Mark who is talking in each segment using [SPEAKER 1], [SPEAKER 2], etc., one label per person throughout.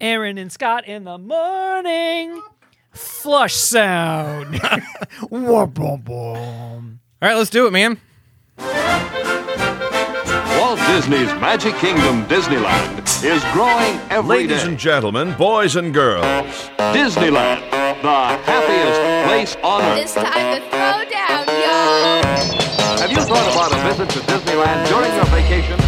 [SPEAKER 1] Aaron and Scott in the morning. Flush sound. Wah, bum, bum.
[SPEAKER 2] All right, let's do it, man.
[SPEAKER 3] Walt Disney's Magic Kingdom Disneyland is growing every day.
[SPEAKER 4] Ladies and gentlemen, boys and girls,
[SPEAKER 3] Disneyland, the happiest place on earth.
[SPEAKER 5] This time the throwdown, yo!
[SPEAKER 3] Have you thought about a visit to Disneyland during your vacation?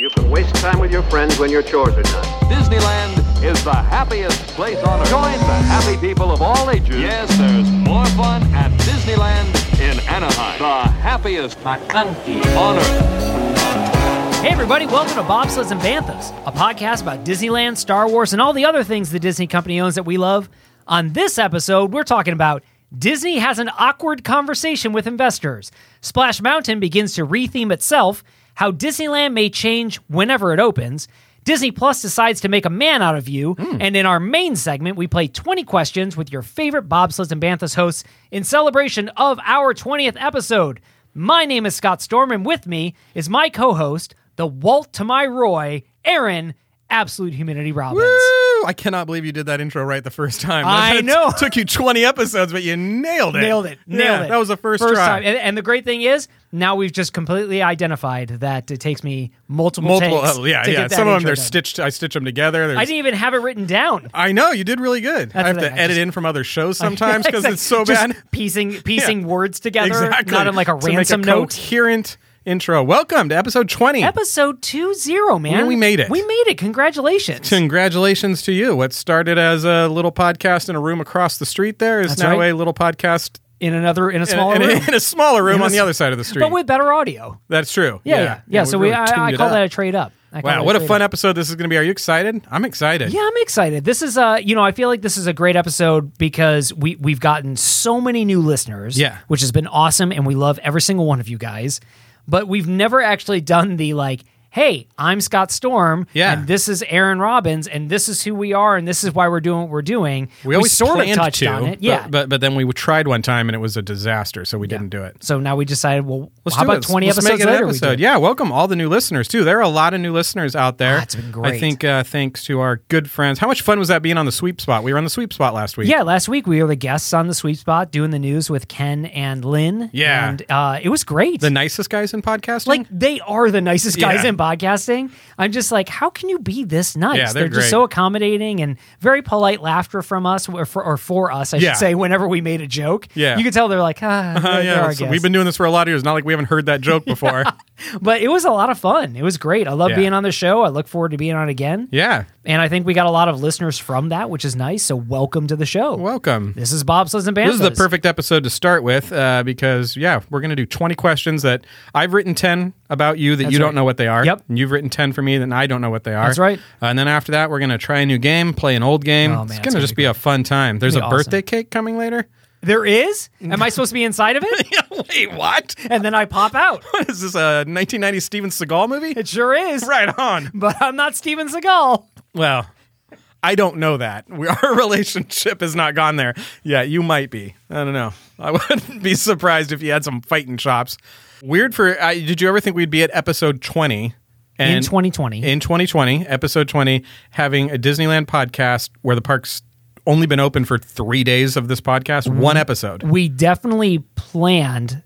[SPEAKER 6] You can waste time with your friends when your chores are done.
[SPEAKER 3] Disneyland is the happiest place on earth. Join the happy people of all ages. Yes, there's more fun at Disneyland in Anaheim. The happiest on earth.
[SPEAKER 1] Hey, everybody, welcome to Bobsleds and Banthas, a podcast about Disneyland, Star Wars, and all the other things the Disney company owns that we love. On this episode, we're talking about Disney has an awkward conversation with investors, Splash Mountain begins to retheme itself, how Disneyland may change whenever it opens. Disney Plus decides to make a man out of you. And in our main segment, we play 20 questions with your favorite Bobsleds and Banthas hosts in celebration of our 20th episode. My name is Scott Storm, and with me is my co host, the Walt to my Roy, Aaron Absolute Humanity Robbins.
[SPEAKER 2] Woo! I cannot believe you did that intro right the first time.
[SPEAKER 1] I
[SPEAKER 2] It
[SPEAKER 1] know.
[SPEAKER 2] took you 20 episodes, but you nailed it.
[SPEAKER 1] Nailed it. Nailed
[SPEAKER 2] Yeah,
[SPEAKER 1] it.
[SPEAKER 2] That was the first, try.
[SPEAKER 1] time. And, and the great thing is, now we've just completely identified that it takes me multiple,
[SPEAKER 2] Multiple.
[SPEAKER 1] takes
[SPEAKER 2] uh, yeah,
[SPEAKER 1] to
[SPEAKER 2] yeah.
[SPEAKER 1] get that
[SPEAKER 2] Some of them
[SPEAKER 1] intro
[SPEAKER 2] they're
[SPEAKER 1] done.
[SPEAKER 2] stitched. I stitch them together. There's-
[SPEAKER 1] I didn't even have it written down.
[SPEAKER 2] I know you did really good. I have
[SPEAKER 1] the
[SPEAKER 2] to
[SPEAKER 1] thing, I
[SPEAKER 2] edit
[SPEAKER 1] just-
[SPEAKER 2] in from other shows sometimes because it's so
[SPEAKER 1] Just
[SPEAKER 2] bad.
[SPEAKER 1] Piecing piecing
[SPEAKER 2] Yeah.
[SPEAKER 1] words together,
[SPEAKER 2] exactly.
[SPEAKER 1] not in like a
[SPEAKER 2] To make
[SPEAKER 1] ransom note.
[SPEAKER 2] Coherent intro. Welcome to episode 20.
[SPEAKER 1] Episode two zero, man.
[SPEAKER 2] we made it.
[SPEAKER 1] We made it. Congratulations.
[SPEAKER 2] Congratulations to you. What started as a little podcast in a room across the street there is
[SPEAKER 1] That's
[SPEAKER 2] now
[SPEAKER 1] right.
[SPEAKER 2] a little podcast
[SPEAKER 1] in another in a
[SPEAKER 2] in,
[SPEAKER 1] smaller
[SPEAKER 2] in a-
[SPEAKER 1] room,
[SPEAKER 2] in a smaller room
[SPEAKER 1] In a
[SPEAKER 2] on the
[SPEAKER 1] s-
[SPEAKER 2] other side of the street.
[SPEAKER 1] but with better audio.
[SPEAKER 2] That's true.
[SPEAKER 1] Yeah, yeah, yeah. so
[SPEAKER 2] really
[SPEAKER 1] we I,
[SPEAKER 2] tuned
[SPEAKER 1] I
[SPEAKER 2] it
[SPEAKER 1] call
[SPEAKER 2] up.
[SPEAKER 1] that a trade up. I call that
[SPEAKER 2] Wow, what a
[SPEAKER 1] trade
[SPEAKER 2] fun
[SPEAKER 1] up.
[SPEAKER 2] episode this is going to be. Are you excited? I'm excited.
[SPEAKER 1] Yeah, I'm excited. This is uh, you know, I feel like this is a great episode because we we've gotten so many new listeners.
[SPEAKER 2] Yeah.
[SPEAKER 1] which has been awesome, and we love every single one of you guys. But we've never actually done the like, hey, I'm Scott Storm.
[SPEAKER 2] Yeah.
[SPEAKER 1] and this is Aaron Robbins, and this is who we are, and this is why we're doing what we're doing.
[SPEAKER 2] We always
[SPEAKER 1] sort of
[SPEAKER 2] planned
[SPEAKER 1] touched
[SPEAKER 2] to,
[SPEAKER 1] on it.
[SPEAKER 2] but-
[SPEAKER 1] Yeah.
[SPEAKER 2] But, but then we tried one time and it was a disaster, so we didn't do it.
[SPEAKER 1] so now we decided, well,
[SPEAKER 2] Let's
[SPEAKER 1] how
[SPEAKER 2] do
[SPEAKER 1] about
[SPEAKER 2] it.
[SPEAKER 1] 20
[SPEAKER 2] Let's
[SPEAKER 1] episodes
[SPEAKER 2] make it an
[SPEAKER 1] later?
[SPEAKER 2] episode.
[SPEAKER 1] We do it?
[SPEAKER 2] Yeah, welcome all the new listeners too. There are a lot of new listeners out there.
[SPEAKER 1] Ah, it's been
[SPEAKER 2] I
[SPEAKER 1] great.
[SPEAKER 2] think uh, thanks to our good friends. How much fun was that being on the sweep spot? We were on the sweep spot last week.
[SPEAKER 1] Yeah, last week we were the guests on the sweet spot doing the news with Ken and Lynn.
[SPEAKER 2] Yeah.
[SPEAKER 1] And uh, it was great.
[SPEAKER 2] the nicest guys in podcasting.
[SPEAKER 1] like they are the nicest guys
[SPEAKER 2] Yeah.
[SPEAKER 1] in podcasting. I'm just like, how can you be this nice?
[SPEAKER 2] Yeah, they're
[SPEAKER 1] just
[SPEAKER 2] great.
[SPEAKER 1] so accommodating and very polite laughter from us or for, or for us, I
[SPEAKER 2] Yeah.
[SPEAKER 1] should say. Whenever we made a joke,
[SPEAKER 2] Yeah.
[SPEAKER 1] you could tell they're like, ah,
[SPEAKER 2] Uh,
[SPEAKER 1] they're
[SPEAKER 2] yeah,
[SPEAKER 1] our
[SPEAKER 2] so
[SPEAKER 1] guests.
[SPEAKER 2] we've been doing this for a lot of years. Not like we haven't heard that joke before.
[SPEAKER 1] but it was a lot of fun. It was great. I love
[SPEAKER 2] Yeah.
[SPEAKER 1] being on the show. I look forward to being on again.
[SPEAKER 2] yeah.
[SPEAKER 1] And I think we got a lot of listeners from that, which is nice. So welcome to the show.
[SPEAKER 2] Welcome.
[SPEAKER 1] this is Bob Sons and Banthas.
[SPEAKER 2] This is the perfect episode to start with uh, because, yeah, we're going to do 20 questions that I've written 10 about you that you
[SPEAKER 1] right.
[SPEAKER 2] don't know what they are.
[SPEAKER 1] Yep.
[SPEAKER 2] And you've written 10 for me that I don't know what they are. Uh,
[SPEAKER 1] That's right.
[SPEAKER 2] and then after that, we're going to try a new game, play an old game.
[SPEAKER 1] Oh, man,
[SPEAKER 2] it's
[SPEAKER 1] it's
[SPEAKER 2] going to
[SPEAKER 1] gonna
[SPEAKER 2] just
[SPEAKER 1] be
[SPEAKER 2] be, a fun time. There's a
[SPEAKER 1] be
[SPEAKER 2] birthday
[SPEAKER 1] awesome.
[SPEAKER 2] cake coming later.
[SPEAKER 1] There is? Am I supposed to be inside of it?
[SPEAKER 2] Wait, what?
[SPEAKER 1] And then I pop out.
[SPEAKER 2] Is this a 1990 Steven Seagal movie?
[SPEAKER 1] It sure is.
[SPEAKER 2] right on.
[SPEAKER 1] But I'm not Steven Seagal.
[SPEAKER 2] Well, I don't know that. We, our relationship has not gone there. Yeah, you might be. I don't know. I wouldn't be surprised if you had some fighting chops. Weird for. I did you ever think we'd be at episode twenty?
[SPEAKER 1] in 2020.
[SPEAKER 2] In 2020, episode 20, having a Disneyland podcast where the park's only been open for three days of this podcast, one episode.
[SPEAKER 1] we definitely planned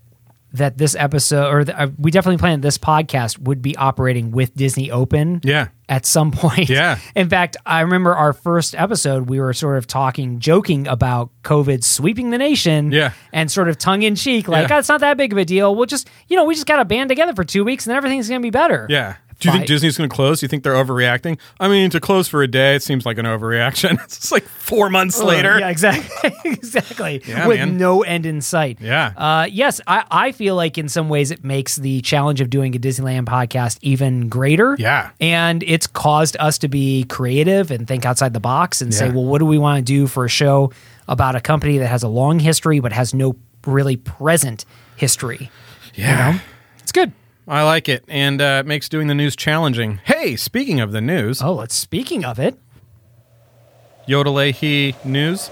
[SPEAKER 1] that this episode or the, uh, we definitely planned this podcast would be operating with Disney open
[SPEAKER 2] Yeah.
[SPEAKER 1] at some point.
[SPEAKER 2] Yeah.
[SPEAKER 1] In fact, I remember our first episode we were sort of talking joking about COVID sweeping the nation
[SPEAKER 2] Yeah.
[SPEAKER 1] and sort of tongue in cheek like
[SPEAKER 2] Yeah.
[SPEAKER 1] oh, it's not that big of a deal. We'll just, you know, we just got to band together for 2 weeks and then everything's going to be better.
[SPEAKER 2] Yeah. Do you
[SPEAKER 1] Fi-
[SPEAKER 2] think Disney's going to close? Do you think they're overreacting? I mean, to close for a day, it seems like an overreaction. it's like four months later.
[SPEAKER 1] Yeah, exactly. exactly.
[SPEAKER 2] Yeah,
[SPEAKER 1] With
[SPEAKER 2] man.
[SPEAKER 1] no end in sight.
[SPEAKER 2] Yeah.
[SPEAKER 1] Uh, yes, I, I feel like in some ways it makes the challenge of doing a Disneyland podcast even greater.
[SPEAKER 2] Yeah.
[SPEAKER 1] And it's caused us to be creative and think outside the box and say,
[SPEAKER 2] Yeah.
[SPEAKER 1] well, what do we want to do for a show about a company that has a long history but has no really present history?
[SPEAKER 2] yeah.
[SPEAKER 1] It's good.
[SPEAKER 2] I like it, and uh, it makes doing the news challenging. Hey, speaking of the news,
[SPEAKER 1] Oh, let's speaking of it.
[SPEAKER 2] Yodelehi News.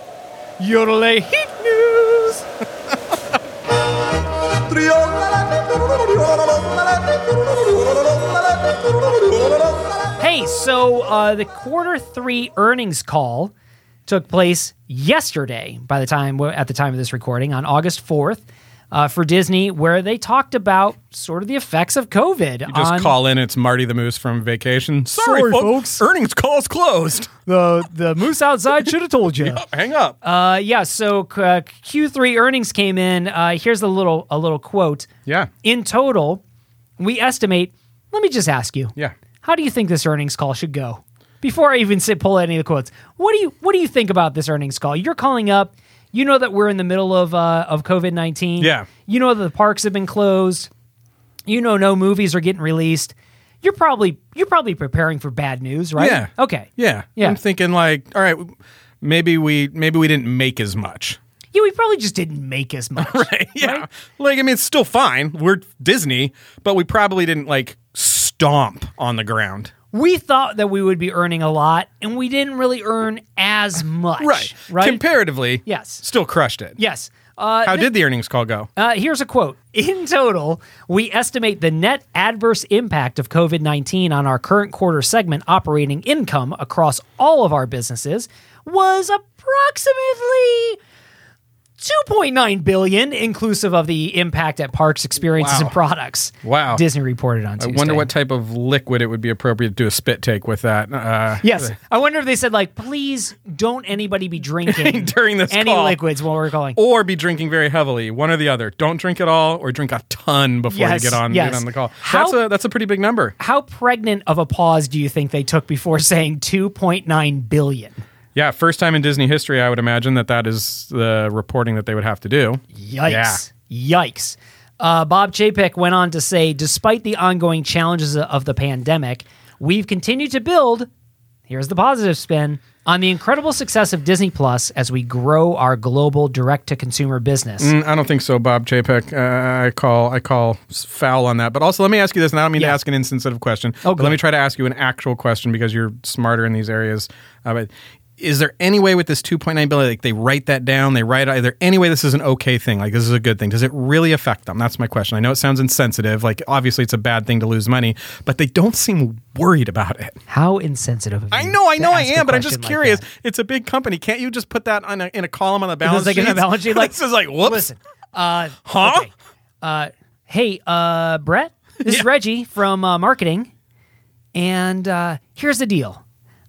[SPEAKER 1] Yodelay Heat News. Hey, Hey, so uh, the quarter three earnings call took place yesterday. By the time at the time of this recording, on August fourth, uh, for Disney, where they talked about sort of the effects of COVID.
[SPEAKER 2] Just
[SPEAKER 1] on,
[SPEAKER 2] call in. It's Marty the Moose from vacation. Sorry,
[SPEAKER 7] Sorry,
[SPEAKER 2] folks.
[SPEAKER 7] folks.
[SPEAKER 2] Earnings call's closed.
[SPEAKER 7] The the moose outside should have told you.
[SPEAKER 2] Hang up.
[SPEAKER 1] Uh, yeah, so uh, Q3 earnings came in. Uh, here's a little a little quote.
[SPEAKER 2] yeah.
[SPEAKER 1] In total, we estimate. Let me just ask you.
[SPEAKER 2] Yeah.
[SPEAKER 1] How do you think this earnings call should go? Before I even sit, pull any of the quotes, what do you what do you think about this earnings call? You're calling up. You know that we're in the middle of uh, of COVID nineteen.
[SPEAKER 2] Yeah.
[SPEAKER 1] You know that the parks have been closed. You know no movies are getting released. You're probably you're probably preparing for bad news, right?
[SPEAKER 2] Yeah.
[SPEAKER 1] Okay.
[SPEAKER 2] Yeah.
[SPEAKER 1] Yeah.
[SPEAKER 2] I'm thinking like, all right, maybe we maybe we didn't make as much.
[SPEAKER 1] Yeah. We probably just didn't make as much. right.
[SPEAKER 2] Yeah. Like I mean, it's still fine. We're Disney, but we probably didn't like stomp on the ground.
[SPEAKER 1] we thought that we would be earning a lot and we didn't really earn as much. Right.
[SPEAKER 2] Comparatively,
[SPEAKER 1] Yes.
[SPEAKER 2] Still crushed it.
[SPEAKER 1] yes. Uh,
[SPEAKER 2] How did the earnings call go?
[SPEAKER 1] uh, here's a quote. In total, we estimate the net adverse impact of COVID 19 on our current quarter segment operating income across all of our businesses was approximately 2.9 billion inclusive of the impact at parks experiences
[SPEAKER 2] Wow.
[SPEAKER 1] and products
[SPEAKER 2] Wow.
[SPEAKER 1] disney reported on
[SPEAKER 2] I
[SPEAKER 1] Tuesday.
[SPEAKER 2] wonder what type of liquid it would be appropriate to do a spit take with that. Uh,
[SPEAKER 1] Yes. I wonder if they said like, please don't anybody be drinking
[SPEAKER 2] During this
[SPEAKER 1] any
[SPEAKER 2] call.
[SPEAKER 1] liquids while we're calling.
[SPEAKER 2] Or be drinking very heavily, one or the other. Don't drink at all, or drink a ton before
[SPEAKER 1] Yes,
[SPEAKER 2] you get on
[SPEAKER 1] yes.
[SPEAKER 2] get on the call.
[SPEAKER 1] How-
[SPEAKER 2] that's a that's a pretty big number.
[SPEAKER 1] How pregnant of a pause do you think they took before saying 2.9 billion?
[SPEAKER 2] Yeah, first time in Disney history, I would imagine that that is the reporting that they would have to do.
[SPEAKER 1] Yikes. Yikes. Uh, Bob Chapek went on to say, despite the ongoing challenges of the pandemic, we've continued to build, here's the positive spin, on the incredible success of Disney Plus as we grow our global direct to consumer business.
[SPEAKER 2] Mm, I don't think so, Bob Chapek. Uh, I call I call foul on that. But also, let me ask you this, and I don't mean to
[SPEAKER 1] Yeah.
[SPEAKER 2] ask an insensitive question.
[SPEAKER 1] Oh,
[SPEAKER 2] but
[SPEAKER 1] good.
[SPEAKER 2] let me try to ask you an actual question because you're smarter in these areas. Uh, but is there any way with this 2.9 billion, like they write that down, they write, is there any way this is an okay thing? Like this is a good thing? Does it really affect them? That's my question. I know it sounds insensitive. Like obviously it's a bad thing to lose money, but they don't seem worried about it.
[SPEAKER 1] How insensitive of you
[SPEAKER 2] I know, I
[SPEAKER 1] to
[SPEAKER 2] know, I
[SPEAKER 1] ask a
[SPEAKER 2] am, but I'm just
[SPEAKER 1] question like
[SPEAKER 2] curious.
[SPEAKER 1] that.
[SPEAKER 2] it's a big company. Can't you just put that on a, in a column on the balance
[SPEAKER 1] like
[SPEAKER 2] sheet?
[SPEAKER 1] in the balance sheet, like-
[SPEAKER 2] this is like, whoops.
[SPEAKER 1] Listen, uh,
[SPEAKER 2] Huh?
[SPEAKER 1] okay. Uh, hey, uh, Brett, this is Reggie from uh, marketing, and uh, here's the deal: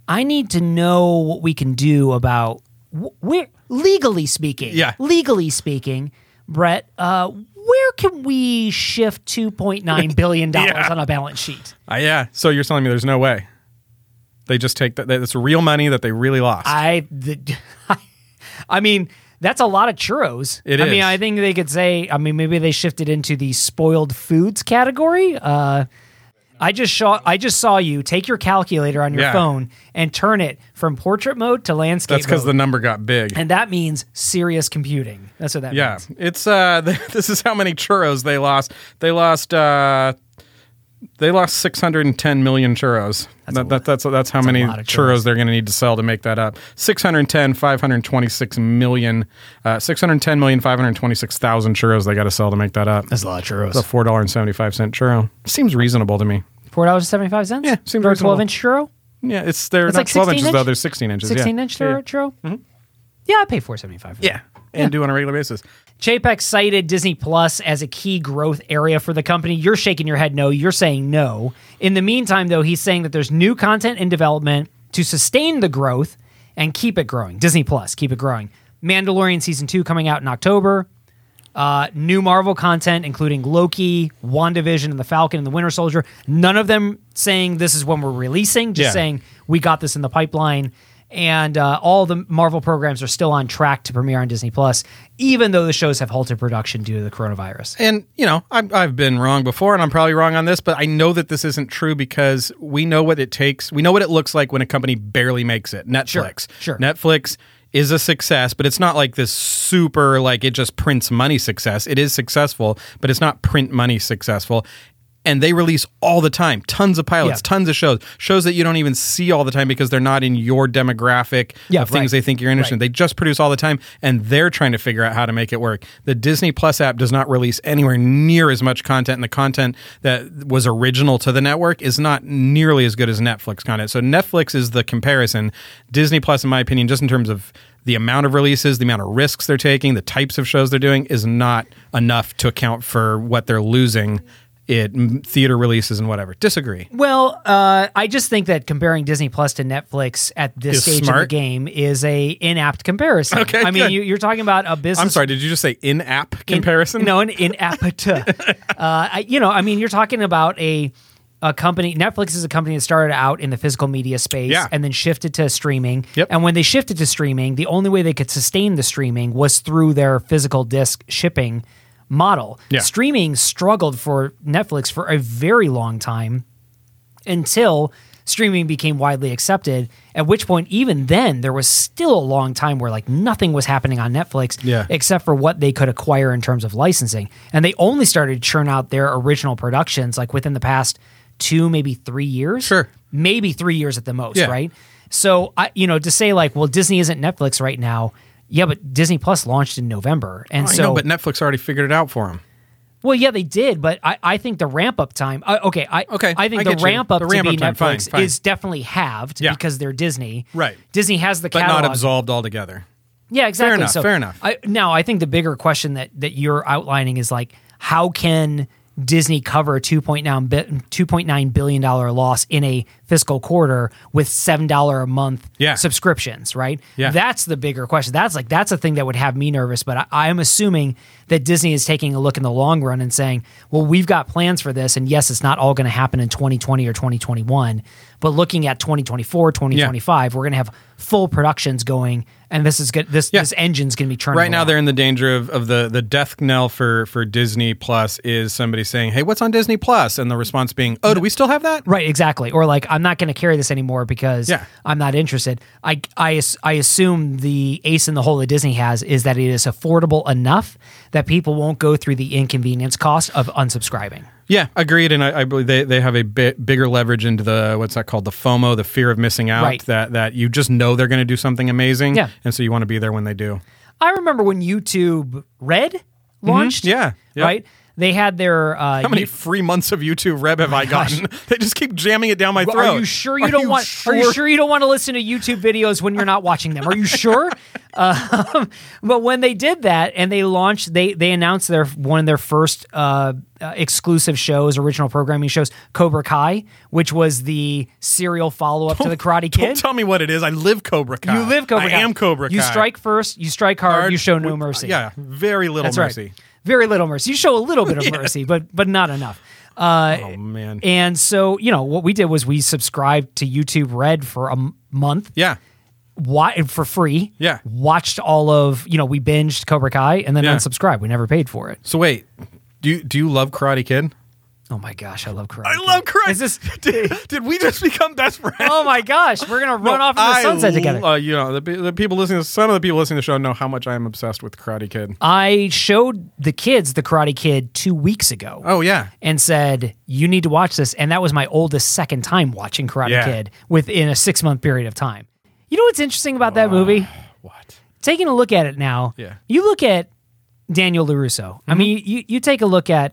[SPEAKER 1] I need to know what we can do about wh- where, legally speaking.
[SPEAKER 2] Yeah.
[SPEAKER 1] legally speaking, Brett, uh, where can we shift two point nine billion dollars
[SPEAKER 2] Yeah.
[SPEAKER 1] on a balance sheet?
[SPEAKER 2] Uh, yeah. So you're telling me there's no way. They just take that. That's real money that they really lost.
[SPEAKER 1] I, the, I mean, that's a lot of churros.
[SPEAKER 2] It
[SPEAKER 1] I
[SPEAKER 2] is.
[SPEAKER 1] mean, I think they could say. I mean, maybe they shifted into the spoiled foods category. Uh, I just saw. I just saw you take your calculator on your
[SPEAKER 2] Yeah.
[SPEAKER 1] phone and turn it from portrait mode to landscape.
[SPEAKER 2] that's because the
[SPEAKER 1] mode.
[SPEAKER 2] number got big.
[SPEAKER 1] and that means serious computing. That's what that
[SPEAKER 2] yeah.
[SPEAKER 1] means.
[SPEAKER 2] It's uh. This is how many churros they lost. They lost. uh they lost 610 million churros. That's that, that, that's, that's how many
[SPEAKER 1] lot of
[SPEAKER 2] churros,
[SPEAKER 1] churros.
[SPEAKER 2] they're going to need to sell to make that up. 610, 526 million, uh, 610 million, 526,000 churros they got to sell to make that up.
[SPEAKER 1] That's a lot of
[SPEAKER 2] It's a
[SPEAKER 1] churros.
[SPEAKER 2] four dollar and seventy five cent churro. Seems reasonable to me.
[SPEAKER 1] Four dollars and seventy five cents.
[SPEAKER 2] Yeah, seems
[SPEAKER 1] for a
[SPEAKER 2] reasonable.
[SPEAKER 1] twelve inch churro.
[SPEAKER 2] Yeah, it's they're
[SPEAKER 1] That's like
[SPEAKER 2] not twelve
[SPEAKER 1] 16
[SPEAKER 2] inches
[SPEAKER 1] inch?
[SPEAKER 2] though. They're sixteen inches. yeah.
[SPEAKER 1] Sixteen inch
[SPEAKER 2] Yeah, Mm-hmm.
[SPEAKER 1] churro. churro? Yeah, I pay four seventy five.
[SPEAKER 2] Yeah, and do on a regular basis.
[SPEAKER 1] Chapek cited Disney Plus as a key growth area for the company. You're shaking your head no. You're saying no. In the meantime, though, he's saying that there's new content in development to sustain the growth and keep it growing. Disney Plus, keep it growing. Mandalorian season two coming out in October. Uh, new Marvel content, including Loki, WandaVision, and The Falcon and The Winter Soldier. None of them saying this is when we're releasing, just
[SPEAKER 2] Yeah.
[SPEAKER 1] saying we got this in the pipeline. And uh, all the Marvel programs are still on track to premiere on Disney Plus, even though the shows have halted production due to the coronavirus.
[SPEAKER 2] And you know, I've, I've been wrong before, and I'm probably wrong on this, but I know that this isn't true because we know what it takes. We know what it looks like when a company barely makes it. Netflix,
[SPEAKER 1] sure.
[SPEAKER 2] Netflix is a success, but it's not like this super like it just prints money success. It is successful, but it's not print money successful. and they release all the time tons of pilots
[SPEAKER 1] Yeah.
[SPEAKER 2] tons of shows shows that you don't even see all the time because they're not in your demographic
[SPEAKER 1] Yeah,
[SPEAKER 2] of things
[SPEAKER 1] right.
[SPEAKER 2] they think you're interested in they just produce all the time and they're trying to figure out how to make it work the disney plus app does not release anywhere near as much content and the content that was original to the network is not nearly as good as netflix content so netflix is the comparison disney plus in my opinion just in terms of the amount of releases, the amount of risks they're taking, the types of shows they're doing is not enough to account for what they're losing it m- theater releases and whatever. Disagree.
[SPEAKER 1] Well, uh, I just think that comparing Disney Plus to Netflix at this
[SPEAKER 2] Is
[SPEAKER 1] stage of
[SPEAKER 2] smart.
[SPEAKER 1] the game is a inapt comparison.
[SPEAKER 2] Okay,
[SPEAKER 1] I mean,
[SPEAKER 2] good.
[SPEAKER 1] you, you're talking about a business.
[SPEAKER 2] I'm sorry, did you just say in-app comparison?
[SPEAKER 1] no, an inapt. uh, I- you know, I mean, you're talking about a a company. Netflix is a company that started out in the physical media space
[SPEAKER 2] Yeah.
[SPEAKER 1] and then shifted to streaming.
[SPEAKER 2] Yep.
[SPEAKER 1] And when they shifted to streaming, the only way they could sustain the streaming was through their physical disc shipping model.
[SPEAKER 2] Yeah.
[SPEAKER 1] Streaming struggled for Netflix for a very long time until streaming became widely accepted at which point even then there was still a long time where like nothing was happening on netflix
[SPEAKER 2] Yeah.
[SPEAKER 1] except for what they could acquire in terms of licensing and they only started to churn out their original productions like within the past two maybe three years
[SPEAKER 2] Sure.
[SPEAKER 1] maybe three years at the most
[SPEAKER 2] Yeah.
[SPEAKER 1] right so i you know to say like well disney isn't netflix right now yeah but disney plus launched in november and
[SPEAKER 2] I
[SPEAKER 1] so
[SPEAKER 2] know, but Netflix already figured it out for them.
[SPEAKER 1] well, yeah, they did, but I, I think the ramp up time. Uh, okay, I
[SPEAKER 2] Okay,
[SPEAKER 1] I think
[SPEAKER 2] I
[SPEAKER 1] the
[SPEAKER 2] get you.
[SPEAKER 1] ramp up
[SPEAKER 2] The
[SPEAKER 1] to
[SPEAKER 2] ramp
[SPEAKER 1] be
[SPEAKER 2] up time, fine,
[SPEAKER 1] Netflix
[SPEAKER 2] fine.
[SPEAKER 1] is definitely halved
[SPEAKER 2] Yeah.
[SPEAKER 1] because they're Disney.
[SPEAKER 2] Right.
[SPEAKER 1] Disney has the
[SPEAKER 2] But
[SPEAKER 1] catalog.
[SPEAKER 2] not absolved altogether.
[SPEAKER 1] Yeah, exactly.
[SPEAKER 2] enough,
[SPEAKER 1] So
[SPEAKER 2] fair enough.
[SPEAKER 1] I, now, I think the bigger question that that you're outlining is like, how can Disney cover a two point nine two point nine billion dollar loss in a fiscal quarter with seven dollar a month
[SPEAKER 2] Yeah.
[SPEAKER 1] subscriptions? Right.
[SPEAKER 2] Yeah.
[SPEAKER 1] That's the bigger question. That's like that's a thing that would have me nervous. But I, I am assuming that Disney is taking a look in the long run and saying, well, we've got plans for this, and yes, it's not all going to happen in 2020 or 2021, but looking at 2024, 2025, we're going to have full productions going, and this is good. This
[SPEAKER 2] Yeah.
[SPEAKER 1] this engine's going to be churning.
[SPEAKER 2] Right now,
[SPEAKER 1] along.
[SPEAKER 2] they're in the danger of, of the, the death knell for, for Disney Plus is somebody saying, hey, what's on Disney Plus? And the response being, oh, do we still have that?
[SPEAKER 1] Right, exactly. Or like, I'm not going to carry this anymore because
[SPEAKER 2] Yeah.
[SPEAKER 1] I'm not interested. I, I, as- I assume the ace in the hole that Disney has is that it is affordable enough that people won't go through the inconvenience cost of unsubscribing.
[SPEAKER 2] Yeah, agreed. And I, I believe they, they have a bit bigger leverage into the what's that called the FOMO, the fear of missing out.
[SPEAKER 1] Right.
[SPEAKER 2] That that you just know they're going to do something amazing.
[SPEAKER 1] Yeah.
[SPEAKER 2] and so you want to be there when they do.
[SPEAKER 1] I remember when YouTube Red launched.
[SPEAKER 2] Mm-hmm. Yeah, yeah.
[SPEAKER 1] Right? They had their. Uh,
[SPEAKER 2] How many
[SPEAKER 1] you- Oh
[SPEAKER 2] free months of YouTube Rev have I
[SPEAKER 1] gosh.
[SPEAKER 2] gotten? They just keep jamming it down my throat.
[SPEAKER 1] Are you sure you
[SPEAKER 2] Are
[SPEAKER 1] don't want? Are you
[SPEAKER 2] sure?
[SPEAKER 1] sure you don't want to listen to YouTube videos when you're not watching them? Are you sure? um, but when they did that and they launched, they they announced their one of their first uh, uh, exclusive shows, original programming shows, Cobra Kai, which was the serial follow up to the Karate
[SPEAKER 2] Don't
[SPEAKER 1] Kid.
[SPEAKER 2] tell me what it is. I live Cobra Kai.
[SPEAKER 1] you live Cobra
[SPEAKER 2] I
[SPEAKER 1] Kai.
[SPEAKER 2] am Cobra Kai.
[SPEAKER 1] You strike first, you strike hard,
[SPEAKER 2] Hard
[SPEAKER 1] you show no
[SPEAKER 2] with-
[SPEAKER 1] mercy.
[SPEAKER 2] Yeah, very little
[SPEAKER 1] that's
[SPEAKER 2] mercy.
[SPEAKER 1] right. Very little mercy. You show a little bit of mercy, but but not enough. Uh,
[SPEAKER 2] Oh man.
[SPEAKER 1] and so, you know, what we did was we subscribed to YouTube Red for a m- month.
[SPEAKER 2] yeah.
[SPEAKER 1] Wa- for free.
[SPEAKER 2] Yeah.
[SPEAKER 1] Watched all of, you know, we binged Cobra Kai and then
[SPEAKER 2] Yeah.
[SPEAKER 1] unsubscribed. We never paid for it.
[SPEAKER 2] So wait, do you, do you love Karate Kid?
[SPEAKER 1] Oh my gosh, I love Karate.
[SPEAKER 2] I
[SPEAKER 1] Kid.
[SPEAKER 2] love Karate.
[SPEAKER 1] Is this
[SPEAKER 2] did, did we just become best friends?
[SPEAKER 1] Oh my gosh, we're going to run
[SPEAKER 2] No,
[SPEAKER 1] off into the
[SPEAKER 2] I
[SPEAKER 1] sunset together.
[SPEAKER 2] lo- uh, you know, the, pe- the people listening, to, some of the people listening to the show know how much I am obsessed with Karate Kid.
[SPEAKER 1] I showed the kids the Karate Kid 2 weeks ago.
[SPEAKER 2] Oh yeah,
[SPEAKER 1] And said, you need to watch this. And that was my oldest second time watching Karate
[SPEAKER 2] Yeah.
[SPEAKER 1] Kid within a six month period of time. You know what's interesting about that movie?
[SPEAKER 2] what?
[SPEAKER 1] taking a look at it now,
[SPEAKER 2] Yeah. Mm-hmm.
[SPEAKER 1] you look at Daniel LaRusso. I mean, you, you take a look at,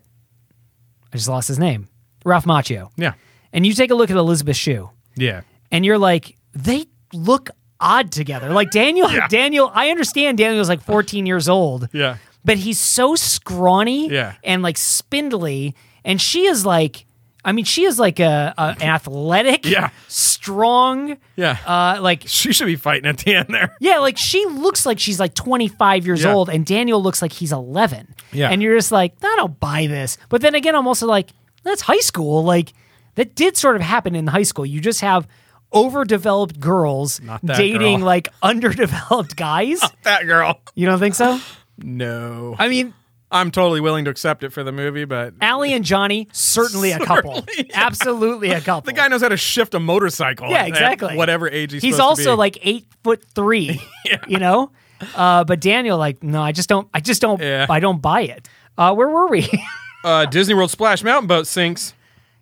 [SPEAKER 1] I just lost his name, Ralph Macchio.
[SPEAKER 2] Yeah,
[SPEAKER 1] And you take a look at Elizabeth Shue,
[SPEAKER 2] yeah,
[SPEAKER 1] and you're like, they look odd together. Like Daniel, Daniel, I understand Daniel's like 14 years old,
[SPEAKER 2] yeah.
[SPEAKER 1] but he's so scrawny
[SPEAKER 2] Yeah.
[SPEAKER 1] and like spindly. And she is like, I mean, she is like a, a an athletic,
[SPEAKER 2] Yeah.
[SPEAKER 1] strong,
[SPEAKER 2] Yeah.
[SPEAKER 1] uh, like
[SPEAKER 2] She should be fighting at the end there.
[SPEAKER 1] yeah, like she looks like she's like 25 years
[SPEAKER 2] Yeah.
[SPEAKER 1] old, and Daniel looks like he's 11.
[SPEAKER 2] Yeah.
[SPEAKER 1] And you're just like, I don't buy this. But then again, I'm also like, that's high school. Like, that did sort of happen in high school. You just have overdeveloped girls
[SPEAKER 2] that
[SPEAKER 1] dating
[SPEAKER 2] girl.
[SPEAKER 1] like underdeveloped guys.
[SPEAKER 2] That girl.
[SPEAKER 1] you don't think so?
[SPEAKER 2] No,
[SPEAKER 1] I mean,
[SPEAKER 2] I'm totally willing to accept it for the movie, but
[SPEAKER 1] Allie and Johnny, certainly a couple. Absolutely a couple.
[SPEAKER 2] the guy knows how to shift a motorcycle.
[SPEAKER 1] Yeah,
[SPEAKER 2] at
[SPEAKER 1] exactly.
[SPEAKER 2] whatever age he's.
[SPEAKER 1] he's
[SPEAKER 2] supposed to
[SPEAKER 1] also
[SPEAKER 2] be.
[SPEAKER 1] like eight foot three. You know, uh, but Daniel, like, no, I just don't. I just don't.
[SPEAKER 2] Yeah.
[SPEAKER 1] I don't buy it. Uh, where were we?
[SPEAKER 2] uh, Disney World Splash Mountain boat sinks.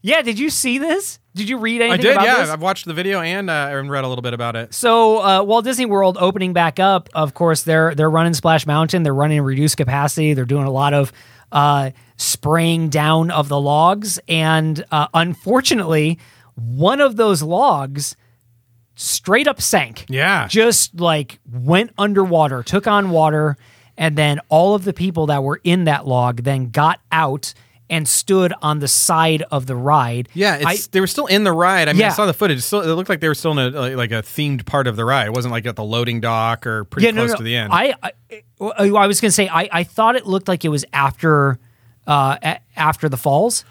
[SPEAKER 1] Yeah, did you see this? Did you read anything
[SPEAKER 2] I did,
[SPEAKER 1] about
[SPEAKER 2] yeah.
[SPEAKER 1] this?
[SPEAKER 2] I've watched the video and uh, and read a little bit about it.
[SPEAKER 1] So uh, Walt Disney World opening back up, of course they're they're running Splash Mountain, they're running reduced capacity, they're doing a lot of uh, spraying down of the logs, and uh, unfortunately, one of those logs straight up sank.
[SPEAKER 2] Yeah.
[SPEAKER 1] just like went underwater, took on water, and then all of the people that were in that log then got out and stood on the side of the ride.
[SPEAKER 2] Yeah, it's,
[SPEAKER 1] I-
[SPEAKER 2] they were still in the ride. I mean, I
[SPEAKER 1] Yeah.
[SPEAKER 2] saw the footage. Still, it looked like they were still in a like, like a themed part of the ride. It wasn't like at the loading dock or pretty close to the end.
[SPEAKER 1] I I, I- I was gonna say I, I thought it looked like it was after uh, a- after the falls,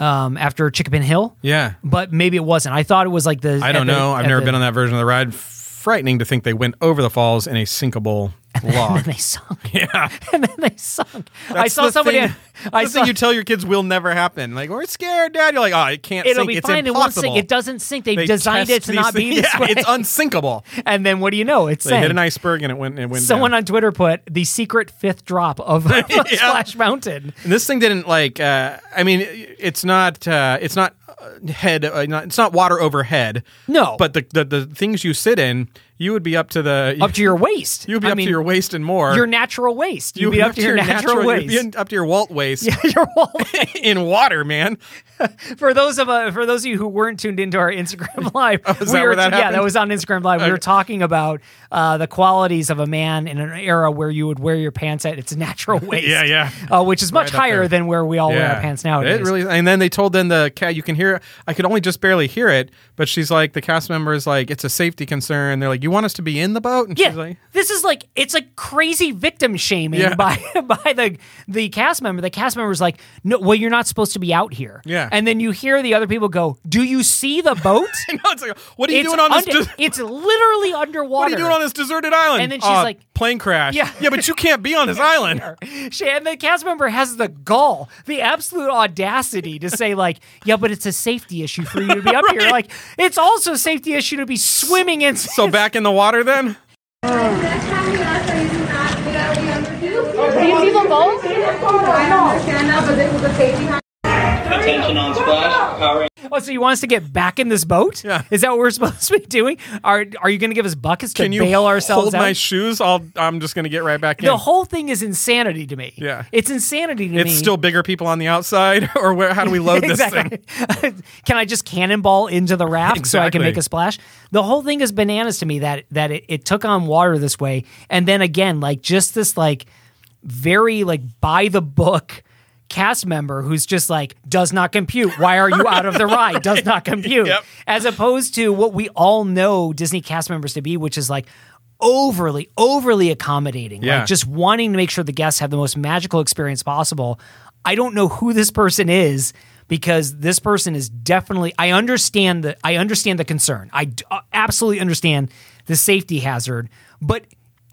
[SPEAKER 1] um, after Chickapin Hill.
[SPEAKER 2] yeah,
[SPEAKER 1] But maybe it wasn't. I thought it was like the.
[SPEAKER 2] I don't know. I've never been on that version of the ride. Frightening to think they went over the falls in a sinkable log.
[SPEAKER 1] They sunk. Yeah. and then they sunk. I saw
[SPEAKER 2] the
[SPEAKER 1] somebody.
[SPEAKER 2] Thing,
[SPEAKER 1] I
[SPEAKER 2] the
[SPEAKER 1] saw
[SPEAKER 2] thing you tell your kids will never happen. Like we're scared, Dad. You're like, oh, it can't.
[SPEAKER 1] it'll
[SPEAKER 2] sink.
[SPEAKER 1] be
[SPEAKER 2] it's
[SPEAKER 1] fine. It won't
[SPEAKER 2] Impossible.
[SPEAKER 1] sink. It doesn't sink. They,
[SPEAKER 2] They
[SPEAKER 1] designed it
[SPEAKER 2] test
[SPEAKER 1] to
[SPEAKER 2] these
[SPEAKER 1] not be
[SPEAKER 2] things.
[SPEAKER 1] this
[SPEAKER 2] yeah,
[SPEAKER 1] way.
[SPEAKER 2] It's unsinkable.
[SPEAKER 1] and then what do you know? It's
[SPEAKER 2] They hit
[SPEAKER 1] sank.
[SPEAKER 2] an iceberg and it went. It went.
[SPEAKER 1] Someone
[SPEAKER 2] down.
[SPEAKER 1] on Twitter put the secret fifth drop of Splash Mountain.
[SPEAKER 2] And this thing didn't like. Uh, I mean, it's not. Uh, it's not uh, head. Uh, not, it's not water overhead.
[SPEAKER 1] No.
[SPEAKER 2] but the, the the things you sit in, you would be up to the
[SPEAKER 1] Up to your waist.
[SPEAKER 2] You'd be
[SPEAKER 1] I
[SPEAKER 2] up
[SPEAKER 1] mean,
[SPEAKER 2] to your waist and more.
[SPEAKER 1] Your natural waist. You'd
[SPEAKER 2] You'd
[SPEAKER 1] be up to your natural, waist.
[SPEAKER 2] You'd be up to your Walt waist
[SPEAKER 1] your wall.
[SPEAKER 2] in water, man.
[SPEAKER 1] For those of uh, for those of you who weren't tuned into our Instagram live,
[SPEAKER 2] Oh, is
[SPEAKER 1] we
[SPEAKER 2] that
[SPEAKER 1] were,
[SPEAKER 2] where that
[SPEAKER 1] yeah, that
[SPEAKER 2] happened?
[SPEAKER 1] was on Instagram live. We were talking about uh, the qualities of a man in an era where you would wear your pants at its natural waist.
[SPEAKER 2] Yeah, yeah.
[SPEAKER 1] uh, which is much
[SPEAKER 2] Right up
[SPEAKER 1] higher
[SPEAKER 2] there.
[SPEAKER 1] than where we all wear our pants nowadays.
[SPEAKER 2] It really, and then they told then the cat you can hear. I could only just barely hear it, but she's like the cast member is like it's a safety concern. They're like, you want us to be in the boat? And
[SPEAKER 1] yeah,
[SPEAKER 2] she's like,
[SPEAKER 1] this is like it's like crazy victim shaming
[SPEAKER 2] Yeah.
[SPEAKER 1] by by the the cast member. The cast member's like, "No, well, you're not supposed to be out here."
[SPEAKER 2] Yeah.
[SPEAKER 1] and then you hear the other people go, "Do you see the boat?"
[SPEAKER 2] no, it's like, what are you
[SPEAKER 1] it's
[SPEAKER 2] doing on
[SPEAKER 1] under-
[SPEAKER 2] this? des-
[SPEAKER 1] it's literally underwater.
[SPEAKER 2] what are you doing on this deserted island?
[SPEAKER 1] And then she's
[SPEAKER 2] "Uh,
[SPEAKER 1] like-
[SPEAKER 2] plane crash.
[SPEAKER 1] Yeah.
[SPEAKER 2] yeah, but you can't be on this island.
[SPEAKER 1] She, and the cast member has the gall, the absolute audacity to say, like, yeah, but it's a safety issue for you to be up here. Like, it's also a safety issue to be swimming in.
[SPEAKER 2] So back in the water then.
[SPEAKER 5] Next time we ask that you do not get out of the underdo. Do you see the boat? I don't understand now, but this is a safety.
[SPEAKER 8] Attention on splash. Power
[SPEAKER 1] Oh, so you want us to get back in this boat?
[SPEAKER 2] Yeah.
[SPEAKER 1] Is that what we're supposed to be doing? Are Are you going to give us buckets to
[SPEAKER 2] Can you
[SPEAKER 1] bail ourselves
[SPEAKER 2] hold
[SPEAKER 1] out?
[SPEAKER 2] my shoes? I'll, I'm just gonna get right back in.
[SPEAKER 1] the whole thing is insanity to me.
[SPEAKER 2] Yeah.
[SPEAKER 1] It's insanity to me.
[SPEAKER 2] it's still bigger people on the outside, or where? How do we load this thing?
[SPEAKER 1] exactly. Can I just cannonball into the raft so I can
[SPEAKER 2] Exactly.
[SPEAKER 1] make a splash? The whole thing is bananas to me that that it, it took on water this way, and then again, like just this like very like by the book cast member who's just like does not compute. Why are you out of the ride? Does not compute.
[SPEAKER 2] Yep.
[SPEAKER 1] As opposed to what we all know Disney cast members to be, which is like overly overly accommodating
[SPEAKER 2] Yeah.
[SPEAKER 1] like just wanting to make sure the guests have the most magical experience possible. I don't know who this person is because this person is definitely I understand the I understand the concern. I d- uh, absolutely understand the safety hazard, but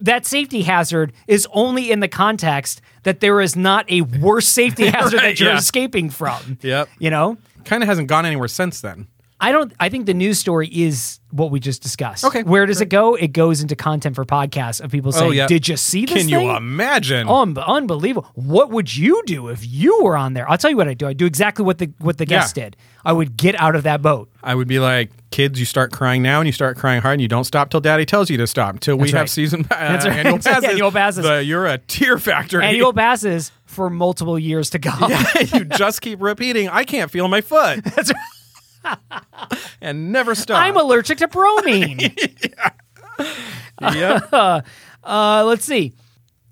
[SPEAKER 1] that safety hazard is only in the context that there is not a worse safety hazard that you're
[SPEAKER 2] yeah.
[SPEAKER 1] escaping from.
[SPEAKER 2] Yep.
[SPEAKER 1] You know?
[SPEAKER 2] Kind of hasn't gone anywhere since then.
[SPEAKER 1] I don't. I think the news story is what we just discussed.
[SPEAKER 2] Okay, Oh,
[SPEAKER 1] where does it go? It goes into content for podcasts of people saying,
[SPEAKER 2] yeah.
[SPEAKER 1] "Did you see this?"
[SPEAKER 2] Can
[SPEAKER 1] thing?
[SPEAKER 2] you imagine?
[SPEAKER 1] Um, unbelievable. What would you do if you were on there? I'll tell you what I do. I do exactly what the what the guest
[SPEAKER 2] Yeah.
[SPEAKER 1] did. I would get out of that boat.
[SPEAKER 2] I would be like, kids, you start crying now, and you start crying hard, and you don't stop till Daddy tells you to stop. Till we
[SPEAKER 1] That's right.
[SPEAKER 2] have season uh,
[SPEAKER 1] That's right.
[SPEAKER 2] annual passes.
[SPEAKER 1] Annual passes.
[SPEAKER 2] The- you're a tear factory.
[SPEAKER 1] Annual passes for multiple years to come.
[SPEAKER 2] you just keep repeating, I can't feel my foot,
[SPEAKER 1] That's right.
[SPEAKER 2] and never stop.
[SPEAKER 1] I'm allergic to bromine.
[SPEAKER 2] Yep.
[SPEAKER 1] uh, let's see.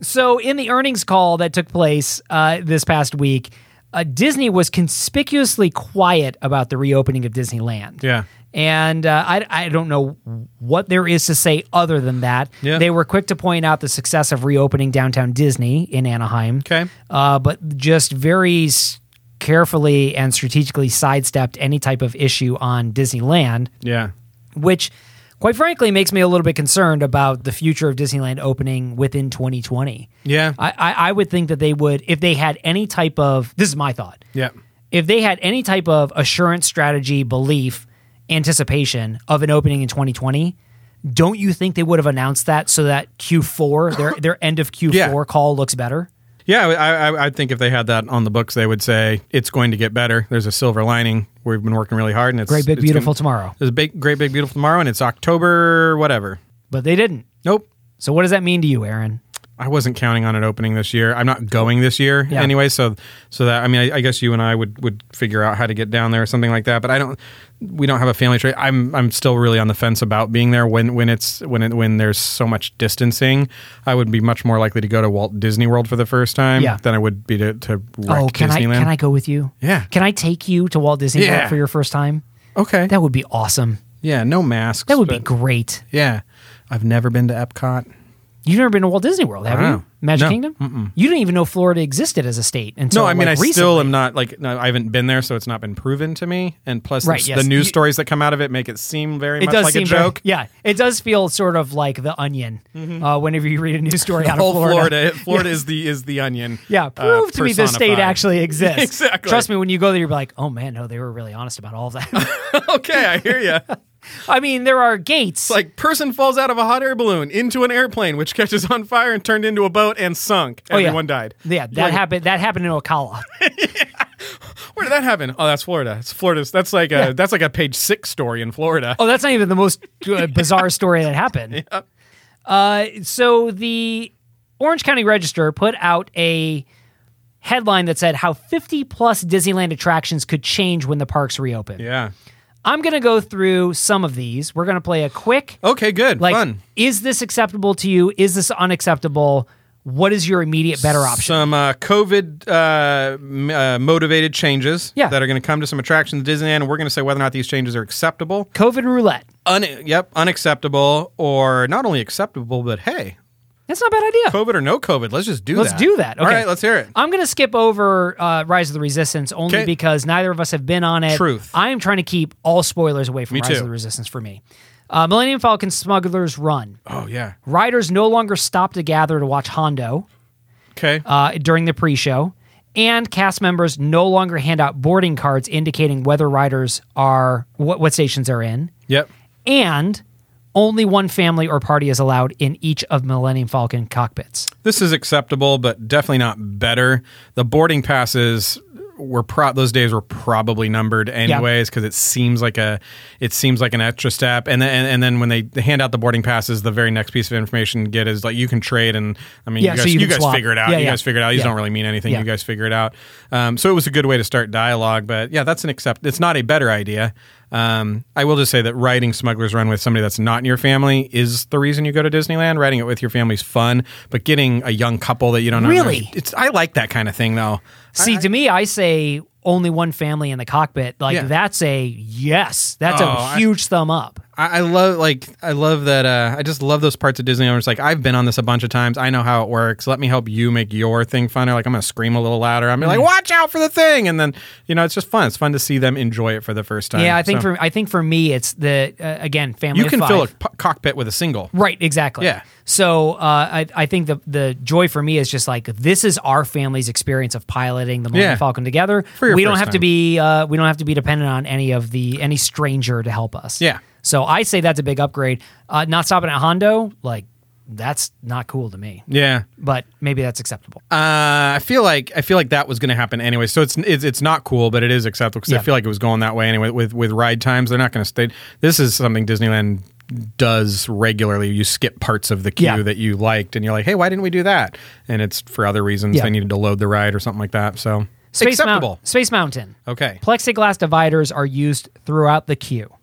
[SPEAKER 1] So in the earnings call that took place uh, this past week, uh, Disney was conspicuously quiet about the reopening of Disneyland.
[SPEAKER 2] yeah.
[SPEAKER 1] And uh, I, I don't know what there is to say other than that.
[SPEAKER 2] Yeah.
[SPEAKER 1] They were quick to point out the success of reopening downtown Disney in Anaheim.
[SPEAKER 2] Okay.
[SPEAKER 1] Uh, but just very s- carefully and strategically sidestepped any type of issue on Disneyland
[SPEAKER 2] Yeah.
[SPEAKER 1] which quite frankly makes me a little bit concerned about the future of Disneyland opening within 2020.
[SPEAKER 2] Yeah.
[SPEAKER 1] I, I, I would think that they would, if they had any type of, this is my thought.
[SPEAKER 2] Yeah.
[SPEAKER 1] If they had any type of assurance, strategy, belief, anticipation of an opening in 2020, don't you think they would have announced that so that Q4, their their end of Q4
[SPEAKER 2] Yeah.
[SPEAKER 1] call looks better?
[SPEAKER 2] Yeah, I, I, I think if they had that on the books, they would say it's going to get better. There's a silver lining. We've been working really hard, and it's
[SPEAKER 1] Great big
[SPEAKER 2] it's
[SPEAKER 1] beautiful
[SPEAKER 2] gonna-
[SPEAKER 1] tomorrow.
[SPEAKER 2] There's a big, great big beautiful tomorrow, and it's October whatever.
[SPEAKER 1] But they didn't.
[SPEAKER 2] Nope,
[SPEAKER 1] So what does that mean to you, Aaron?
[SPEAKER 2] I wasn't counting on it opening this year. I'm not going this year
[SPEAKER 1] Yeah.
[SPEAKER 2] anyway. So, so that I mean, I, I guess you and I would would figure out how to get down there or something like that. But I don't. We don't have a family trip. I'm I'm still really on the fence about being there when when it's when it when there's so much distancing. I would be much more likely to go to Walt Disney World for the first time
[SPEAKER 1] Yeah.
[SPEAKER 2] than I would be to to wreck
[SPEAKER 1] Oh, can I
[SPEAKER 2] Disneyland.
[SPEAKER 1] can I go with you?
[SPEAKER 2] Yeah.
[SPEAKER 1] Can I take you to Walt Disney
[SPEAKER 2] Yeah.
[SPEAKER 1] World for your first time?
[SPEAKER 2] Okay.
[SPEAKER 1] That would be awesome.
[SPEAKER 2] yeah. No masks.
[SPEAKER 1] That would be
[SPEAKER 2] but-
[SPEAKER 1] great.
[SPEAKER 2] Yeah. I've never been to Epcot.
[SPEAKER 1] You've never been to Walt Disney World, have
[SPEAKER 2] Wow.
[SPEAKER 1] you? Magic
[SPEAKER 2] No.
[SPEAKER 1] Kingdom? You didn't even know Florida existed as a state until
[SPEAKER 2] No, I mean I
[SPEAKER 1] like, recently.
[SPEAKER 2] still am not like no, I haven't been there, so it's not been proven to me. And plus,
[SPEAKER 1] Right,
[SPEAKER 2] the,
[SPEAKER 1] yes.
[SPEAKER 2] the news
[SPEAKER 1] You-
[SPEAKER 2] stories that come out of it make it seem very much like a
[SPEAKER 1] very-
[SPEAKER 2] joke. Mm-hmm.
[SPEAKER 1] yeah, it does feel sort of like the Onion. Uh, whenever you read a news story out of
[SPEAKER 2] Whole
[SPEAKER 1] Florida,
[SPEAKER 2] Oh, Florida, Florida is the is the onion.
[SPEAKER 1] Yeah,
[SPEAKER 2] uh,
[SPEAKER 1] prove to me this state
[SPEAKER 2] personified.
[SPEAKER 1] actually exists.
[SPEAKER 2] Exactly.
[SPEAKER 1] Trust me, when you go there, you're like, oh man, no, they were really honest about all of that.
[SPEAKER 2] okay, I hear you.
[SPEAKER 1] I mean, there are gates.
[SPEAKER 2] Like person falls out of a hot air balloon into an airplane, which catches on fire and turned into a boat and sunk.
[SPEAKER 1] oh yeah,
[SPEAKER 2] Everyone died.
[SPEAKER 1] Yeah, that
[SPEAKER 2] Like,
[SPEAKER 1] happened. That happened in Ocala.
[SPEAKER 2] Where did that happen? Oh, that's Florida. It's Florida's. That's like a that's like a page six story in Florida.
[SPEAKER 1] Oh, that's not even the most uh, bizarre story that happened. Uh, so the Orange County Register put out a headline that said how 50 plus Disneyland attractions could change when the parks reopen.
[SPEAKER 2] Yeah.
[SPEAKER 1] I'm going to go through some of these. We're going to play a quick
[SPEAKER 2] Okay. Good.
[SPEAKER 1] like
[SPEAKER 2] Fun.
[SPEAKER 1] is this acceptable to you? Is this unacceptable? What is your immediate better option?
[SPEAKER 2] Some uh, COVID uh, m- uh, motivated changes
[SPEAKER 1] Yeah.
[SPEAKER 2] that are going to come to some attractions at Disneyland. And we're going to say whether or not these changes are acceptable,
[SPEAKER 1] COVID roulette.
[SPEAKER 2] un- yep, unacceptable, or not only acceptable, but hey,
[SPEAKER 1] That's not a bad idea.
[SPEAKER 2] COVID or no COVID, let's just do
[SPEAKER 1] Let's
[SPEAKER 2] that.
[SPEAKER 1] do that. Okay.
[SPEAKER 2] All right, let's hear it.
[SPEAKER 1] I'm going to skip over uh, Rise of the Resistance only
[SPEAKER 2] Okay.
[SPEAKER 1] because neither of us have been on it.
[SPEAKER 2] Truth.
[SPEAKER 1] I am trying to keep all spoilers away from
[SPEAKER 2] Me
[SPEAKER 1] Rise
[SPEAKER 2] too.
[SPEAKER 1] of the Resistance for me. Uh, Millennium Falcon Smuggler's Run.
[SPEAKER 2] oh yeah.
[SPEAKER 1] Riders no longer stop to gather to watch Hondo
[SPEAKER 2] Okay.
[SPEAKER 1] uh, during the pre show. And cast members no longer hand out boarding cards indicating whether riders are, what, what stations they're in.
[SPEAKER 2] yep.
[SPEAKER 1] and only one family or party is allowed in each of Millennium Falcon cockpits.
[SPEAKER 2] This is acceptable, but definitely not better. The boarding passes were pro- those days were probably numbered anyways because it seems like a it seems like an extra step and then and, and then when they hand out the boarding passes the very next piece of information you get is like you can trade and I mean
[SPEAKER 1] Yeah,
[SPEAKER 2] you guys
[SPEAKER 1] so you
[SPEAKER 2] you,
[SPEAKER 1] can
[SPEAKER 2] guys
[SPEAKER 1] swap.
[SPEAKER 2] figure it out
[SPEAKER 1] Yeah,
[SPEAKER 2] you
[SPEAKER 1] yeah.
[SPEAKER 2] guys figure it out these
[SPEAKER 1] Yeah.
[SPEAKER 2] don't really mean anything
[SPEAKER 1] Yeah.
[SPEAKER 2] you guys figure it out um, so it was a good way to start dialogue but yeah that's an accept it's not a better idea um, I will just say that riding Smuggler's Run with somebody that's not in your family is the reason you go to Disneyland. Riding it with your family's fun, but getting a young couple that you don't know-
[SPEAKER 1] Really?
[SPEAKER 2] it's I like that kind of thing though.
[SPEAKER 1] See, to me, I say only one family in the cockpit. Like
[SPEAKER 2] Yeah.
[SPEAKER 1] that's a yes. That's
[SPEAKER 2] Oh,
[SPEAKER 1] a
[SPEAKER 2] I-
[SPEAKER 1] huge thumb up.
[SPEAKER 2] I, I love like I love that. Uh, I just love those parts of Disney. where it's like I've been on this a bunch of times. I know how it works. Let me help you make your thing funner. Like I'm gonna scream a little louder. I'm like,
[SPEAKER 1] Mm.
[SPEAKER 2] watch out for the thing, and then you know it's just fun. It's fun to see them enjoy it for the first time.
[SPEAKER 1] Yeah, I think
[SPEAKER 2] So,
[SPEAKER 1] for I think for me, it's the uh, again family.
[SPEAKER 2] you
[SPEAKER 1] of
[SPEAKER 2] can
[SPEAKER 1] five.
[SPEAKER 2] fill a po- cockpit with a single.
[SPEAKER 1] Right, exactly.
[SPEAKER 2] Yeah.
[SPEAKER 1] So uh, I, I think the the joy for me is just like this is our family's experience of piloting the Millennium
[SPEAKER 2] Yeah.
[SPEAKER 1] Falcon together.
[SPEAKER 2] For your
[SPEAKER 1] we don't
[SPEAKER 2] first
[SPEAKER 1] have to
[SPEAKER 2] time.
[SPEAKER 1] be uh, we don't have to be dependent on any of the any stranger to help us.
[SPEAKER 2] Yeah.
[SPEAKER 1] So I say that's a big upgrade. Uh, not stopping at Hondo, like that's not cool to me.
[SPEAKER 2] Yeah,
[SPEAKER 1] But maybe that's acceptable.
[SPEAKER 2] Uh, I feel like I feel like that was going to happen anyway. So it's it's, it's not cool, but it is acceptable because
[SPEAKER 1] Yeah.
[SPEAKER 2] I feel like it was going that way anyway. With with ride times, they're not going to stay. This is something Disneyland does regularly. You skip parts of the queue
[SPEAKER 1] Yeah.
[SPEAKER 2] that you liked, and you're like, hey, why didn't we do that? And it's for other reasons.
[SPEAKER 1] Yeah.
[SPEAKER 2] They needed to load the ride or something like that. So
[SPEAKER 1] Space Mount-
[SPEAKER 2] acceptable.
[SPEAKER 1] Space Mountain.
[SPEAKER 2] Okay.
[SPEAKER 1] Plexiglass dividers are used throughout the queue.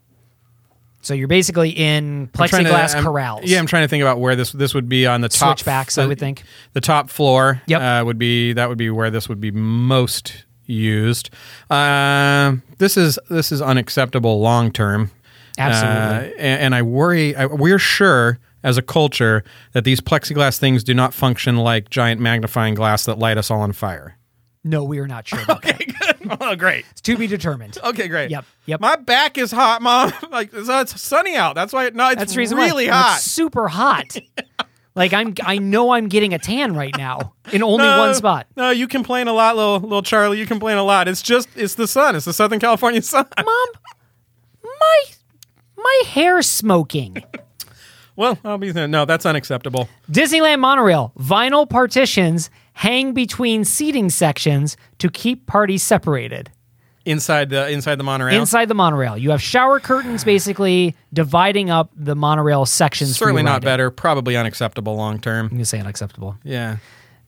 [SPEAKER 1] So you're basically in
[SPEAKER 2] I'm trying to-
[SPEAKER 1] plexiglass
[SPEAKER 2] I'm-
[SPEAKER 1] corrals.
[SPEAKER 2] Yeah, I'm trying to think about where this this would be on the top
[SPEAKER 1] Switchbacks, I would think.
[SPEAKER 2] the top floor.
[SPEAKER 1] Yep.
[SPEAKER 2] uh, would be that would be where this would be most used. Um this is this is unacceptable long term.
[SPEAKER 1] Absolutely.
[SPEAKER 2] Uh, and, and I worry. I, we're sure as a culture that these plexiglass things do not function like giant magnifying glass that light us all on fire.
[SPEAKER 1] No, we are not sure. About that.
[SPEAKER 2] oh, great.
[SPEAKER 1] It's to be determined.
[SPEAKER 2] Okay, great.
[SPEAKER 1] Yep, yep.
[SPEAKER 2] My back is hot, mom. like it's, it's sunny out. That's why. No, it's
[SPEAKER 1] That's the reason why.
[SPEAKER 2] really
[SPEAKER 1] And
[SPEAKER 2] hot.
[SPEAKER 1] It's super hot. like I'm, I know I'm getting a tan right now in only
[SPEAKER 2] No,
[SPEAKER 1] one spot.
[SPEAKER 2] Uh, No, you complain a lot, little little Charlie. You complain a lot. It's just it's the sun. It's the Southern California sun.
[SPEAKER 1] Mom, my my hair's smoking.
[SPEAKER 2] well, I'll be no, that's unacceptable.
[SPEAKER 1] Disneyland monorail vinyl partitions hang between seating sections to keep parties separated.
[SPEAKER 2] inside the inside the monorail.
[SPEAKER 1] Inside the monorail, you have shower curtains basically dividing up the monorail sections. for
[SPEAKER 2] Certainly
[SPEAKER 1] your
[SPEAKER 2] not
[SPEAKER 1] riding.
[SPEAKER 2] better. Probably unacceptable long term.
[SPEAKER 1] I'm gonna say unacceptable.
[SPEAKER 2] Yeah.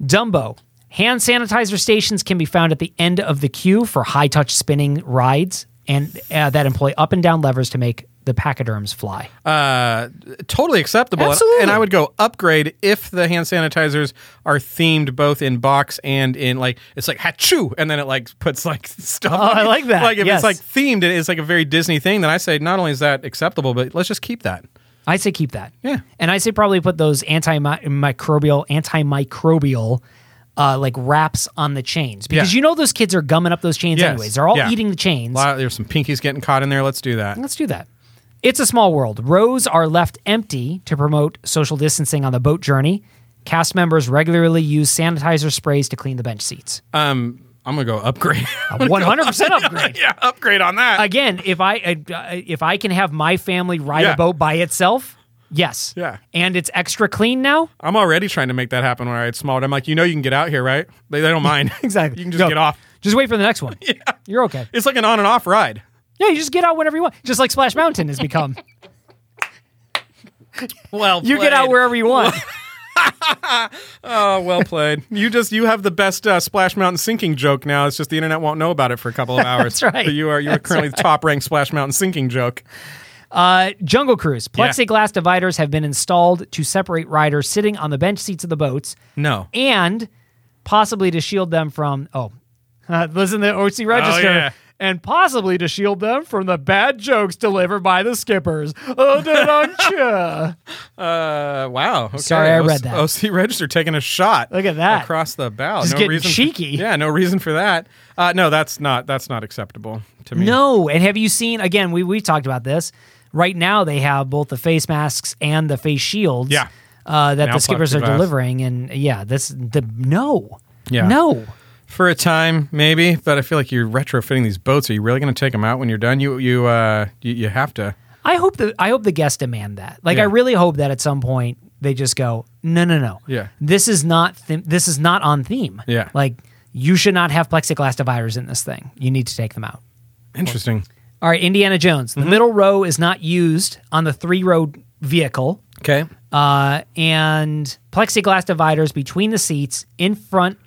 [SPEAKER 1] Dumbo. Hand sanitizer stations can be found at the end of the queue for high touch spinning rides and uh, that employ up and down levers to make the pachyderms fly.
[SPEAKER 2] Uh, Totally acceptable. And-
[SPEAKER 1] Absolutely.
[SPEAKER 2] And I would go upgrade if the hand sanitizers are themed both in box and in like it's like hachu and then it like puts like stuff. Oh,
[SPEAKER 1] I like that.
[SPEAKER 2] Like if
[SPEAKER 1] Yes.
[SPEAKER 2] it's like themed and it's like a very Disney thing, then I say not only is that acceptable, but let's just keep that.
[SPEAKER 1] I say keep that.
[SPEAKER 2] Yeah.
[SPEAKER 1] And I say probably put those antimicrobial, antimicrobial, uh, like wraps on the chains because
[SPEAKER 2] Yeah.
[SPEAKER 1] you know those kids are gumming up those chains
[SPEAKER 2] Yes.
[SPEAKER 1] anyways. They're all
[SPEAKER 2] Yeah.
[SPEAKER 1] eating the chains.
[SPEAKER 2] Lot- there's some pinkies getting caught in there. Let's do that.
[SPEAKER 1] Let's do that. It's a small world. Rows are left empty to promote social distancing on the boat journey. Cast members regularly use sanitizer sprays to clean the bench seats.
[SPEAKER 2] Oh, I'm gonna go upgrade.
[SPEAKER 1] One hundred percent upgrade.
[SPEAKER 2] yeah, upgrade on that.
[SPEAKER 1] Again, if I uh, if I can have my family ride
[SPEAKER 2] Yeah.
[SPEAKER 1] a boat by itself, yes.
[SPEAKER 2] Yeah.
[SPEAKER 1] And it's extra clean now.
[SPEAKER 2] I'm already trying to make that happen when I ride small. I'm like, you know, you can get out here, right? They, they don't mind.
[SPEAKER 1] Exactly.
[SPEAKER 2] you can just
[SPEAKER 1] No.
[SPEAKER 2] get off.
[SPEAKER 1] Just wait for the next one. You're okay.
[SPEAKER 2] It's like an on and off ride.
[SPEAKER 1] Yeah, you just get out whenever you want. Just like Splash Mountain has become.
[SPEAKER 2] Well,
[SPEAKER 1] You get out wherever you want.
[SPEAKER 2] Oh, well played. you just you have the best uh, Splash Mountain sinking joke now. It's just the internet won't know about it for a couple of hours.
[SPEAKER 1] That's right.
[SPEAKER 2] But you are you are currently the top ranked Splash Mountain sinking joke.
[SPEAKER 1] Uh, Jungle Cruise. Plexiglass dividers have been installed to separate riders sitting on the bench seats of the boats
[SPEAKER 2] No.
[SPEAKER 1] and possibly to shield them from. Oh,
[SPEAKER 7] Uh, listen to OC Register.
[SPEAKER 2] Oh, yeah.
[SPEAKER 7] And possibly to shield them from the bad jokes delivered by the skippers. Oh, da-dum-cha.
[SPEAKER 2] Uh, wow. Okay.
[SPEAKER 1] Sorry, I
[SPEAKER 2] O-
[SPEAKER 1] read that.
[SPEAKER 2] OC Register taking a shot.
[SPEAKER 1] Look at that.
[SPEAKER 2] across the bow.
[SPEAKER 1] Just
[SPEAKER 2] no
[SPEAKER 1] getting
[SPEAKER 2] reason.
[SPEAKER 1] cheeky.
[SPEAKER 2] yeah, no reason for that. Uh, no, that's not that's not acceptable to me.
[SPEAKER 1] no. And have you seen, again, we, we talked about this. Right now, they have both the face masks and the face shields
[SPEAKER 2] Yeah.
[SPEAKER 1] uh, that
[SPEAKER 2] Now
[SPEAKER 1] the skippers are
[SPEAKER 2] plexiglass.
[SPEAKER 1] delivering. And yeah, this, the no.
[SPEAKER 2] Yeah.
[SPEAKER 1] No.
[SPEAKER 2] for a time maybe but i feel like you're retrofitting these boats are you really going to take them out when you're done you you uh you, you have to
[SPEAKER 1] I hope the I hope the guests demand that. Like
[SPEAKER 2] Yeah.
[SPEAKER 1] I really hope that at some point they just go, no, no, no.
[SPEAKER 2] Yeah.
[SPEAKER 1] This is not th- this is not on theme.
[SPEAKER 2] Yeah.
[SPEAKER 1] Like you should not have plexiglass dividers in this thing. You need to take them out.
[SPEAKER 2] interesting
[SPEAKER 1] All right, Indiana Jones.
[SPEAKER 2] Mm-hmm.
[SPEAKER 1] The middle row is not used on the three row vehicle,
[SPEAKER 2] okay
[SPEAKER 1] uh, and plexiglass dividers between the seats in front.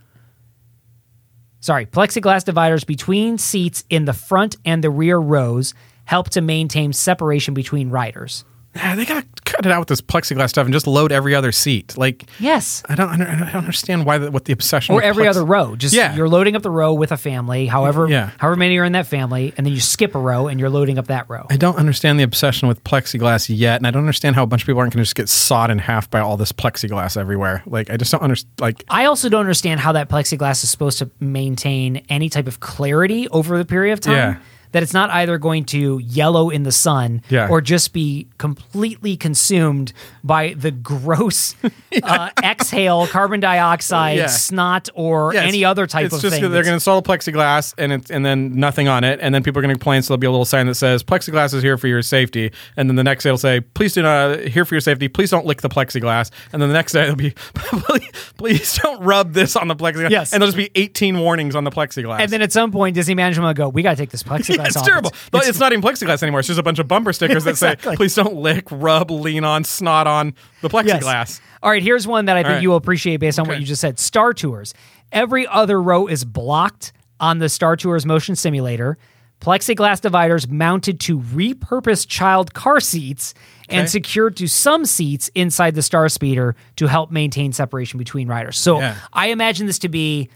[SPEAKER 1] Sorry, plexiglass dividers between seats in the front and the rear rows help to maintain separation between riders.
[SPEAKER 2] Ah, they gotta cut it out with this plexiglass stuff and just load every other seat like
[SPEAKER 1] Yes.
[SPEAKER 2] i don't i don't, I don't understand why the, what the obsession
[SPEAKER 1] Or
[SPEAKER 2] with
[SPEAKER 1] every
[SPEAKER 2] Oh, plex-
[SPEAKER 1] other row. Just
[SPEAKER 2] Yeah.
[SPEAKER 1] you're loading up the row with a family, however
[SPEAKER 2] Yeah.
[SPEAKER 1] however many are in that family, and then you skip a row and you're loading up that row.
[SPEAKER 2] I don't understand the obsession with plexiglass yet, and I don't understand how a bunch of people aren't going to just get sawed in half by all this plexiglass everywhere. Like, I just don't understand. Like,
[SPEAKER 1] I also don't understand how that plexiglass is supposed to maintain any type of clarity over the period of time.
[SPEAKER 2] Yeah.
[SPEAKER 1] That it's not either going to yellow in the sun
[SPEAKER 2] Yeah.
[SPEAKER 1] or just be completely consumed by the gross uh, exhale, carbon dioxide,
[SPEAKER 2] Yeah.
[SPEAKER 1] snot, or
[SPEAKER 2] Yeah,
[SPEAKER 1] any
[SPEAKER 2] it's-
[SPEAKER 1] other type
[SPEAKER 2] it's
[SPEAKER 1] of
[SPEAKER 2] just
[SPEAKER 1] thing.
[SPEAKER 2] that They're
[SPEAKER 1] that's-
[SPEAKER 2] going to install the plexiglass and it's and then nothing on it, and then people are going to complain. So there'll be a little sign that says plexiglass is here for your safety, and then the next day it'll say please do not uh, here for your safety. Please don't lick the plexiglass, and then the next day it'll be please, please don't rub this on the plexiglass.
[SPEAKER 1] Yes.
[SPEAKER 2] and there'll just be eighteen warnings on the plexiglass.
[SPEAKER 1] and then at some point, Disney management will go, we got to take this plexiglass
[SPEAKER 2] Yeah, it's
[SPEAKER 1] off.
[SPEAKER 2] terrible. It's, it's, not even plexiglass anymore. It's just a bunch of bumper stickers that say,
[SPEAKER 1] Exactly.
[SPEAKER 2] "Please don't lick, rub, lean on, snot on the
[SPEAKER 1] Yes.
[SPEAKER 2] plexiglass."
[SPEAKER 1] All right, here's one that I think
[SPEAKER 2] right.
[SPEAKER 1] you will appreciate based on what
[SPEAKER 2] Okay.
[SPEAKER 1] you just said. Star Tours. Every other row is blocked on the Star Tours motion simulator. Plexiglass dividers mounted to repurposed child car seats
[SPEAKER 2] Okay.
[SPEAKER 1] and secured to some seats inside the Star Speeder to help maintain separation between riders. So
[SPEAKER 2] Yeah.
[SPEAKER 1] I imagine this to be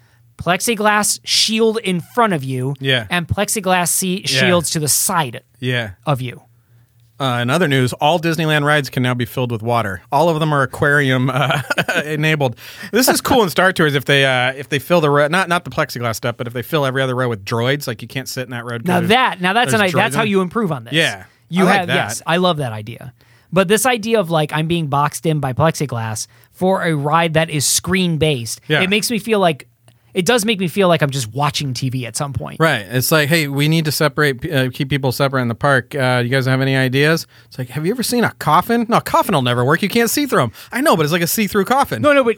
[SPEAKER 1] plexiglass shield in front of you
[SPEAKER 2] Yeah.
[SPEAKER 1] and plexiglass seat
[SPEAKER 2] Yeah.
[SPEAKER 1] shields to the side
[SPEAKER 2] Yeah.
[SPEAKER 1] of you.
[SPEAKER 2] Uh, in other news, all Disneyland rides can now be filled with water. All of them are aquarium uh, enabled. This is cool in Star Tours if they uh, if they fill the row not not the plexiglass stuff, but if they fill every other row with droids, like you can't sit in that row. 'cause
[SPEAKER 1] Now
[SPEAKER 2] there's-
[SPEAKER 1] that now that's an
[SPEAKER 2] there's
[SPEAKER 1] idea. That's
[SPEAKER 2] droids
[SPEAKER 1] how
[SPEAKER 2] in-
[SPEAKER 1] you improve on this.
[SPEAKER 2] Yeah.
[SPEAKER 1] you
[SPEAKER 2] I like
[SPEAKER 1] have
[SPEAKER 2] that.
[SPEAKER 1] yes, I love that idea. But this idea of like I'm being boxed in by plexiglass for a ride that is screen based,
[SPEAKER 2] Yeah.
[SPEAKER 1] it makes me feel like it does make me feel like I'm just watching TV at some point.
[SPEAKER 2] Right. It's like, hey, we need to separate, uh, keep people separate in the park. Uh, you guys have any ideas? It's like, have you ever seen a coffin? No, a coffin will never work. You can't see through them. I know, but it's like a see-through coffin.
[SPEAKER 1] No, no, but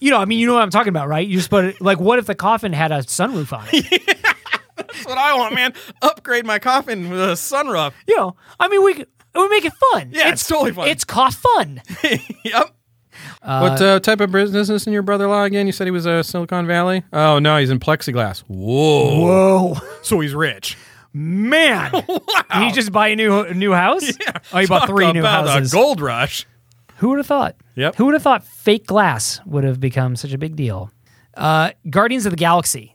[SPEAKER 1] You know, I mean, you know what I'm talking about, right? You just put it like, what if the coffin had a sunroof on it?
[SPEAKER 2] That's what I want, man. Upgrade my coffin with a sunroof.
[SPEAKER 1] You know, I mean, we could- it would make it fun.
[SPEAKER 2] Yeah, it's totally fun.
[SPEAKER 1] It's cough fun.
[SPEAKER 2] Yep. what uh, type of business in your brother-in-law again? You said he was uh, Silicon Valley. Oh no, he's in plexiglass. Whoa.
[SPEAKER 1] Whoa,
[SPEAKER 2] So he's rich.
[SPEAKER 1] man! Did he just buy a new a new house? Yeah. Oh, he bought
[SPEAKER 2] Talk
[SPEAKER 1] three new
[SPEAKER 2] about
[SPEAKER 1] houses.
[SPEAKER 2] A gold rush.
[SPEAKER 1] Who would have thought?
[SPEAKER 2] Yep.
[SPEAKER 1] Who would have thought fake glass would have become such a big deal? Uh, Guardians of the Galaxy.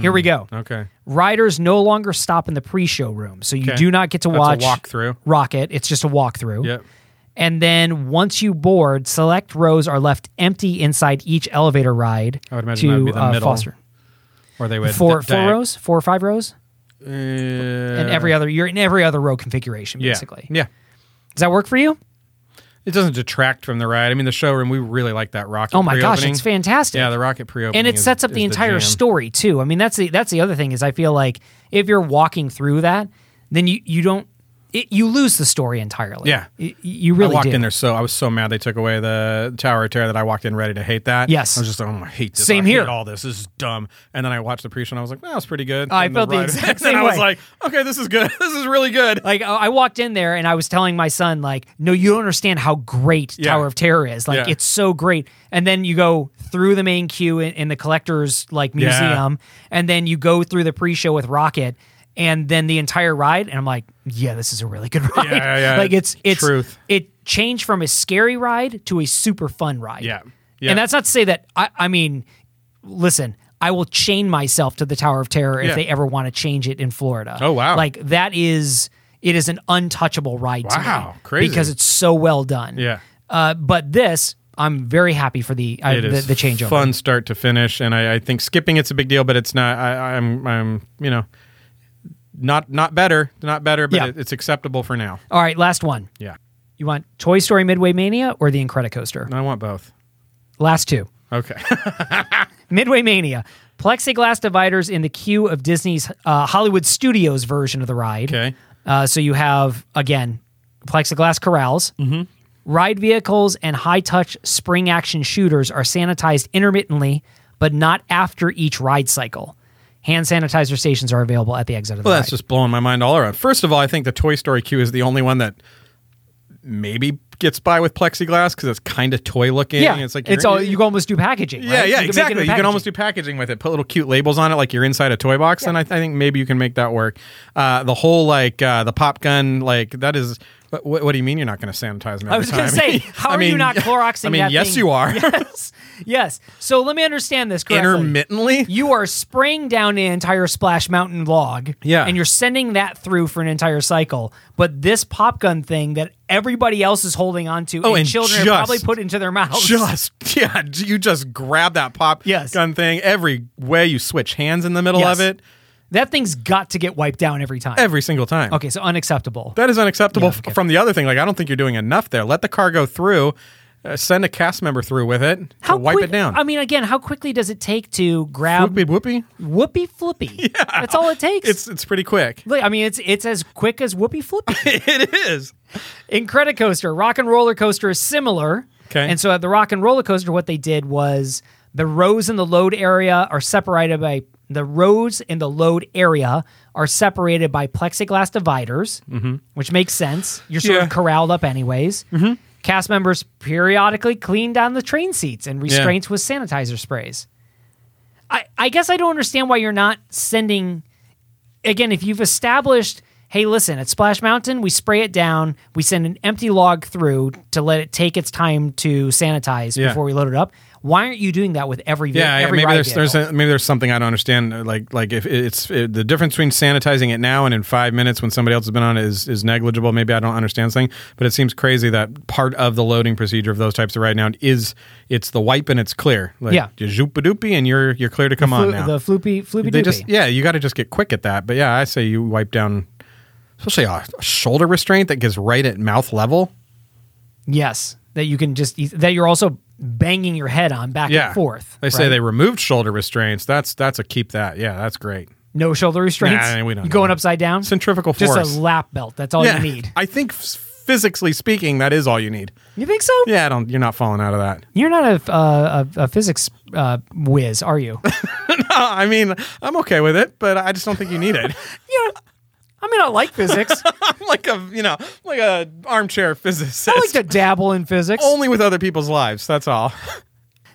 [SPEAKER 1] Here we go.
[SPEAKER 2] Mm-hmm. Okay.
[SPEAKER 1] Riders no longer stop in the pre-show room, so you
[SPEAKER 2] Okay.
[SPEAKER 1] do not get to
[SPEAKER 2] That's a
[SPEAKER 1] watch
[SPEAKER 2] walkthrough.
[SPEAKER 1] Rocket. It's just a walkthrough.
[SPEAKER 2] Yep.
[SPEAKER 1] And then once you board, select rows are left empty inside each elevator ride.
[SPEAKER 2] I would imagine that would be the
[SPEAKER 1] uh,
[SPEAKER 2] middle.
[SPEAKER 1] Foster.
[SPEAKER 2] Or they would
[SPEAKER 1] Four,
[SPEAKER 2] di-
[SPEAKER 1] four
[SPEAKER 2] di-
[SPEAKER 1] rows, four or five rows,
[SPEAKER 2] Uh,
[SPEAKER 1] and every other you're in every other row configuration
[SPEAKER 2] yeah.
[SPEAKER 1] basically.
[SPEAKER 2] Yeah.
[SPEAKER 1] Does that work for you?
[SPEAKER 2] It doesn't detract from the ride. I mean, the showroom. We really like that rocket.
[SPEAKER 1] Oh my gosh,
[SPEAKER 2] pre-opening.
[SPEAKER 1] it's fantastic.
[SPEAKER 2] Yeah, the rocket pre-opening,
[SPEAKER 1] and it
[SPEAKER 2] is-
[SPEAKER 1] sets up the
[SPEAKER 2] is
[SPEAKER 1] entire
[SPEAKER 2] jam.
[SPEAKER 1] story too. I mean, that's the that's the other thing is I feel like if you're walking through that, then you you don't it, you lose the story entirely.
[SPEAKER 2] Yeah.
[SPEAKER 1] Y- you really
[SPEAKER 2] I walked
[SPEAKER 1] do.
[SPEAKER 2] in there so I was so mad they took away the Tower of Terror that I walked in ready to hate that.
[SPEAKER 1] Yes.
[SPEAKER 2] I was just like, oh, I hate this.
[SPEAKER 1] Same
[SPEAKER 2] I hate
[SPEAKER 1] here.
[SPEAKER 2] all this. This is dumb. And then I watched the pre-show and I was like, that was pretty good.
[SPEAKER 1] I
[SPEAKER 2] And
[SPEAKER 1] felt the
[SPEAKER 2] ride-
[SPEAKER 1] exact
[SPEAKER 2] And
[SPEAKER 1] same
[SPEAKER 2] I was
[SPEAKER 1] way.
[SPEAKER 2] like, okay, this is good. this is really good.
[SPEAKER 1] Like I I walked in there and I was telling my son, like, no, you don't understand how great
[SPEAKER 2] Yeah.
[SPEAKER 1] Tower of Terror is. Like,
[SPEAKER 2] Yeah.
[SPEAKER 1] it's so great. And then you go through the main queue in, in the collector's like museum, and then you go through the pre-show with Rocket, and then the entire ride. And I'm like, yeah, this is a really good ride.
[SPEAKER 2] Yeah, yeah,
[SPEAKER 1] like it's it's
[SPEAKER 2] truth.
[SPEAKER 1] It changed from a scary ride to a super fun ride.
[SPEAKER 2] Yeah. Yeah.
[SPEAKER 1] And that's not to say that I, I mean, listen. I will chain myself to the Tower of Terror if
[SPEAKER 2] Yeah.
[SPEAKER 1] they ever want to change it in Florida.
[SPEAKER 2] Oh, wow.
[SPEAKER 1] Like that is it is an untouchable ride. to me
[SPEAKER 2] Wow, crazy.
[SPEAKER 1] Because it's so well done.
[SPEAKER 2] Yeah.
[SPEAKER 1] Uh, but this, I'm very happy for the uh,
[SPEAKER 2] It
[SPEAKER 1] the,
[SPEAKER 2] is
[SPEAKER 1] the changeover.
[SPEAKER 2] Fun start to finish, and I, I think skipping it's a big deal, but it's not. I, I'm, I'm, you know, not not better, not better, but
[SPEAKER 1] Yeah.
[SPEAKER 2] it, it's acceptable for now.
[SPEAKER 1] All right, last one.
[SPEAKER 2] Yeah,
[SPEAKER 1] You want Toy Story Midway Mania or the Incredicoaster?
[SPEAKER 2] I want both.
[SPEAKER 1] Last two.
[SPEAKER 2] Okay,
[SPEAKER 1] Midway Mania. Plexiglass dividers in the queue of Disney's uh, Hollywood Studios version of the ride.
[SPEAKER 2] okay,
[SPEAKER 1] Uh, so you have again plexiglass corrals.
[SPEAKER 2] Mm-hmm.
[SPEAKER 1] Ride vehicles and high touch spring action shooters are sanitized intermittently, but not after each ride cycle. Hand sanitizer stations are available at the exit of the
[SPEAKER 2] well,
[SPEAKER 1] ride.
[SPEAKER 2] that's just blowing my mind all around. First of all, I think the Toy Story queue is the only one that maybe gets by with plexiglass because it's kind of toy looking.
[SPEAKER 1] yeah,
[SPEAKER 2] it's like
[SPEAKER 1] it's
[SPEAKER 2] you're-
[SPEAKER 1] all you can almost do packaging.
[SPEAKER 2] Yeah,
[SPEAKER 1] right?
[SPEAKER 2] yeah,
[SPEAKER 1] can make it
[SPEAKER 2] exactly.
[SPEAKER 1] in
[SPEAKER 2] You can almost do
[SPEAKER 1] packaging.
[SPEAKER 2] packaging with it. Put little cute labels on it, like you're inside a toy box. And I, I think maybe you can make that work. Uh, the whole like uh, the pop gun, like that is. What, what what do you mean you're not going to sanitize? them
[SPEAKER 1] I
[SPEAKER 2] every
[SPEAKER 1] was gonna
[SPEAKER 2] time?
[SPEAKER 1] say, how
[SPEAKER 2] I
[SPEAKER 1] are you
[SPEAKER 2] mean,
[SPEAKER 1] not Cloroxing?
[SPEAKER 2] I mean,
[SPEAKER 1] that
[SPEAKER 2] yes,
[SPEAKER 1] thing?
[SPEAKER 2] you are.
[SPEAKER 1] Yes, yes. So let me understand this correctly.
[SPEAKER 2] Intermittently,
[SPEAKER 1] you are spraying down an entire Splash Mountain log,
[SPEAKER 2] Yeah.
[SPEAKER 1] and you're sending that through for an entire cycle. But this pop gun thing that everybody else is holding onto,
[SPEAKER 2] Oh,
[SPEAKER 1] and,
[SPEAKER 2] and
[SPEAKER 1] children have
[SPEAKER 2] just-
[SPEAKER 1] probably put into their mouths.
[SPEAKER 2] just yeah, you just grab that pop
[SPEAKER 1] Yes.
[SPEAKER 2] gun thing every way. You switch hands in the middle
[SPEAKER 1] Yes.
[SPEAKER 2] of it
[SPEAKER 1] that thing's got to get wiped down every time.
[SPEAKER 2] every single time.
[SPEAKER 1] okay, so unacceptable.
[SPEAKER 2] That is unacceptable
[SPEAKER 1] Yeah,
[SPEAKER 2] f-
[SPEAKER 1] okay.
[SPEAKER 2] from the other thing. Like, I don't think you're doing enough there. Let the car go through. Uh, send a cast member through with it to wipe
[SPEAKER 1] quick-
[SPEAKER 2] it down.
[SPEAKER 1] I mean, again, how quickly does it take to grab
[SPEAKER 2] Whoopie whoopie.
[SPEAKER 1] Whoopie Flippy? That's all it takes.
[SPEAKER 2] It's it's pretty quick.
[SPEAKER 1] Look, I mean, it's it's as quick as Whoopie Flippy.
[SPEAKER 2] It is.
[SPEAKER 1] Incredicoaster, Rock and Roller Coaster is similar.
[SPEAKER 2] 'Kay.
[SPEAKER 1] And so at the Rock and Roller Coaster, what they did was the rows in the load area are separated by the rows in the load area are separated by plexiglass dividers, which makes sense. You're sort
[SPEAKER 2] Yeah.
[SPEAKER 1] of corralled up anyways. Cast members periodically clean down the train seats and restraints with sanitizer sprays. I, I guess I don't understand why you're not sending again, if you've established, hey, listen, at Splash Mountain, we spray it down, we send an empty log through to let it take its time to sanitize
[SPEAKER 2] Yeah.
[SPEAKER 1] before we load it up. Why aren't you doing that with every ve-
[SPEAKER 2] Yeah, yeah,
[SPEAKER 1] every
[SPEAKER 2] maybe
[SPEAKER 1] ride
[SPEAKER 2] there's there's
[SPEAKER 1] vehicle?
[SPEAKER 2] a, maybe there's something I don't understand. uh, Like like if it's uh the difference between sanitizing it now and in five minutes when somebody else has been on it is is negligible. Maybe I don't understand something, but it seems crazy that part of the loading procedure of those types of ride now is it's the wipe and it's clear. Like,
[SPEAKER 1] Yeah.
[SPEAKER 2] you zoop a doopy and you're you're clear to come on
[SPEAKER 1] Flu-
[SPEAKER 2] now.
[SPEAKER 1] the floopy floopy
[SPEAKER 2] they
[SPEAKER 1] doopy.
[SPEAKER 2] just yeah, you got to just get quick at that. But yeah, I say you wipe down, especially a shoulder restraint that gets right at mouth level.
[SPEAKER 1] Yes, that you can just that you're also banging your head on back and forth.
[SPEAKER 2] They say
[SPEAKER 1] right?
[SPEAKER 2] they removed shoulder restraints. That's that's a keep that. Yeah, that's great.
[SPEAKER 1] no shoulder restraints.
[SPEAKER 2] Nah, we don't
[SPEAKER 1] you
[SPEAKER 2] need
[SPEAKER 1] going
[SPEAKER 2] that.
[SPEAKER 1] upside down.
[SPEAKER 2] Centrifugal
[SPEAKER 1] Just
[SPEAKER 2] force.
[SPEAKER 1] a lap belt. That's all
[SPEAKER 2] yeah,
[SPEAKER 1] you need.
[SPEAKER 2] I think f- physically speaking, that is all you need.
[SPEAKER 1] You think so?
[SPEAKER 2] Yeah, I don't. You're not falling out of that.
[SPEAKER 1] You're not a uh, a, a physics uh, whiz, are you?
[SPEAKER 2] I mean, I'm okay with it, but I just don't think you need it.
[SPEAKER 1] you know, I mean, I like physics.
[SPEAKER 2] I'm like a you know like a armchair physicist.
[SPEAKER 1] I like to dabble in physics.
[SPEAKER 2] Only with other people's lives. That's all.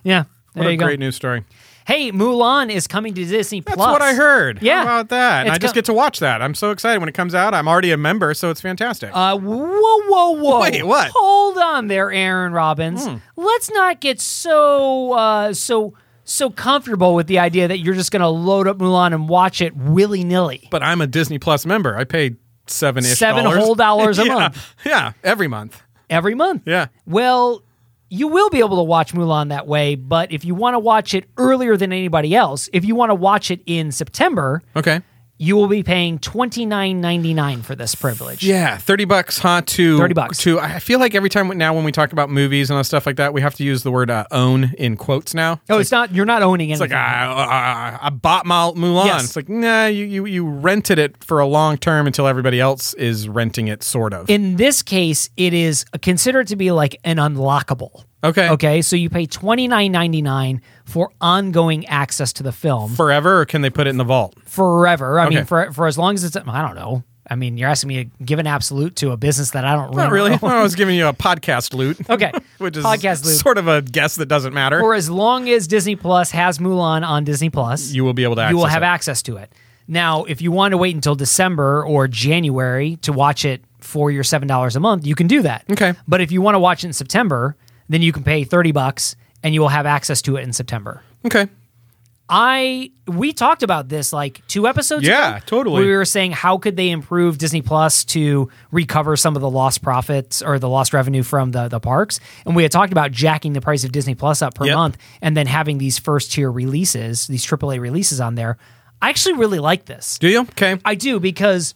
[SPEAKER 1] yeah. There
[SPEAKER 2] what a
[SPEAKER 1] you go.
[SPEAKER 2] great news story.
[SPEAKER 1] Hey, Mulan is coming to Disney
[SPEAKER 2] That's
[SPEAKER 1] Plus.
[SPEAKER 2] what I heard.
[SPEAKER 1] Yeah.
[SPEAKER 2] How about that? And
[SPEAKER 1] It's
[SPEAKER 2] I just
[SPEAKER 1] co-
[SPEAKER 2] get to watch that. I'm so excited when it comes out. I'm already a member, so it's fantastic.
[SPEAKER 1] Uh, whoa, whoa, whoa!
[SPEAKER 2] Wait, what? Hmm.
[SPEAKER 1] Hold on, there, Aaron Robbins. Let's not get so uh, so so comfortable with the idea that you're just going to load up Mulan and watch it willy nilly.
[SPEAKER 2] but I'm a Disney Plus member. I paid seven ish
[SPEAKER 1] Seven whole dollars a
[SPEAKER 2] yeah.
[SPEAKER 1] month.
[SPEAKER 2] Yeah, every month.
[SPEAKER 1] every month.
[SPEAKER 2] Yeah.
[SPEAKER 1] Well, you will be able to watch Mulan that way, but if you want to watch it earlier than anybody else, if you want to watch it in September,
[SPEAKER 2] Okay.
[SPEAKER 1] you will be paying twenty nine ninety nine for this privilege.
[SPEAKER 2] Yeah, thirty bucks, huh? To
[SPEAKER 1] 30 bucks.
[SPEAKER 2] To I feel like every time now when we talk about movies and stuff like that, we have to use the word uh, "own" in quotes now.
[SPEAKER 1] Oh, it's not. You're not owning
[SPEAKER 2] It's like uh,
[SPEAKER 1] anything.
[SPEAKER 2] I, I, I bought my Mulan.
[SPEAKER 1] Yes.
[SPEAKER 2] It's like nah, you, you you rented it for a long term until everybody else is renting it, sort of.
[SPEAKER 1] in this case, it is considered to be like an unlockable.
[SPEAKER 2] okay,
[SPEAKER 1] Okay, so you pay twenty nine ninety nine for ongoing access to the film
[SPEAKER 2] Forever, or can they put it in the vault?
[SPEAKER 1] forever. I
[SPEAKER 2] Okay.
[SPEAKER 1] mean, for for as long as it's. I don't know. I mean, you're asking me to give an absolute to a business that I don't
[SPEAKER 2] Not
[SPEAKER 1] really.
[SPEAKER 2] really.
[SPEAKER 1] know.
[SPEAKER 2] I was giving you a podcast loot.
[SPEAKER 1] Okay.
[SPEAKER 2] which is
[SPEAKER 1] podcast loop.
[SPEAKER 2] sort of a guess that doesn't matter.
[SPEAKER 1] For as long as Disney Plus has Mulan on Disney Plus,
[SPEAKER 2] you will be able to. Access
[SPEAKER 1] you will have
[SPEAKER 2] it.
[SPEAKER 1] access to it. Now, if you want to wait until December or January to watch it for your seven dollars a month, you can do that.
[SPEAKER 2] Okay.
[SPEAKER 1] But if you want to watch it in September, then you can pay thirty bucks and you will have access to it in September.
[SPEAKER 2] Okay.
[SPEAKER 1] I we talked about this like two episodes ago.
[SPEAKER 2] Yeah, totally.
[SPEAKER 1] where We were saying how could they improve Disney Plus to recover some of the lost profits or the lost revenue from the the parks. And we had talked about jacking the price of Disney Plus up per
[SPEAKER 2] Yep.
[SPEAKER 1] month and then having these first tier releases, these AAA releases on there. I actually really like this.
[SPEAKER 2] Do you? Okay.
[SPEAKER 1] I do because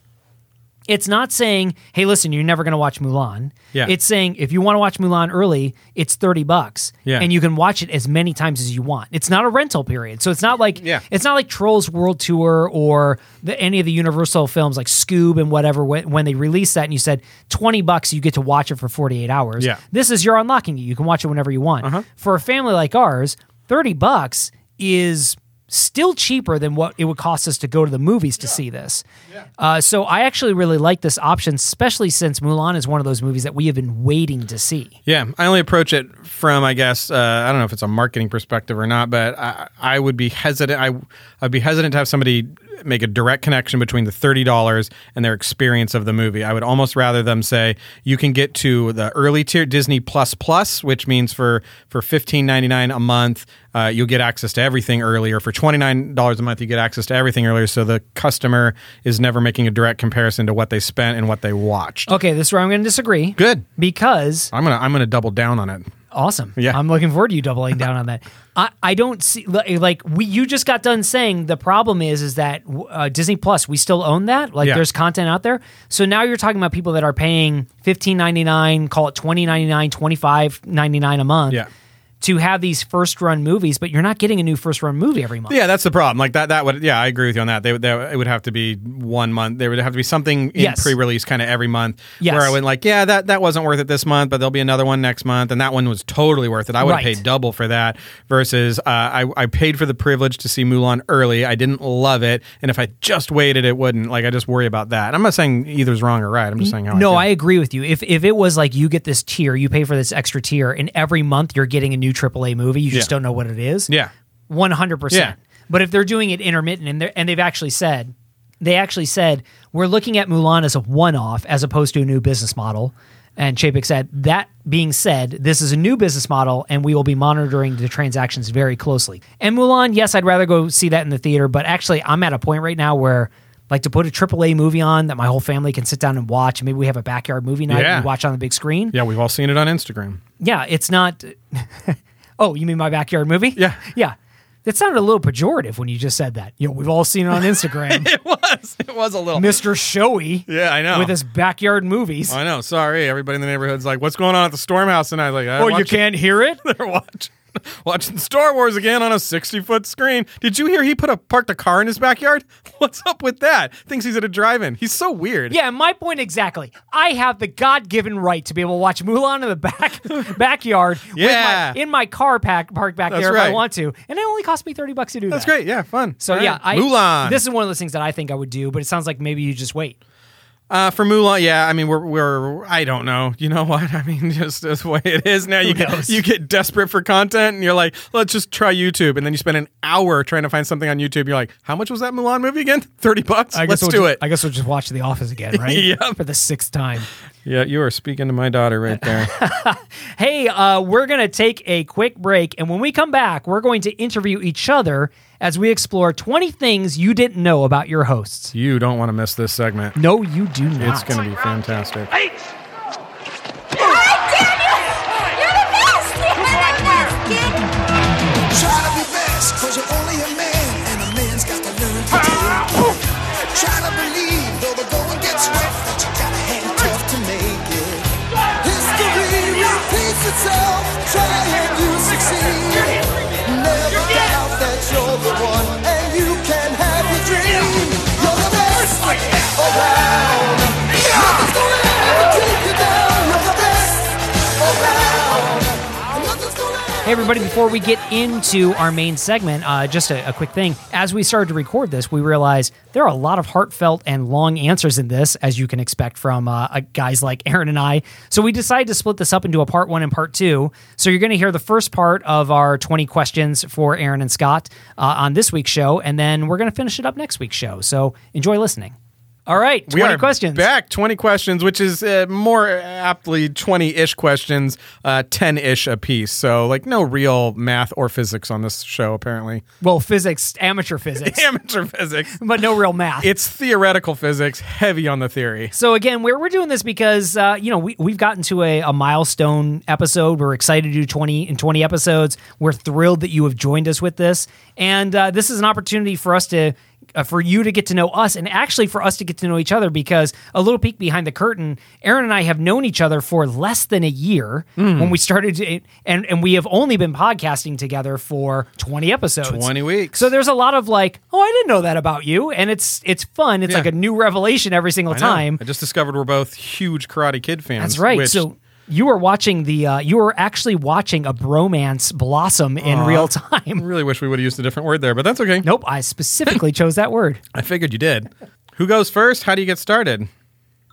[SPEAKER 1] it's not saying, "Hey, listen, you're never going to watch Mulan."
[SPEAKER 2] Yeah.
[SPEAKER 1] It's saying if you want to watch Mulan early, it's 30 bucks
[SPEAKER 2] Yeah.
[SPEAKER 1] and you can watch it as many times as you want. It's not a rental period. So it's not like
[SPEAKER 2] Yeah.
[SPEAKER 1] it's not like Trolls World Tour or the, any of the Universal films like Scoob and whatever when, when they release that and you said 20 bucks you get to watch it for 48 hours.
[SPEAKER 2] Yeah.
[SPEAKER 1] This is you're unlocking it. You can watch it whenever you want. For a family like ours, 30 bucks is still cheaper than what it would cost us to go to the movies to see this. Uh, so I actually really like this option, especially since Mulan is one of those movies that we have been waiting to see.
[SPEAKER 2] Yeah, I only approach it from, I guess, uh, I don't know if it's a marketing perspective or not, but I, I would be hesitant. I, I'd be hesitant to have somebody make a direct connection between the thirty dollars and their experience of the movie. I would almost rather them say you can get to the early tier Disney Plus Plus, which means for for fifteen ninety nine a month, uh, you'll get access to everything earlier. For twenty nine dollars a month, you get access to everything earlier. So the customer is never making a direct comparison to what they spent and what they watched.
[SPEAKER 1] Okay, this is where I'm going to disagree.
[SPEAKER 2] Good.
[SPEAKER 1] Because
[SPEAKER 2] I'm gonna I'm gonna double down on it.
[SPEAKER 1] awesome.
[SPEAKER 2] Yeah.
[SPEAKER 1] I'm looking forward to you doubling down on that. I, I don't see li- like we you just got done saying the problem is is that uh, Disney Plus we still own that like
[SPEAKER 2] Yeah.
[SPEAKER 1] there's content out there. So now you're talking about people that are paying 15.99, call it 20.99, 25.99 a month.
[SPEAKER 2] Yeah.
[SPEAKER 1] To have these first run movies, but you're not getting a new first run movie every month.
[SPEAKER 2] Yeah, that's the problem. Like that, that would. Yeah, I agree with you on that. They, they it would have to be one month. There would have to be something in
[SPEAKER 1] Yes.
[SPEAKER 2] pre-release, kind of every month.
[SPEAKER 1] Yes.
[SPEAKER 2] Where I went like, yeah, that that wasn't worth it this month, but there'll be another one next month, and that one was totally worth it. I would have
[SPEAKER 1] Right.
[SPEAKER 2] paid double for that. Versus, uh, I I paid for the privilege to see Mulan early. I didn't love it, and if I just waited, it wouldn't. Like I just worry about that. And I'm not saying either's wrong or right. I'm just saying how.
[SPEAKER 1] No, I
[SPEAKER 2] I. feel.
[SPEAKER 1] agree with you. If if it was like you get this tier, you pay for this extra tier, and every month you're getting a new AAA movie, you just
[SPEAKER 2] Yeah.
[SPEAKER 1] don't know what it is.
[SPEAKER 2] Yeah.
[SPEAKER 1] one hundred
[SPEAKER 2] Yeah.
[SPEAKER 1] percent. But if they're doing it intermittent and they and they've actually said they actually said we're looking at Mulan as a one off as opposed to a new business model. And Chapek said, that being said, this is a new business model and we will be monitoring the transactions very closely. And Mulan, yes, I'd rather go see that in the theater, but actually, I'm at a point right now where, like, to put a AAA movie on that my whole family can sit down and watch, maybe we have a backyard movie night
[SPEAKER 2] Yeah.
[SPEAKER 1] and we watch on the big screen.
[SPEAKER 2] Yeah, we've all seen it on Instagram.
[SPEAKER 1] Yeah, it's not. oh, you mean my backyard movie?
[SPEAKER 2] Yeah.
[SPEAKER 1] yeah. That sounded a little pejorative when you just said that. You know, we've all seen it on Instagram.
[SPEAKER 2] It was. It was a little.
[SPEAKER 1] Mr. Showy
[SPEAKER 2] Yeah, I know.
[SPEAKER 1] with his backyard movies.
[SPEAKER 2] I know. Sorry, everybody in the neighborhood's like, "What's going on at the storm house?" And I was like, I
[SPEAKER 1] Or you
[SPEAKER 2] watched-
[SPEAKER 1] can't hear it.
[SPEAKER 2] Watch. watching Star Wars again on a 60 foot screen. Did you hear he put a parked a car in his backyard? What's up with that? Thinks he's at a drive in. He's so weird.
[SPEAKER 1] Yeah, my point exactly. I have the God-given right to be able to watch Mulan in the back backyard
[SPEAKER 2] Yeah.
[SPEAKER 1] with my, in my car pack parked back
[SPEAKER 2] That's
[SPEAKER 1] there if I
[SPEAKER 2] right.
[SPEAKER 1] want to, and it only cost me thirty bucks to do
[SPEAKER 2] That's
[SPEAKER 1] that.
[SPEAKER 2] great. Yeah, fun.
[SPEAKER 1] So
[SPEAKER 2] All right.
[SPEAKER 1] yeah, I,
[SPEAKER 2] Mulan.
[SPEAKER 1] This is one of those things that I think I would do, but it sounds like maybe you just wait.
[SPEAKER 2] Uh, for Mulan, yeah, I mean, we're, we're I don't know. You know what? I mean, just the way it is now, you get,
[SPEAKER 1] knows?
[SPEAKER 2] you get desperate for content and you're like, let's just try YouTube. And then you spend an hour trying to find something on YouTube. You're like, how much was that Mulan movie again? 30 bucks? let's
[SPEAKER 1] we'll
[SPEAKER 2] do
[SPEAKER 1] ju-
[SPEAKER 2] it.
[SPEAKER 1] I guess we'll just watch The Office again, right?
[SPEAKER 2] Yep.
[SPEAKER 1] For the sixth time.
[SPEAKER 2] yeah, you are speaking to my daughter right there.
[SPEAKER 1] Hey, uh, we're going to take a quick break. And when we come back, we're going to interview each other as we explore 20 things you didn't know about your hosts.
[SPEAKER 2] you don't want to miss this segment.
[SPEAKER 1] No, you do not.
[SPEAKER 2] It's going to be fantastic.
[SPEAKER 9] Try to be best, cause you're only a man, and a man's got to learn to do. Try to believe, though the going gets rough, that you gotta hang tough to make it. History repeats itself, try and you succeed. Never doubt that you're the one, and you can have your dream. You're the best around. Nothing's gonna ever take you down. You're the best around. Nothing's gonna ever
[SPEAKER 1] Hey, everybody, before we get into our main segment, uh, just a, a quick thing. As we started to record this, we realized there are a lot of heartfelt and long answers in this, as you can expect from uh, uh, guys like Aaron and I. So we decided to split this up into a part one and part two. So you're going to hear the first part of our 20 questions for Aaron and Scott uh, on this week's show, and then we're going to finish it up next week's show. So enjoy listening. All right, 20
[SPEAKER 2] we are
[SPEAKER 1] questions.
[SPEAKER 2] back 20 questions which is uh, more aptly 20-ish questions uh, 10-ish a piece so like no real math or physics on this show apparently
[SPEAKER 1] Well, physics, amateur physics,
[SPEAKER 2] amateur physics
[SPEAKER 1] but no real math.
[SPEAKER 2] it's theoretical physics heavy on the theory
[SPEAKER 1] So again, we're, we're doing this because uh, you know we we've gotten to a, a milestone episode. We're excited to do twenty in twenty episodes. We're thrilled that you have joined us with this, and uh, this is an opportunity for us to. Uh, for you to get to know us and actually for us to get to know each other because a little peek behind the curtain aaron and i have known each other for less than a year
[SPEAKER 2] Hmm.
[SPEAKER 1] when we started to, and and we have only been podcasting together for 20 episodes
[SPEAKER 2] 20 weeks.
[SPEAKER 1] so there's a lot of like oh i didn't know that about you and it's it's fun it's
[SPEAKER 2] Yeah.
[SPEAKER 1] like a new revelation every single
[SPEAKER 2] I know.
[SPEAKER 1] time
[SPEAKER 2] i just discovered we're both huge karate kid fans
[SPEAKER 1] that's right.
[SPEAKER 2] which-
[SPEAKER 1] so you were watching the uh, you were actually watching a bromance blossom in real
[SPEAKER 2] I
[SPEAKER 1] time.
[SPEAKER 2] really wish we would have used a different word there but that's okay
[SPEAKER 1] Nope, I specifically chose that word.
[SPEAKER 2] i figured you did who goes first how do you get started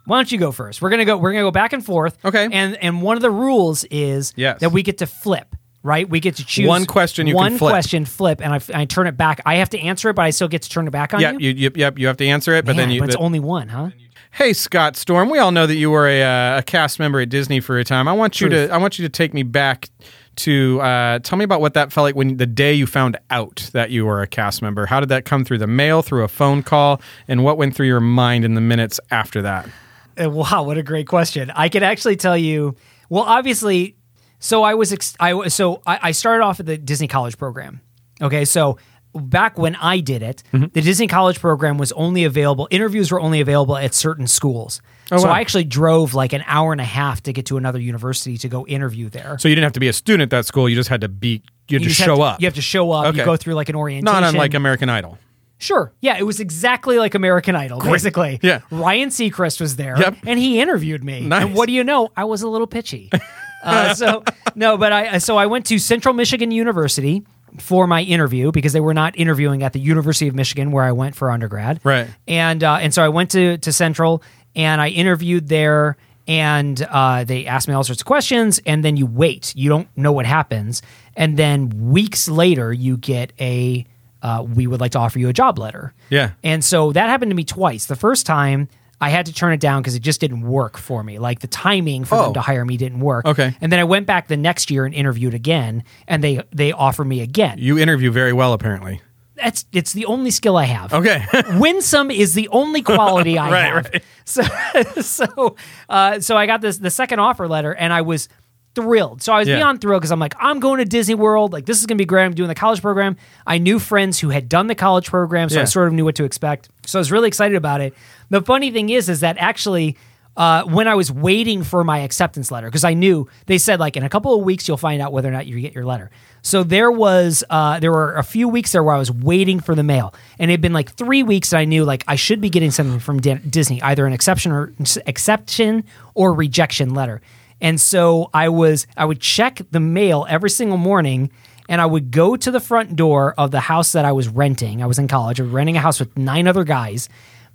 [SPEAKER 1] Why don't you go first? We're gonna go. We're gonna go back and forth.
[SPEAKER 2] Okay.
[SPEAKER 1] And and one of the rules is
[SPEAKER 2] Yes.
[SPEAKER 1] that we get to flip. Right, we get to choose
[SPEAKER 2] One question you can
[SPEAKER 1] one
[SPEAKER 2] flip.
[SPEAKER 1] question, flip, and I, I turn it back. I have to answer it, but I still get to turn it back on
[SPEAKER 2] yep
[SPEAKER 1] you.
[SPEAKER 2] you, yep yep you have to answer it but
[SPEAKER 1] Man,
[SPEAKER 2] then you
[SPEAKER 1] but it's
[SPEAKER 2] the-
[SPEAKER 1] only one, huh?
[SPEAKER 2] Hey Scott Storm, we all know that you were a, uh, a cast member at Disney for a time. I want you
[SPEAKER 1] Truth.
[SPEAKER 2] to I want you to take me back to uh, tell me about what that felt like when the day you found out that you were a cast member. How did that come through the mail, through a phone call, and what went through your mind in the minutes after that?
[SPEAKER 1] Uh, Wow, what a great question. I could actually tell you. Well, obviously, so I was ex- I was- so I, I started off at the Disney College program. Okay, so back when I did it,
[SPEAKER 2] Mm-hmm.
[SPEAKER 1] the Disney College program was only available. Interviews were only available at certain schools. so
[SPEAKER 2] Oh, wow.
[SPEAKER 1] I actually drove like an hour and a half to get to another university to go interview there.
[SPEAKER 2] So you didn't have to be a student at that school; you just had to be you had to
[SPEAKER 1] just
[SPEAKER 2] show
[SPEAKER 1] have to,
[SPEAKER 2] up.
[SPEAKER 1] You have to show up. You
[SPEAKER 2] Okay.
[SPEAKER 1] go through like an orientation.
[SPEAKER 2] not unlike American Idol.
[SPEAKER 1] Sure. Yeah, it was exactly like American Idol, basically.
[SPEAKER 2] Yeah.
[SPEAKER 1] Ryan Seacrest was there,
[SPEAKER 2] Yep.
[SPEAKER 1] and he interviewed me.
[SPEAKER 2] Nice.
[SPEAKER 1] And what do you know? I was a little pitchy. uh, so no, but I so I went to Central Michigan University for my interview because they were not interviewing at the University of Michigan where I went for undergrad.
[SPEAKER 2] Right.
[SPEAKER 1] And uh, and so I went to to Central and I interviewed there. And uh, they asked me all sorts of questions, and then you wait. You don't know what happens, and then weeks later, you get a uh, "We would like to offer you a job letter."
[SPEAKER 2] Yeah.
[SPEAKER 1] And so that happened to me twice. The first time I had to turn it down because it just didn't work for me. Like the timing for
[SPEAKER 2] Oh.
[SPEAKER 1] them to hire me didn't work.
[SPEAKER 2] Okay.
[SPEAKER 1] And then I went back the next year and interviewed again, and they they offered me again.
[SPEAKER 2] You interview very well, apparently.
[SPEAKER 1] That's it's the only skill I have.
[SPEAKER 2] Okay.
[SPEAKER 1] Winsome is the only quality I
[SPEAKER 2] Right,
[SPEAKER 1] have. So so uh, so I got this the second offer letter and I was thrilled. So I was
[SPEAKER 2] Yeah.
[SPEAKER 1] beyond thrilled because I'm like, I'm going to Disney World. Like this is gonna be great. I'm doing the college program. I knew friends who had done the college program, so
[SPEAKER 2] Yeah.
[SPEAKER 1] I sort of knew what to expect. So I was really excited about it. The funny thing is, is that actually uh, when I was waiting for my acceptance letter because I knew they said like in a couple of weeks you'll find out whether or not you get your letter. So there was uh, there were a few weeks there where I was waiting for the mail, and it had been like three weeks. And I knew like I should be getting something from Dan- Disney, either an exception or exception or rejection letter. And so I was I would check the mail every single morning and I would go to the front door of the house that I was renting. I was in college, I was renting a house with nine other guys.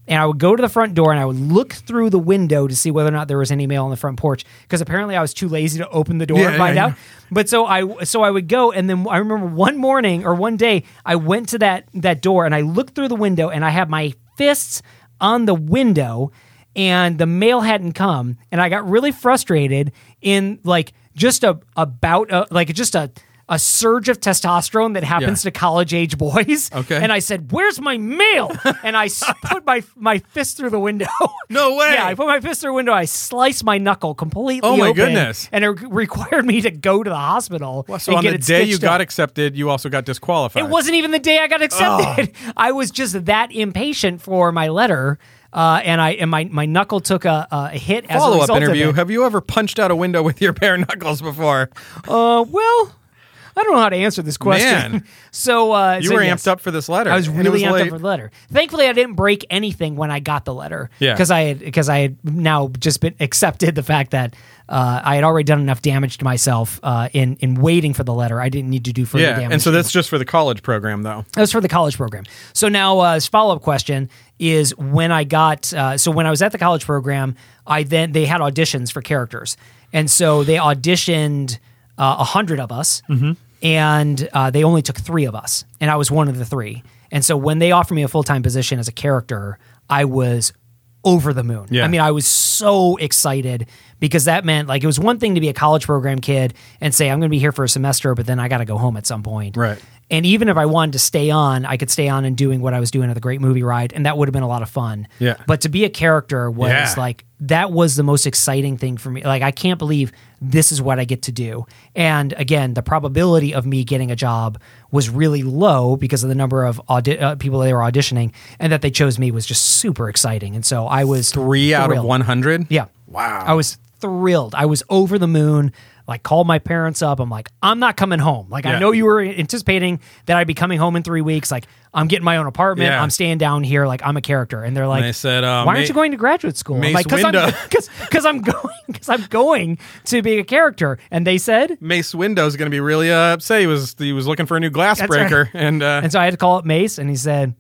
[SPEAKER 1] And I would go to the front door and I would look through the window to see whether or not there was any mail on the front porch because apparently I was too lazy to open the door
[SPEAKER 2] Yeah,
[SPEAKER 1] and find
[SPEAKER 2] yeah,
[SPEAKER 1] out. But so I so I would go and then I remember one morning or one day I went to that that door and I looked through the window and I had my fists on the window and the mail hadn't come and I got really frustrated in like just a about a, like just a a surge of testosterone that happens
[SPEAKER 2] Yeah.
[SPEAKER 1] to college age boys.
[SPEAKER 2] Okay.
[SPEAKER 1] And I said, "Where's my mail?" and I s- put my my fist through the window.
[SPEAKER 2] No way.
[SPEAKER 1] Yeah, I put my fist through the window. I sliced my knuckle completely.
[SPEAKER 2] Oh my
[SPEAKER 1] open,
[SPEAKER 2] goodness.
[SPEAKER 1] And it re- required me to go to the hospital.
[SPEAKER 2] Well, so
[SPEAKER 1] and
[SPEAKER 2] on
[SPEAKER 1] get
[SPEAKER 2] the
[SPEAKER 1] it
[SPEAKER 2] day you
[SPEAKER 1] stitched
[SPEAKER 2] got
[SPEAKER 1] up.
[SPEAKER 2] accepted, you also got disqualified.
[SPEAKER 1] It wasn't even the day I got accepted.
[SPEAKER 2] Oh.
[SPEAKER 1] I was just that impatient for my letter, uh, and I and my, my knuckle took a, a hit. as a
[SPEAKER 2] follow up
[SPEAKER 1] result of
[SPEAKER 2] interview.
[SPEAKER 1] it.
[SPEAKER 2] Have you ever punched out a window with your bare knuckles before?
[SPEAKER 1] Uh, well, I don't know how to answer this question.
[SPEAKER 2] Man.
[SPEAKER 1] so uh,
[SPEAKER 2] You
[SPEAKER 1] so
[SPEAKER 2] were
[SPEAKER 1] yes.
[SPEAKER 2] amped up for this letter.
[SPEAKER 1] I was
[SPEAKER 2] and
[SPEAKER 1] really
[SPEAKER 2] it
[SPEAKER 1] amped
[SPEAKER 2] was late.
[SPEAKER 1] up for the letter. Thankfully, I didn't break anything when I got the letter.
[SPEAKER 2] Yeah.
[SPEAKER 1] because I had because I had now just been accepted the fact that uh, I had already done enough damage to myself uh, in in waiting for the letter. I didn't need to do further
[SPEAKER 2] Yeah,
[SPEAKER 1] damage.
[SPEAKER 2] and so
[SPEAKER 1] to
[SPEAKER 2] that's just for the college program, though.
[SPEAKER 1] that was for the college program. So now, uh, his follow up question is when I got uh, so when I was at the college program, I then they had auditions for characters, and so they auditioned uh, a hundred of us,
[SPEAKER 2] Mm-hmm.
[SPEAKER 1] and uh, they only took three of us, and I was one of the three. And so when they offered me a full time position as a character, I was over the moon.
[SPEAKER 2] Yeah.
[SPEAKER 1] I mean, I was so excited because that meant like it was one thing to be a college program kid and say I'm going to be here for a semester, but then I got to go home at some point.
[SPEAKER 2] Right.
[SPEAKER 1] And even if I wanted to stay on, I could stay on and doing what I was doing at the Great Movie Ride, and that would have been a lot of fun.
[SPEAKER 2] Yeah.
[SPEAKER 1] But to be a character was
[SPEAKER 2] Yeah.
[SPEAKER 1] like that was the most exciting thing for me. Like I can't believe this is what I get to do. And again, the probability of me getting a job was really low because of the number of audi- uh, people they were auditioning, and that they chose me was just super exciting. And so I was
[SPEAKER 2] Three out of
[SPEAKER 1] thrilled.
[SPEAKER 2] one hundred.
[SPEAKER 1] Yeah.
[SPEAKER 2] Wow.
[SPEAKER 1] I was thrilled. I was over the moon. Like called my parents up. I'm like, I'm not coming home. Like
[SPEAKER 2] Yeah.
[SPEAKER 1] I know you were anticipating that I'd be coming home in three weeks. Like I'm getting my own apartment.
[SPEAKER 2] Yeah.
[SPEAKER 1] I'm staying down here. Like I'm a character. And they're like,
[SPEAKER 2] they said, uh,
[SPEAKER 1] Why aren't
[SPEAKER 2] Ma-
[SPEAKER 1] you going to graduate school? I'm
[SPEAKER 2] Mace
[SPEAKER 1] like, because
[SPEAKER 2] Windu."
[SPEAKER 1] I'm because I'm going because I'm going to be a character. And they said,
[SPEAKER 2] Mace Window's going to be really uh, upset. He was he was looking for a new glass
[SPEAKER 1] That's
[SPEAKER 2] breaker,
[SPEAKER 1] right.
[SPEAKER 2] and, uh,
[SPEAKER 1] and so I had to call up Mace, and he said,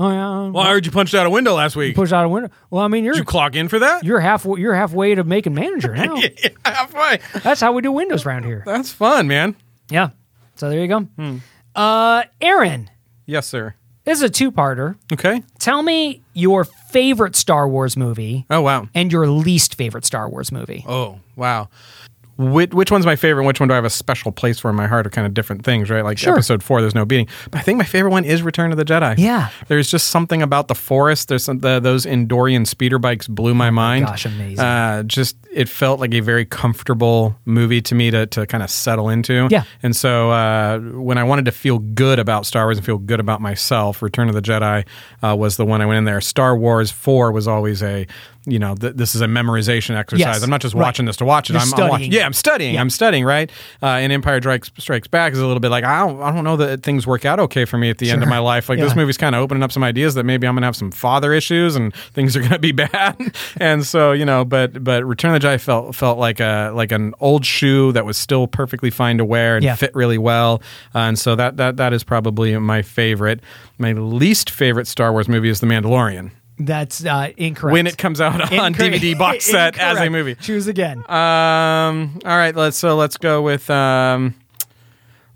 [SPEAKER 1] Oh yeah,
[SPEAKER 2] well, I heard you punched out a window last week. Did
[SPEAKER 1] push out a window. Well, I mean, you're
[SPEAKER 2] you clock in for that?
[SPEAKER 1] you're halfway you're halfway to making manager now.
[SPEAKER 2] Yeah, halfway.
[SPEAKER 1] That's how we do windows around here.
[SPEAKER 2] That's fun, man.
[SPEAKER 1] Yeah. So there you go.
[SPEAKER 2] Hmm.
[SPEAKER 1] Uh, Aaron,
[SPEAKER 2] Yes, sir.
[SPEAKER 1] this is a two-parter.
[SPEAKER 2] Okay.
[SPEAKER 1] Tell me your favorite Star Wars movie
[SPEAKER 2] Oh wow.
[SPEAKER 1] and your least favorite Star Wars movie.
[SPEAKER 2] Oh wow. Which, which one's my favorite? and Which one do I have a special place for in my heart? Are kind of different things, right? Like
[SPEAKER 1] Sure.
[SPEAKER 2] episode four, there's no beating. But I think my favorite one is Return of the Jedi.
[SPEAKER 1] Yeah.
[SPEAKER 2] there's just something about the forest. There's some, the, those Endorian speeder bikes blew my mind.
[SPEAKER 1] Oh gosh, amazing.
[SPEAKER 2] Uh, just it felt like a very comfortable movie to me to to kind of settle into.
[SPEAKER 1] Yeah.
[SPEAKER 2] And so uh, when I wanted to feel good about Star Wars and feel good about myself, Return of the Jedi uh, was the one I went in there. Star Wars Four was always a you know th- this is a memorization exercise.
[SPEAKER 1] Yes.
[SPEAKER 2] I'm not just
[SPEAKER 1] Right.
[SPEAKER 2] watching this to watch it.
[SPEAKER 1] You're
[SPEAKER 2] I'm, I'm watching.
[SPEAKER 1] studying.
[SPEAKER 2] Yeah, I'm studying. I'm studying. Right. Uh, and Empire Strikes, Strikes Back is a little bit like I don't I don't know that things work out okay for me at the end of my life. Like this
[SPEAKER 1] Yeah.
[SPEAKER 2] movie movie's kind of opening up some ideas that maybe I'm gonna have some father issues and things are gonna be bad. and so you know, but but Return of the Jedi felt felt like a like an old shoe that was still perfectly fine to wear and
[SPEAKER 1] Yeah.
[SPEAKER 2] fit really well. Uh, and so that that that is probably my favorite. My least favorite Star Wars movie is The Mandalorian.
[SPEAKER 1] That's uh, incorrect.
[SPEAKER 2] When it comes out on
[SPEAKER 1] Incorrect.
[SPEAKER 2] DVD box set as a
[SPEAKER 1] Incorrect.
[SPEAKER 2] movie. Uh,
[SPEAKER 1] Choose again.
[SPEAKER 2] Um. All right. Let's so let's go with um,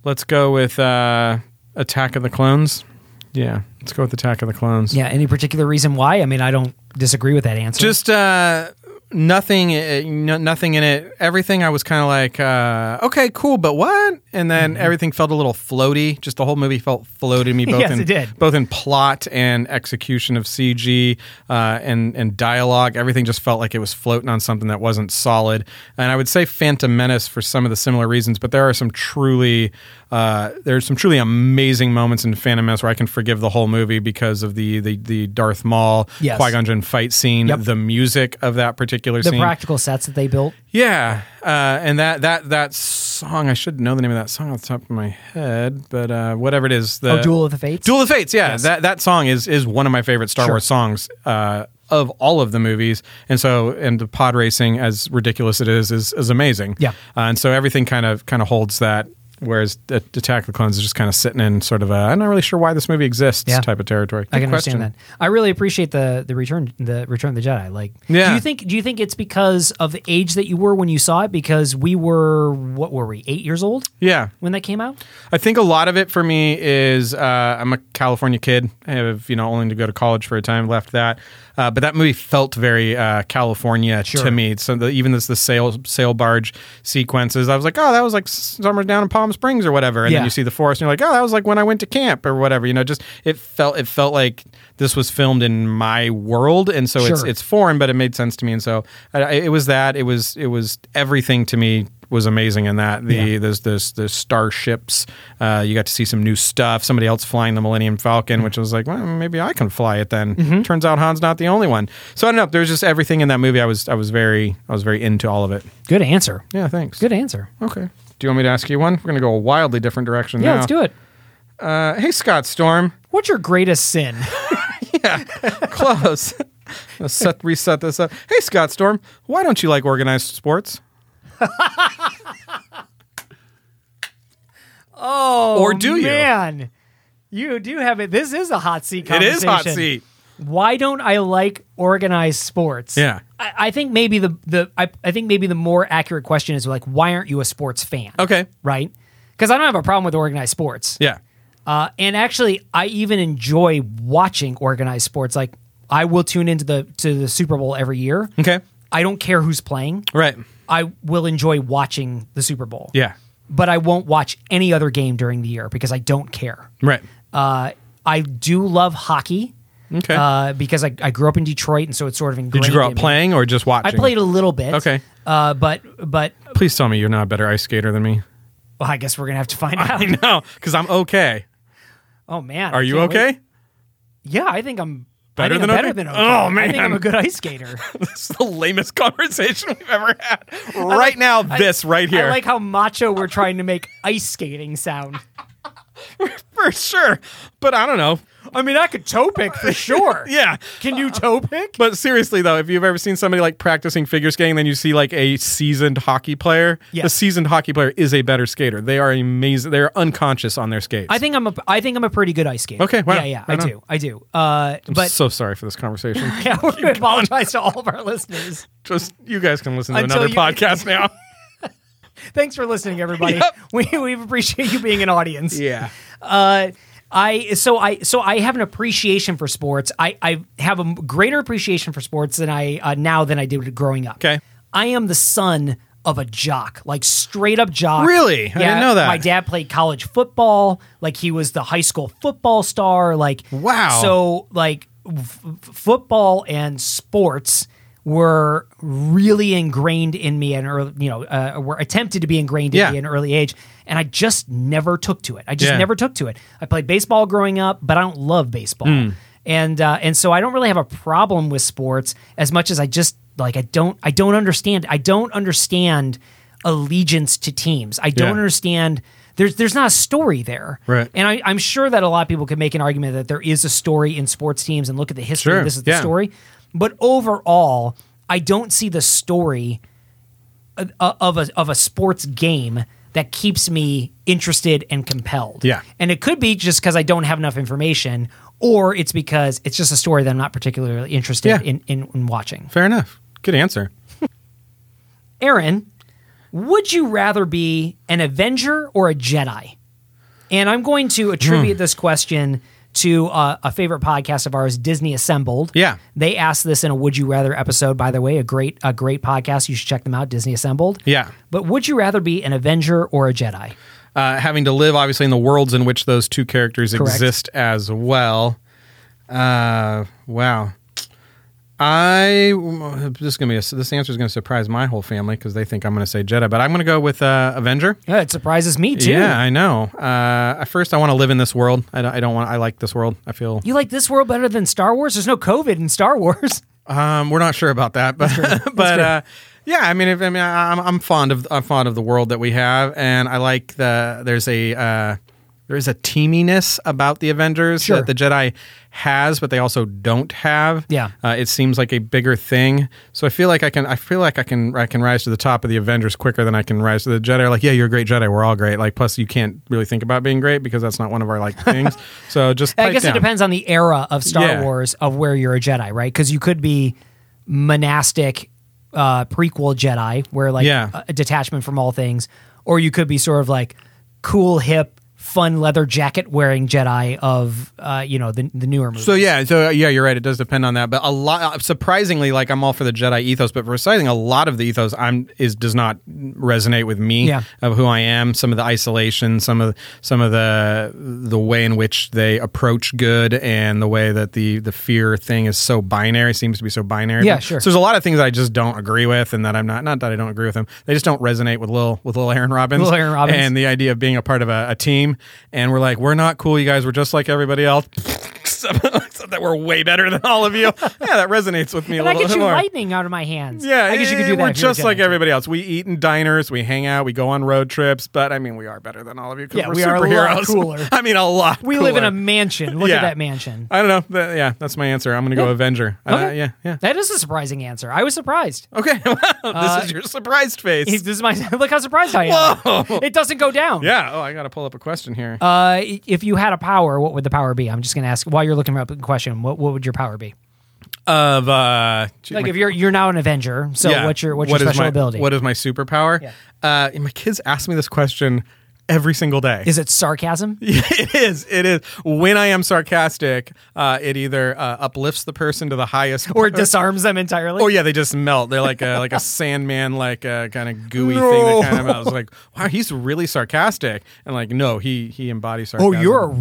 [SPEAKER 2] let's go with uh, Attack of the Clones. Yeah, let's go with Attack of the Clones.
[SPEAKER 1] yeah. Any particular reason why? I mean, I don't disagree with that answer.
[SPEAKER 2] just uh nothing uh, no, nothing in it everything i was kind of like uh okay cool but what and then
[SPEAKER 1] Mm-hmm.
[SPEAKER 2] everything felt a little floaty just the whole movie felt floaty to me both
[SPEAKER 1] Yes,
[SPEAKER 2] in
[SPEAKER 1] it did.
[SPEAKER 2] both in plot and execution of cg uh and and dialogue everything just felt like it was floating on something that wasn't solid and i would say phantom menace for some of the similar reasons but there are some truly uh there's some truly amazing moments in phantom menace where i can forgive the whole movie because of the the the darth maul
[SPEAKER 1] Yes.
[SPEAKER 2] qui-gon Jinn fight scene
[SPEAKER 1] Yep.
[SPEAKER 2] the music of that particular
[SPEAKER 1] the
[SPEAKER 2] scene.
[SPEAKER 1] practical sets that they built.
[SPEAKER 2] yeah, uh, and that that that song I should know the name of that song off the top of my head, but uh, whatever it is, the
[SPEAKER 1] oh, Duel of the Fates.
[SPEAKER 2] Duel of the Fates. Yeah, that that song is is one of my favorite Star Wars songs uh, of all of the movies, and so and the pod racing, as ridiculous it is, is is amazing.
[SPEAKER 1] Yeah.
[SPEAKER 2] uh, and so everything kind of kind of holds that. Whereas the the Attack of the Clones is just kind of sitting in sort of a I'm not really sure why this movie exists
[SPEAKER 1] Yeah.
[SPEAKER 2] type of territory.
[SPEAKER 1] I
[SPEAKER 2] Good
[SPEAKER 1] can
[SPEAKER 2] question.
[SPEAKER 1] understand that. I really appreciate the the return the Return of the Jedi. Like, do
[SPEAKER 2] Yeah.
[SPEAKER 1] you think do you think it's because of the age that you were when you saw it? Because we were what were we eight years old
[SPEAKER 2] Yeah,
[SPEAKER 1] when that came out?
[SPEAKER 2] I think a lot of it for me is uh, I'm a California kid. I have you know only to go to college for a time left that, uh, but that movie felt very uh, California
[SPEAKER 1] Sure.
[SPEAKER 2] to me. So the, even this the sail sail barge sequences, I was like, oh, that was like summer down in Palm Springs or whatever. And
[SPEAKER 1] Yeah.
[SPEAKER 2] then you see the forest, and you're like, oh, that was like when I went to camp or whatever. You know, just it felt it felt like this was filmed in my world, and so it's
[SPEAKER 1] Sure.
[SPEAKER 2] it's foreign, but it made sense to me. And so I, I- it was that. It was it was everything to me was amazing in that the
[SPEAKER 1] Yeah.
[SPEAKER 2] there's there's there's starships. Uh, you got to see some new stuff. Somebody else flying the Millennium Falcon, which was like, well, maybe I can fly it. Then
[SPEAKER 1] Mm-hmm.
[SPEAKER 2] turns out Han's not the only one. So I don't know. There was just everything in that movie. I was I was very I was very into all of it.
[SPEAKER 1] Good answer.
[SPEAKER 2] Yeah, thanks.
[SPEAKER 1] Good answer.
[SPEAKER 2] Okay. Do you want me to ask you one? We're gonna go a wildly different direction.
[SPEAKER 1] Yeah,
[SPEAKER 2] now.
[SPEAKER 1] let's do it.
[SPEAKER 2] Uh, hey, Scott Storm.
[SPEAKER 1] What's your greatest sin?
[SPEAKER 2] Close. Let's set reset this up. Hey, Scott Storm. Why don't you like organized sports?
[SPEAKER 1] Oh,
[SPEAKER 2] Or do you?
[SPEAKER 1] Man, you do have it. This is a hot seat. Conversation. Why don't I like organized sports?
[SPEAKER 2] Yeah.
[SPEAKER 1] I, I think maybe the the I, I think maybe the more accurate question is like, why aren't you a sports fan?
[SPEAKER 2] Okay.
[SPEAKER 1] right? Because I don't have a problem with organized sports.
[SPEAKER 2] Yeah.
[SPEAKER 1] Uh, and actually, I even enjoy watching organized sports. Like I will tune into the to the Super Bowl every year.
[SPEAKER 2] Okay.
[SPEAKER 1] I don't care who's playing.
[SPEAKER 2] Right.
[SPEAKER 1] I will enjoy watching the Super Bowl.
[SPEAKER 2] Yeah.
[SPEAKER 1] But I won't watch any other game during the year because I don't care.
[SPEAKER 2] Right.
[SPEAKER 1] Uh, I do love hockey
[SPEAKER 2] Okay.
[SPEAKER 1] uh, because I, I grew up in Detroit, and so it's sort of ingrained.
[SPEAKER 2] Did you grow up
[SPEAKER 1] in me.
[SPEAKER 2] playing or just
[SPEAKER 1] I
[SPEAKER 2] watching?
[SPEAKER 1] played a little bit.
[SPEAKER 2] Okay.
[SPEAKER 1] Uh, but but
[SPEAKER 2] Please tell me you're not a better ice skater than me.
[SPEAKER 1] well, I guess we're gonna have to find out.
[SPEAKER 2] No, because I'm okay.
[SPEAKER 1] Oh man, I
[SPEAKER 2] Are you
[SPEAKER 1] can't wait.
[SPEAKER 2] okay?
[SPEAKER 1] Yeah, I think I'm I
[SPEAKER 2] Better
[SPEAKER 1] think
[SPEAKER 2] than
[SPEAKER 1] I'm
[SPEAKER 2] okay?
[SPEAKER 1] better than okay.
[SPEAKER 2] Oh,
[SPEAKER 1] I think I'm
[SPEAKER 2] man.
[SPEAKER 1] a good ice skater.
[SPEAKER 2] This is the lamest conversation we've ever had. Right
[SPEAKER 1] like-
[SPEAKER 2] now,
[SPEAKER 1] I-
[SPEAKER 2] this right here.
[SPEAKER 1] I like how macho we're trying to make ice skating sound.
[SPEAKER 2] for sure. But I don't know.
[SPEAKER 1] I mean, I could toe pick for sure.
[SPEAKER 2] Yeah.
[SPEAKER 1] Can you toe pick?
[SPEAKER 2] But seriously though, if you've ever seen somebody like practicing figure skating, then you see like a seasoned hockey player.
[SPEAKER 1] Yes.
[SPEAKER 2] The seasoned hockey player is a better skater. They are amazing. They are unconscious on their skates.
[SPEAKER 1] I think I'm a I think I'm a pretty good ice skater.
[SPEAKER 2] Okay, wow.
[SPEAKER 1] yeah, yeah, I
[SPEAKER 2] Right on.
[SPEAKER 1] do, I do. Uh, but
[SPEAKER 2] so sorry for this conversation.
[SPEAKER 1] yeah, we're gonna apologize to all of our listeners.
[SPEAKER 2] Just you guys can listen to
[SPEAKER 1] Until
[SPEAKER 2] another
[SPEAKER 1] you-
[SPEAKER 2] podcast now.
[SPEAKER 1] Thanks for listening, everybody. We we appreciate you being an audience.
[SPEAKER 2] yeah.
[SPEAKER 1] Uh, I so I so I have an appreciation for sports. I I have a greater appreciation for sports than I uh, now than I did growing up.
[SPEAKER 2] Okay.
[SPEAKER 1] I am the son of a jock, like straight up jock.
[SPEAKER 2] Really? I
[SPEAKER 1] Yeah,
[SPEAKER 2] didn't know that.
[SPEAKER 1] My dad played college football. Like he was the high school football star. Like
[SPEAKER 2] Wow.
[SPEAKER 1] So like f- f- football and sports were really ingrained in me and early, you know uh, were attempted to be ingrained in
[SPEAKER 2] Yeah.
[SPEAKER 1] me in an early age and i just never took to it i just
[SPEAKER 2] Yeah.
[SPEAKER 1] never took to it i played baseball growing up but i don't love baseball
[SPEAKER 2] Hmm.
[SPEAKER 1] and uh, and so i don't really have a problem with sports as much as i just like i don't i don't understand i don't understand allegiance to teams i don't
[SPEAKER 2] Yeah.
[SPEAKER 1] understand there's there's not a story there
[SPEAKER 2] Right.
[SPEAKER 1] and I, i'm sure that a lot of people could make an argument that there is a story in sports teams and look at the history
[SPEAKER 2] Sure,
[SPEAKER 1] this is the
[SPEAKER 2] yeah.
[SPEAKER 1] story but overall i don't see the story o- of a of a sports game that keeps me interested and compelled.
[SPEAKER 2] Yeah.
[SPEAKER 1] And it could be just because I don't have enough information, or it's because it's just a story that I'm not particularly interested
[SPEAKER 2] Yeah.
[SPEAKER 1] in, in in watching.
[SPEAKER 2] Fair enough. Good answer.
[SPEAKER 1] Aaron, would you rather be an Avenger or a Jedi? And I'm going to
[SPEAKER 2] Hmm.
[SPEAKER 1] attribute this question to uh, a favorite podcast of ours, Disney Assembled.
[SPEAKER 2] Yeah.
[SPEAKER 1] they asked this in a Would You Rather episode. By the way, a great a great podcast. You should check them out. Disney Assembled.
[SPEAKER 2] Yeah.
[SPEAKER 1] But would you rather be an Avenger or a Jedi?
[SPEAKER 2] Uh, having to live obviously in the worlds in which those two characters
[SPEAKER 1] Correct.
[SPEAKER 2] exist as well. Uh, wow. I this is gonna be a, this answer is gonna surprise my whole family because they think I'm gonna say Jedi, but I'm gonna go with uh, Avenger.
[SPEAKER 1] Yeah, it surprises me too.
[SPEAKER 2] Yeah, I know. Uh, at first, I want to live in this world. I don't, I don't want. I like this world. I feel
[SPEAKER 1] You like this world better than Star Wars? There's no COVID in Star Wars.
[SPEAKER 2] Um, we're not sure about that, but but uh, yeah, I mean, if, I mean, I, I'm, I'm fond of I'm fond of the world that we have, and I like the there's a uh, there's a teaminess about the Avengers
[SPEAKER 1] Sure.
[SPEAKER 2] that the Jedi has, but they also don't have.
[SPEAKER 1] Yeah.
[SPEAKER 2] uh, it seems like a bigger thing. So I feel like I can I feel like I can I can rise to the top of the Avengers quicker than I can rise to the Jedi. Like, yeah, you're a great Jedi. We're all great. Like, plus you can't really think about being great because that's not one of our like things. so just
[SPEAKER 1] I
[SPEAKER 2] pipe
[SPEAKER 1] guess it
[SPEAKER 2] down.
[SPEAKER 1] depends on the era of Star
[SPEAKER 2] Yeah.
[SPEAKER 1] Wars of where you're a Jedi, right? Because you could be monastic uh, prequel Jedi, where like
[SPEAKER 2] Yeah.
[SPEAKER 1] a, a detachment from all things, or you could be sort of like cool, hip, fun leather jacket wearing Jedi of uh, you know the the newer movies.
[SPEAKER 2] So yeah, so uh, yeah, you're right. It does depend on that, but a lot uh, surprisingly, like I'm all for the Jedi ethos, but for surprising, a lot of the ethos I'm is does not resonate with me
[SPEAKER 1] Yeah.
[SPEAKER 2] of who I am. Some of the isolation, some of some of the the way in which they approach good, and the way that the the fear thing is so binary seems to be so binary.
[SPEAKER 1] Yeah,
[SPEAKER 2] But-
[SPEAKER 1] sure.
[SPEAKER 2] So there's a lot of things I just don't agree with, and that I'm not not that I don't agree with them. They just don't resonate with Lil with Lil Aaron Robbins,
[SPEAKER 1] Lil Aaron Robbins.
[SPEAKER 2] and the idea of being a part of a, a team. And we're like, we're not cool, you guys. We're just like everybody else. except, except that we're way better than all of you. yeah, that resonates with me
[SPEAKER 1] and
[SPEAKER 2] a
[SPEAKER 1] I get
[SPEAKER 2] little bit
[SPEAKER 1] you
[SPEAKER 2] more.
[SPEAKER 1] lightning out of my hands.
[SPEAKER 2] Yeah, eh,
[SPEAKER 1] I guess you could do that.
[SPEAKER 2] We're
[SPEAKER 1] if you're a
[SPEAKER 2] just like
[SPEAKER 1] Jedi.
[SPEAKER 2] everybody else. We eat in diners, we hang out, we go on road trips, but I mean, we are better than all of you because
[SPEAKER 1] Yeah,
[SPEAKER 2] we're
[SPEAKER 1] we are a
[SPEAKER 2] superheroes.
[SPEAKER 1] lot cooler.
[SPEAKER 2] I mean, a lot.
[SPEAKER 1] We live in a
[SPEAKER 2] cooler.
[SPEAKER 1] mansion. Look
[SPEAKER 2] Yeah.
[SPEAKER 1] at that mansion.
[SPEAKER 2] I don't know. Th- yeah, that's my answer. I'm going to go Avenger. Uh,
[SPEAKER 1] Okay.
[SPEAKER 2] yeah, yeah.
[SPEAKER 1] That is a surprising answer. I was surprised.
[SPEAKER 2] Okay. Wow, this
[SPEAKER 1] Uh,
[SPEAKER 2] is your surprised face.
[SPEAKER 1] This is my look how surprised I am. It doesn't go down.
[SPEAKER 2] yeah. Oh, I got to pull up a question here.
[SPEAKER 1] Uh, i- if you had a power, what would the power be? I'm just going to ask while you're looking up the question. What what would your power be?
[SPEAKER 2] of uh, gee,
[SPEAKER 1] Like
[SPEAKER 2] my-
[SPEAKER 1] if you're you're now an Avenger, so
[SPEAKER 2] Yeah.
[SPEAKER 1] what's your what's
[SPEAKER 2] What
[SPEAKER 1] your
[SPEAKER 2] is
[SPEAKER 1] special
[SPEAKER 2] my,
[SPEAKER 1] ability?
[SPEAKER 2] What is my superpower? Uh, and my kids ask me this question every single day.
[SPEAKER 1] is it sarcasm?
[SPEAKER 2] it is. It is. When I am sarcastic, uh, it either uh, uplifts the person to the highest,
[SPEAKER 1] Or disarms them entirely?
[SPEAKER 2] or Oh, yeah, they just melt. They're like a like a Sandman, like a kind of gooey thing that kind of melts. Like, wow, he's really sarcastic, and like, no, he he embodies
[SPEAKER 1] Oh,
[SPEAKER 2] sarcasm.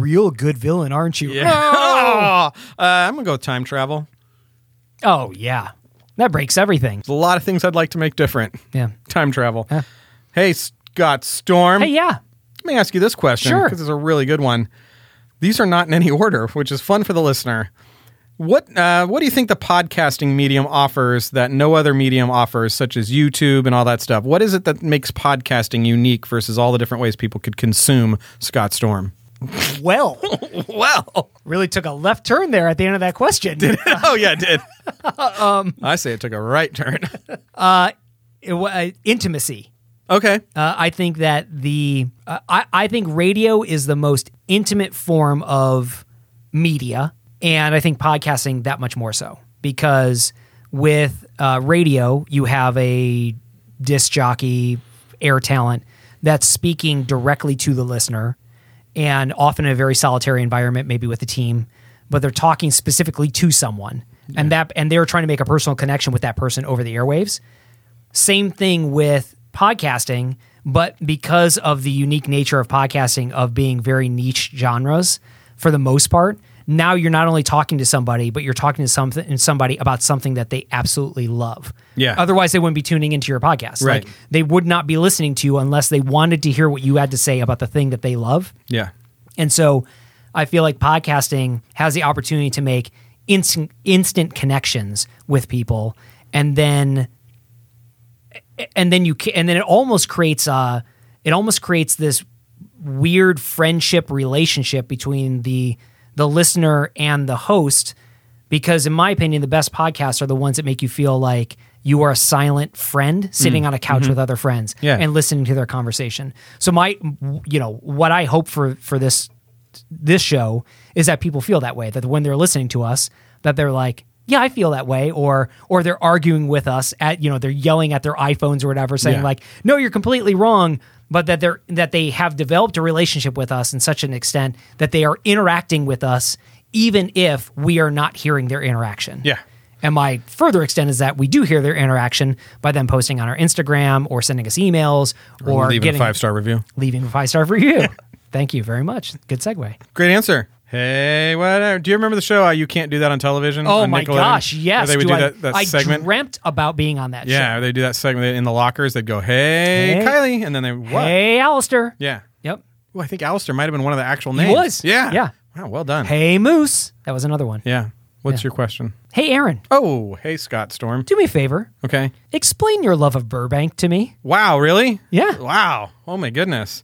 [SPEAKER 1] real good villain, aren't you?
[SPEAKER 2] Yeah. uh, I'm gonna go with time travel.
[SPEAKER 1] Oh yeah, that breaks everything.
[SPEAKER 2] There's a lot of things I'd like to make different.
[SPEAKER 1] Yeah.
[SPEAKER 2] Time travel. Hey, Scott Storm.
[SPEAKER 1] Hey yeah.
[SPEAKER 2] Let me ask you this question
[SPEAKER 1] Sure.
[SPEAKER 2] because it's a really good one. These are not in any order, which is fun for the listener. What uh, what do you think the podcasting medium offers that no other medium offers, such as YouTube and all that stuff? What is it that makes podcasting unique versus all the different ways people could consume Scott Storm?
[SPEAKER 1] Well,
[SPEAKER 2] Well,
[SPEAKER 1] really took a left turn there at the end of that question.
[SPEAKER 2] oh yeah, it did.
[SPEAKER 1] Um,
[SPEAKER 2] I say it took a right turn.
[SPEAKER 1] It wa- uh, intimacy.
[SPEAKER 2] okay,
[SPEAKER 1] Uh, I think that the uh, I, I think radio is the most intimate form of media, and I think podcasting that much more so because with uh, radio you have a disc jockey, air talent that's speaking directly to the listener, and often in a very solitary environment, maybe with a team, but they're talking specifically to someone, and that and they're trying to make a personal connection with that person over the airwaves same thing with podcasting but because of the unique nature of podcasting of being very niche genres for the most part now you're not only talking to somebody but you're talking to something somebody about something that they absolutely love
[SPEAKER 2] Yeah.
[SPEAKER 1] otherwise they wouldn't be tuning into your podcast
[SPEAKER 2] Right.
[SPEAKER 1] like they would not be listening to you unless they wanted to hear what you had to say about the thing that they love
[SPEAKER 2] yeah,
[SPEAKER 1] and so I feel like podcasting has the opportunity to make instant instant connections with people and then and then you ca- and then it almost creates uh it almost creates this weird friendship relationship between the the listener and the host because in my opinion the best podcasts are the ones that make you feel like you are a silent friend sitting on a couch with other friends
[SPEAKER 2] Yeah.
[SPEAKER 1] and listening to their conversation so my you know what i hope for for this this show is that people feel that way that when they're listening to us that they're like yeah i feel that way or or they're arguing with us at you know they're yelling at their iphones or whatever saying
[SPEAKER 2] Yeah.
[SPEAKER 1] like no you're completely wrong but that they're that they have developed a relationship with us in such an extent that they are interacting with us even if we are not hearing their interaction
[SPEAKER 2] Yeah.
[SPEAKER 1] and my further extent is that we do hear their interaction by them posting on our Instagram or sending us emails or,
[SPEAKER 2] leaving
[SPEAKER 1] getting
[SPEAKER 2] a five star review.
[SPEAKER 1] leaving a five star review. Thank you very much. Good segue.
[SPEAKER 2] Great answer. Hey, whatever. Do you remember the show? Uh, you can't do that on television.
[SPEAKER 1] Oh
[SPEAKER 2] on
[SPEAKER 1] my
[SPEAKER 2] Nickelodeon?
[SPEAKER 1] gosh, yes.
[SPEAKER 2] Where they would
[SPEAKER 1] Do
[SPEAKER 2] do
[SPEAKER 1] I,
[SPEAKER 2] that, that
[SPEAKER 1] I
[SPEAKER 2] segment.
[SPEAKER 1] dreamt about being on that
[SPEAKER 2] yeah,
[SPEAKER 1] show.
[SPEAKER 2] they do that segment in the lockers. They'd go, "Hey,
[SPEAKER 1] Hey.
[SPEAKER 2] Kylie," and then they what?
[SPEAKER 1] Hey, Alistair.
[SPEAKER 2] Yeah.
[SPEAKER 1] Yep.
[SPEAKER 2] Well, I think Alistair might have been one of the actual names.
[SPEAKER 1] was.
[SPEAKER 2] Yeah.
[SPEAKER 1] Yeah.
[SPEAKER 2] Wow. Well done.
[SPEAKER 1] Hey, Moose. That was another one.
[SPEAKER 2] Yeah. What's your question?
[SPEAKER 1] Hey, Aaron,
[SPEAKER 2] Oh, hey, Scott Storm.
[SPEAKER 1] do me a favor.
[SPEAKER 2] Okay.
[SPEAKER 1] Explain your love of Burbank to me.
[SPEAKER 2] Wow, really?
[SPEAKER 1] Yeah.
[SPEAKER 2] Wow. Oh my goodness.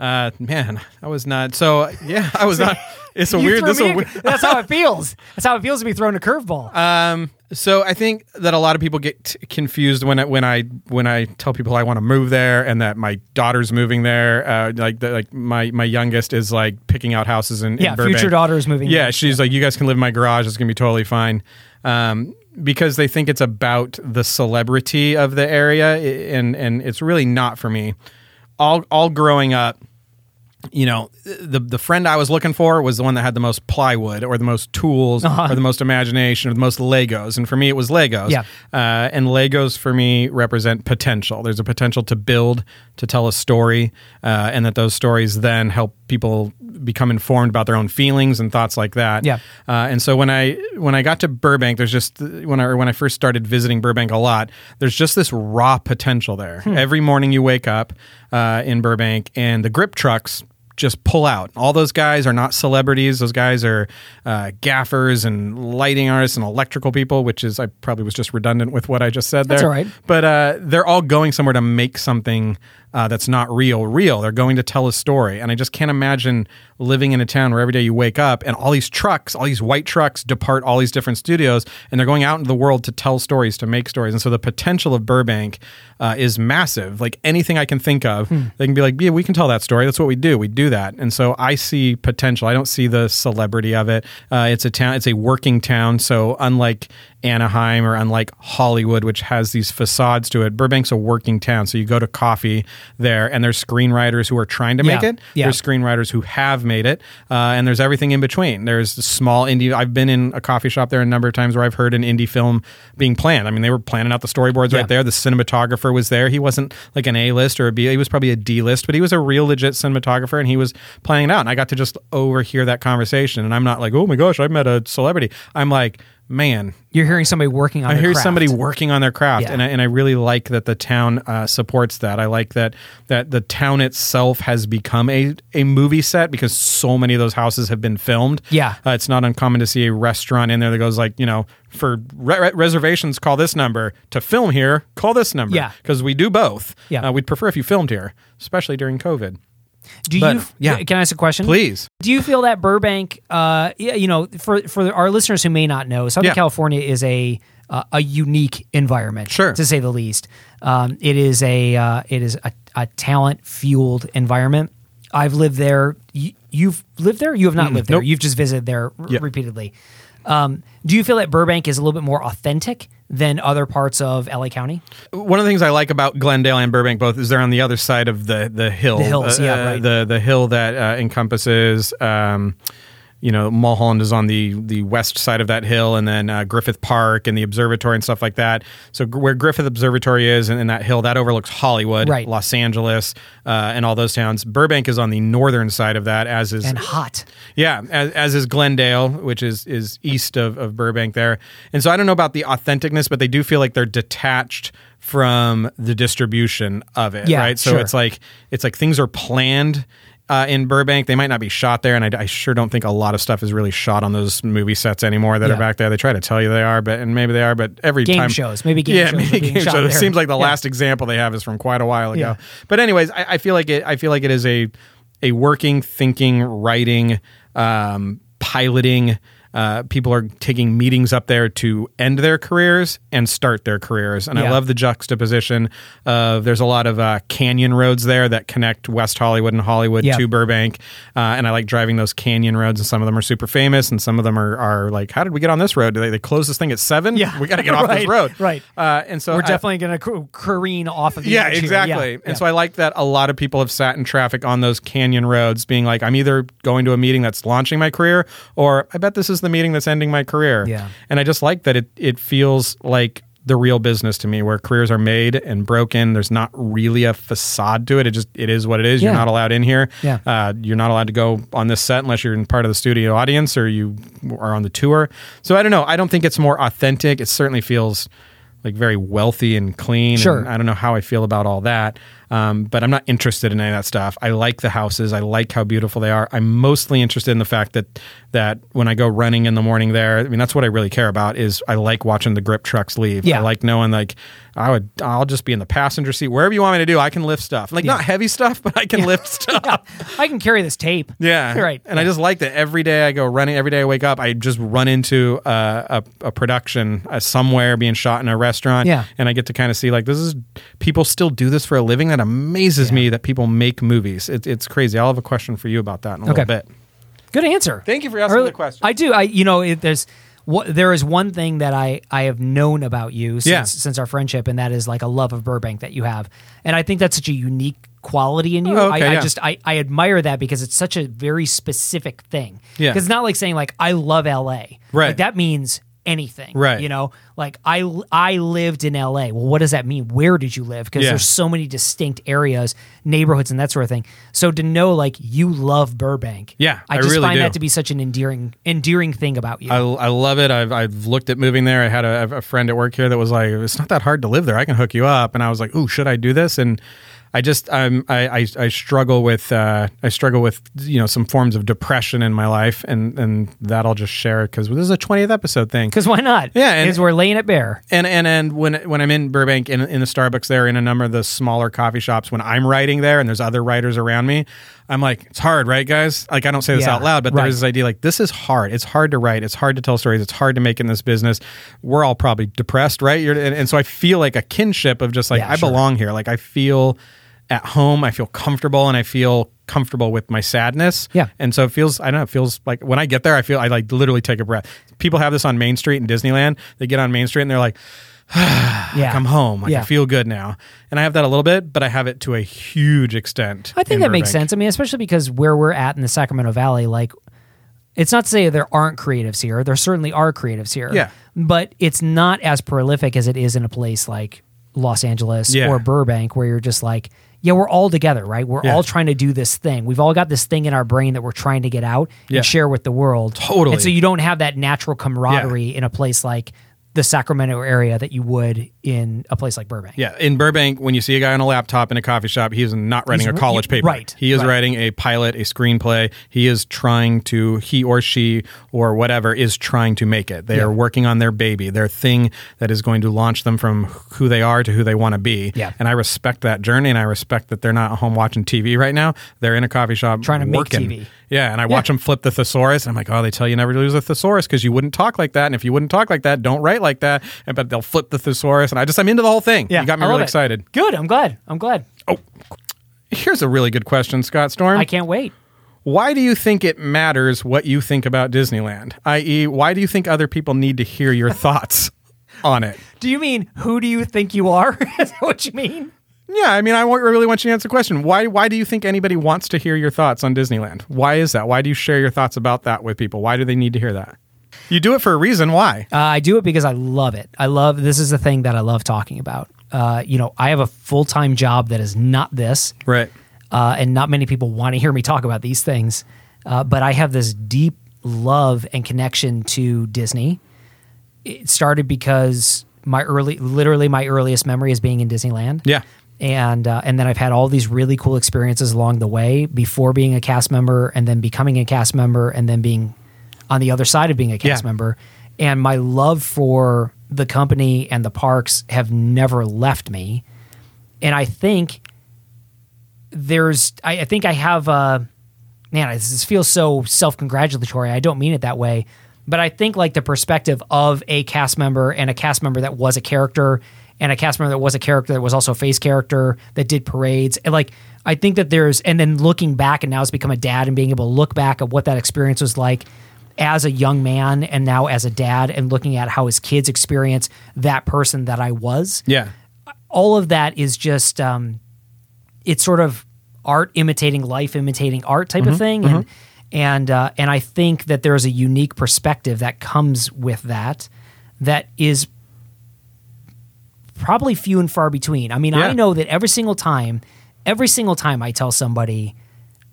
[SPEAKER 2] Uh, man, I was not. So yeah, I was not. It's a
[SPEAKER 1] You
[SPEAKER 2] weird.
[SPEAKER 1] threw
[SPEAKER 2] This is
[SPEAKER 1] me
[SPEAKER 2] a Uh,
[SPEAKER 1] a-
[SPEAKER 2] weird.
[SPEAKER 1] that's how it feels. That's how it feels to be thrown a curveball.
[SPEAKER 2] Um, So I think that a lot of people get t- confused when I, when I when I tell people I want to move there and that my daughter's moving there. Uh, like the, like my my youngest is like picking out houses in in
[SPEAKER 1] Yeah,
[SPEAKER 2] Burbank.
[SPEAKER 1] future daughter is moving
[SPEAKER 2] Yeah,
[SPEAKER 1] there.
[SPEAKER 2] she's like, you guys can live in my garage. It's gonna be totally fine. Um, because they think it's about the celebrity of the area, i- and and it's really not for me. All all growing up, you know, the the friend I was looking for was the one that had the most plywood or the most tools or the most imagination or the most Legos. And for me, it was Legos.
[SPEAKER 1] Uh-huh. Yeah.
[SPEAKER 2] Uh, and Legos for me represent potential. There's a potential to build, to tell a story, uh, and that those stories then help people become informed about their own feelings and thoughts like that.
[SPEAKER 1] Yeah.
[SPEAKER 2] Uh, and so when I when I got to Burbank, there's just when I or when I first started visiting Burbank a lot, there's just this raw potential there.
[SPEAKER 1] Hmm.
[SPEAKER 2] Every morning you wake up uh, in Burbank, and the grip trucks just pull out. All those guys are not celebrities. Those guys are uh, gaffers and lighting artists and electrical people, which is I probably was just redundant with what I just said
[SPEAKER 1] That's
[SPEAKER 2] there.
[SPEAKER 1] all right.
[SPEAKER 2] But uh, they're all going somewhere to make something uh, that's not real real. They're going to tell a story, and I just can't imagine living in a town where every day you wake up and all these trucks, all these white trucks, depart all these different studios, and they're going out into the world to tell stories, to make stories. And so the potential of Burbank uh, is massive. Like anything I can think of,
[SPEAKER 1] Hmm.
[SPEAKER 2] they can be like, yeah, we can tell that story. That's what we do. We do that. And so I see potential. I don't see the celebrity of it. Uh, it's a town. It's a working town. So unlike Anaheim or unlike Hollywood, which has these facades to it. Burbank's a working town, so you go to coffee there, and there's screenwriters who are trying to make
[SPEAKER 1] Yeah,
[SPEAKER 2] it.
[SPEAKER 1] yeah.
[SPEAKER 2] There's screenwriters who have made it, uh, and there's everything in between. There's the small indie. I've been in a coffee shop there a number of times where I've heard an indie film being planned. I mean, they were planning out the storyboards
[SPEAKER 1] Yeah.
[SPEAKER 2] right there. The cinematographer was there. He wasn't like an A list or a B. He was probably a D list, but he was a real legit cinematographer, and he was planning it out. And I got to just overhear that conversation, and I'm not like, oh my gosh, I met a celebrity. I'm like. Man,
[SPEAKER 1] You're hearing somebody working on.
[SPEAKER 2] I
[SPEAKER 1] their
[SPEAKER 2] hear
[SPEAKER 1] craft.
[SPEAKER 2] somebody working on their craft,
[SPEAKER 1] Yeah.
[SPEAKER 2] and I, and I really like that the town uh, supports that. I like that that the town itself has become a a movie set because so many of those houses have been filmed.
[SPEAKER 1] Yeah.
[SPEAKER 2] uh, it's not uncommon to see a restaurant in there that goes like you know for re- re- reservations call this number to film here call this number.
[SPEAKER 1] Yeah.
[SPEAKER 2] because we do both.
[SPEAKER 1] Yeah.
[SPEAKER 2] uh, we'd prefer if you filmed here, especially during COVID.
[SPEAKER 1] Do
[SPEAKER 2] But-
[SPEAKER 1] you?
[SPEAKER 2] yeah.
[SPEAKER 1] Can I ask a question?
[SPEAKER 2] Please,
[SPEAKER 1] Do you feel that Burbank, uh, y- you know, for for our listeners who may not know, Southern
[SPEAKER 2] Yeah.
[SPEAKER 1] California is a uh, a unique environment,
[SPEAKER 2] Sure.
[SPEAKER 1] to say the least. Um, it is a uh, it is a, a talent fueled environment. I've lived there. Y- you've lived there. You have not lived there.
[SPEAKER 2] Mm, Nope.
[SPEAKER 1] You've just visited there r-
[SPEAKER 2] Yeah.
[SPEAKER 1] repeatedly. Um, do you feel that Burbank is a little bit more authentic than other parts of LA County?
[SPEAKER 2] one of the things I like about Glendale and Burbank both is they're on the other side of the the hill,
[SPEAKER 1] The hills,
[SPEAKER 2] uh,
[SPEAKER 1] yeah,
[SPEAKER 2] uh,
[SPEAKER 1] right.
[SPEAKER 2] the the hill that uh, encompasses. Um, you know, Mulholland is on the the west side of that hill, and then uh, Griffith Park and the observatory and stuff like that. So gr- where Griffith Observatory is, and, and that hill that overlooks Hollywood,
[SPEAKER 1] Right.
[SPEAKER 2] Los Angeles, uh, and all those towns. Burbank is on the northern side of that, as is
[SPEAKER 1] And hot.
[SPEAKER 2] yeah, as, as is Glendale, which is is east of, of Burbank there. And so I don't know about the authenticness, but they do feel like they're detached from the distribution of it,
[SPEAKER 1] Yeah,
[SPEAKER 2] right? So
[SPEAKER 1] sure.
[SPEAKER 2] it's like it's like things are planned uh, in Burbank. They might not be shot there, and I, I sure don't think a lot of stuff is really shot on those movie sets anymore that
[SPEAKER 1] Yeah.
[SPEAKER 2] are back there. They try to tell you they are, but and maybe they are, but every
[SPEAKER 1] Game
[SPEAKER 2] time
[SPEAKER 1] shows. Maybe game
[SPEAKER 2] yeah,
[SPEAKER 1] shows are
[SPEAKER 2] maybe
[SPEAKER 1] being
[SPEAKER 2] game
[SPEAKER 1] shot
[SPEAKER 2] shows. It
[SPEAKER 1] there.
[SPEAKER 2] seems like the
[SPEAKER 1] Yeah.
[SPEAKER 2] last example they have is from quite a while ago.
[SPEAKER 1] Yeah.
[SPEAKER 2] But anyways, I, I feel like it. I feel like it is a a working, thinking, writing, um, piloting. Uh, people are taking meetings up there to end their careers and start their careers, and I
[SPEAKER 1] Yeah.
[SPEAKER 2] love the juxtaposition of there's a lot of uh, canyon roads there that connect West Hollywood and Hollywood
[SPEAKER 1] Yeah.
[SPEAKER 2] to Burbank, uh, and I like driving those canyon roads, and some of them are super famous, and some of them are, are like, how did we get on this road? Did they, they close this thing at seven?
[SPEAKER 1] Yeah.
[SPEAKER 2] we got to get off
[SPEAKER 1] Right,
[SPEAKER 2] this road,
[SPEAKER 1] right.
[SPEAKER 2] Uh, and so
[SPEAKER 1] We're
[SPEAKER 2] I-
[SPEAKER 1] definitely going to careen off of the
[SPEAKER 2] yeah,
[SPEAKER 1] edge here.
[SPEAKER 2] exactly.
[SPEAKER 1] Yeah,
[SPEAKER 2] And
[SPEAKER 1] yeah.
[SPEAKER 2] so I like that a lot of people have sat in traffic on those canyon roads, being like, I'm either going to a meeting that's launching my career, or I bet this is the meeting that's ending my career.
[SPEAKER 1] Yeah.
[SPEAKER 2] And I just like that it it feels like the real business to me, where careers are made and broken. There's not really a facade to it. It just it is what it is. You're
[SPEAKER 1] Yeah.
[SPEAKER 2] not allowed in here.
[SPEAKER 1] Yeah.
[SPEAKER 2] Uh, you're not allowed to go on this set unless you're in part of the studio audience or you are on the tour. So I don't know. I don't think it's more authentic. It certainly feels like very wealthy and clean.
[SPEAKER 1] Sure.
[SPEAKER 2] And I don't know how I feel about all that. Um, but I'm not interested in any of that stuff. I like the houses. I like how beautiful they are. I'm mostly interested in the fact that that when I go running in the morning there, I mean that's what I really care about is I like watching the grip trucks leave.
[SPEAKER 1] Yeah.
[SPEAKER 2] I like knowing like I would I'll just be in the passenger seat wherever you want me to do. I can lift stuff. Like not heavy stuff, but I can lift stuff.
[SPEAKER 1] I can carry this tape.
[SPEAKER 2] Yeah.
[SPEAKER 1] Right.
[SPEAKER 2] And I just like that every day I go running, every day I wake up, I just run into uh, a, a production uh, somewhere being shot in a restaurant.
[SPEAKER 1] Yeah.
[SPEAKER 2] And I get to kind of see like, this is, people still do this for a living. That amazes me that people make movies. It, it's crazy. I'll have a question for you about that in a
[SPEAKER 1] Okay.
[SPEAKER 2] little bit.
[SPEAKER 1] Good answer.
[SPEAKER 2] Thank you for asking the question.
[SPEAKER 1] I do. I you know it, there's what there is one thing that I I have known about you since
[SPEAKER 2] Yeah.
[SPEAKER 1] since our friendship, and that is like a love of Burbank that you have, and I think that's such a unique quality in you.
[SPEAKER 2] Oh, okay,
[SPEAKER 1] I, I
[SPEAKER 2] yeah.
[SPEAKER 1] just I, I admire that because it's such a very specific thing.
[SPEAKER 2] Yeah.
[SPEAKER 1] because it's not like saying like I love L.A.
[SPEAKER 2] Right.
[SPEAKER 1] like, that means anything
[SPEAKER 2] Right.
[SPEAKER 1] you know like i i lived in la well what does that mean where did you live because
[SPEAKER 2] Yeah.
[SPEAKER 1] there's so many distinct areas neighborhoods and that sort of thing so to know like you love burbank
[SPEAKER 2] Yeah,
[SPEAKER 1] I
[SPEAKER 2] I
[SPEAKER 1] just
[SPEAKER 2] really
[SPEAKER 1] find
[SPEAKER 2] do.
[SPEAKER 1] that to be such an endearing, endearing thing about you.
[SPEAKER 2] I, I love it. I've, I've looked at moving there. I had a, a friend at work here that was like, it's not that hard to live there. I can hook you up. And I was like, ooh, should I do this? And I just um, I, I I struggle with uh, I struggle with you know some forms of depression in my life, and and that I'll just share because this is a twentieth episode thing.
[SPEAKER 1] Because why not?
[SPEAKER 2] Yeah, and-
[SPEAKER 1] because we're laying it bare.
[SPEAKER 2] And and and when when I'm in Burbank in, in the Starbucks there in a number of the smaller coffee shops when I'm writing there and there's other writers around me, I'm like it's hard, right, guys? Like I don't say this
[SPEAKER 1] Yeah,
[SPEAKER 2] out loud, but
[SPEAKER 1] right.
[SPEAKER 2] there's this idea like this is hard. It's hard to write. It's hard to tell stories. It's hard to make in this business. We're all probably depressed, right? You're, and, and so I feel like a kinship of just like
[SPEAKER 1] Yeah,
[SPEAKER 2] I
[SPEAKER 1] sure.
[SPEAKER 2] belong here. Like I feel at home. I feel comfortable, and I feel comfortable with my sadness.
[SPEAKER 1] Yeah.
[SPEAKER 2] And so it feels, I don't know, it feels like when I get there, I feel, I like literally take a breath. People have this on Main Street in Disneyland. They get on Main Street and they're like,
[SPEAKER 1] Yeah,
[SPEAKER 2] I'm home. I
[SPEAKER 1] yeah.
[SPEAKER 2] can feel good now. And I have that a little bit, but I have it to a huge extent.
[SPEAKER 1] I think
[SPEAKER 2] in
[SPEAKER 1] that makes
[SPEAKER 2] Burbank.
[SPEAKER 1] sense. I mean, especially because where we're at in the Sacramento Valley, like, it's not to say there aren't creatives here. There certainly are creatives here.
[SPEAKER 2] Yeah.
[SPEAKER 1] But it's not as prolific as it is in a place like Los Angeles
[SPEAKER 2] Yeah.
[SPEAKER 1] or Burbank, where you're just like, yeah, we're all together, right? We're
[SPEAKER 2] Yeah.
[SPEAKER 1] all trying to do this thing. We've all got this thing in our brain that we're trying to get out
[SPEAKER 2] Yeah.
[SPEAKER 1] and share with the world.
[SPEAKER 2] Totally.
[SPEAKER 1] And so you don't have that natural camaraderie in a place like the Sacramento area that you would in a place like Burbank.
[SPEAKER 2] Yeah. In Burbank, when you see a guy on a laptop in a coffee shop, he is not writing
[SPEAKER 1] He's
[SPEAKER 2] a
[SPEAKER 1] ri-
[SPEAKER 2] college
[SPEAKER 1] yeah,
[SPEAKER 2] paper.
[SPEAKER 1] right,
[SPEAKER 2] He is
[SPEAKER 1] right.
[SPEAKER 2] writing a pilot, a screenplay. He is trying to, he or she or whatever is trying to make it. They
[SPEAKER 1] Yeah.
[SPEAKER 2] are working on their baby, their thing that is going to launch them from who they are to who they want to be.
[SPEAKER 1] Yeah.
[SPEAKER 2] And I respect that journey and I respect that they're not at home watching TV right now. They're in a coffee shop
[SPEAKER 1] Trying to make
[SPEAKER 2] working.
[SPEAKER 1] TV.
[SPEAKER 2] Yeah, and I watch them flip the thesaurus, and I'm like, oh, they tell you never to lose a thesaurus because you wouldn't talk like that, and if you wouldn't talk like that, don't write like that. And but they'll flip the thesaurus, and I just I'm into the whole thing. you got
[SPEAKER 1] I
[SPEAKER 2] me
[SPEAKER 1] love
[SPEAKER 2] really
[SPEAKER 1] it.
[SPEAKER 2] excited.
[SPEAKER 1] Good. I'm glad. I'm glad.
[SPEAKER 2] Here's a really good question, Scott Storm.
[SPEAKER 1] I can't wait.
[SPEAKER 2] Why do you think it matters what you think about Disneyland? I.e., why do you think other people need to hear your thoughts on it?
[SPEAKER 1] Do you mean who do you think you are? Is that what you mean?
[SPEAKER 2] Yeah, I mean, I want- really want you to answer the question. Why? Why do you think anybody wants to hear your thoughts on Disneyland? Why is that? Why do you share your thoughts about that with people? Why do they need to hear that? You do it for a reason. Why?
[SPEAKER 1] Uh, I do it because I love it. I love this is the thing that I love talking about. Uh, you know, I have a full time job that is not this,
[SPEAKER 2] Right.
[SPEAKER 1] uh, and not many people want to hear me talk about these things. Uh, but I have this deep love and connection to Disney. It started because my early, literally my earliest memory is being in Disneyland.
[SPEAKER 2] Yeah.
[SPEAKER 1] and uh, and then I've had all these really cool experiences along the way before being a cast member, and then becoming a cast member, and then being on the other side of being a cast
[SPEAKER 2] Yeah.
[SPEAKER 1] member. And my love for the company and the parks have never left me. And I think there's, I, I think I have a man, this, this feels so self congratulatory. I don't mean it that way. But I think like the perspective of a cast member and a cast member that was a character and a cast member that was a character that was also a face character that did parades. And like, I think that there's, and then looking back and now it's become a dad and being able to look back at what that experience was like as a young man and now as a dad and looking at how his kids experience that person that I was
[SPEAKER 2] Yeah.
[SPEAKER 1] all of that is just um, it's sort of art imitating life imitating art type
[SPEAKER 2] Mm-hmm.
[SPEAKER 1] of thing and and uh, and I think that there's a unique perspective that comes with that that is probably few and far between. I mean, I
[SPEAKER 2] Yeah.
[SPEAKER 1] know that every single time, every single time I tell somebody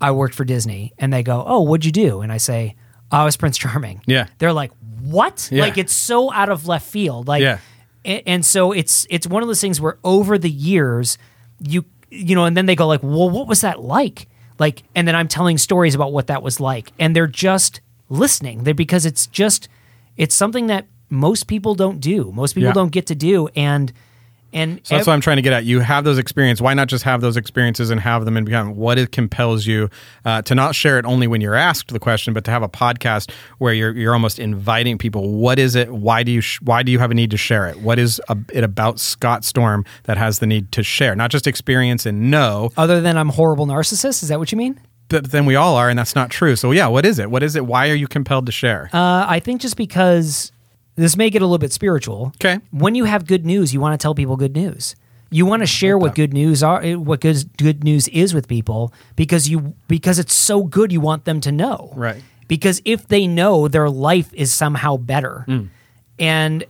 [SPEAKER 1] I worked for Disney and they go, "Oh, what'd you do?" and I say, "Oh, "I was Prince Charming."
[SPEAKER 2] Yeah.
[SPEAKER 1] They're like, "What?"
[SPEAKER 2] Yeah.
[SPEAKER 1] Like it's so out of left field. Like
[SPEAKER 2] Yeah.
[SPEAKER 1] a- and so it's it's one of those things where over the years you you know, and then they go like, "Well, what was that like?" Like, and then I'm telling stories about what that was like, and they're just listening. They because it's just it's something that most people don't do. Most people
[SPEAKER 2] Yeah.
[SPEAKER 1] don't get to do, and and
[SPEAKER 2] So that's
[SPEAKER 1] ev-
[SPEAKER 2] what I'm trying to get at. You have those experiences. Why not just have those experiences and have them and become what it compels you uh, to not share it only when you're asked the question, but to have a podcast where you're you're almost inviting people. What is it? Why do you sh- why do you have a need to share it? What is a, it about Scott Storm that has the need to share? Not just experience and know,
[SPEAKER 1] other than I'm horrible narcissist, is that what you mean?
[SPEAKER 2] but then we all are, and that's not true. So yeah, what is it? What is it? Why are you compelled to share?
[SPEAKER 1] Uh, I think just because this may get a little bit spiritual.
[SPEAKER 2] Okay.
[SPEAKER 1] When you have good news, you want to tell people good news. You want to share what good news are, eh, what good good news is with people because you because it's so good. You want them to know,
[SPEAKER 2] Right.
[SPEAKER 1] Because if they know, their life is somehow better,
[SPEAKER 2] Hmm.
[SPEAKER 1] and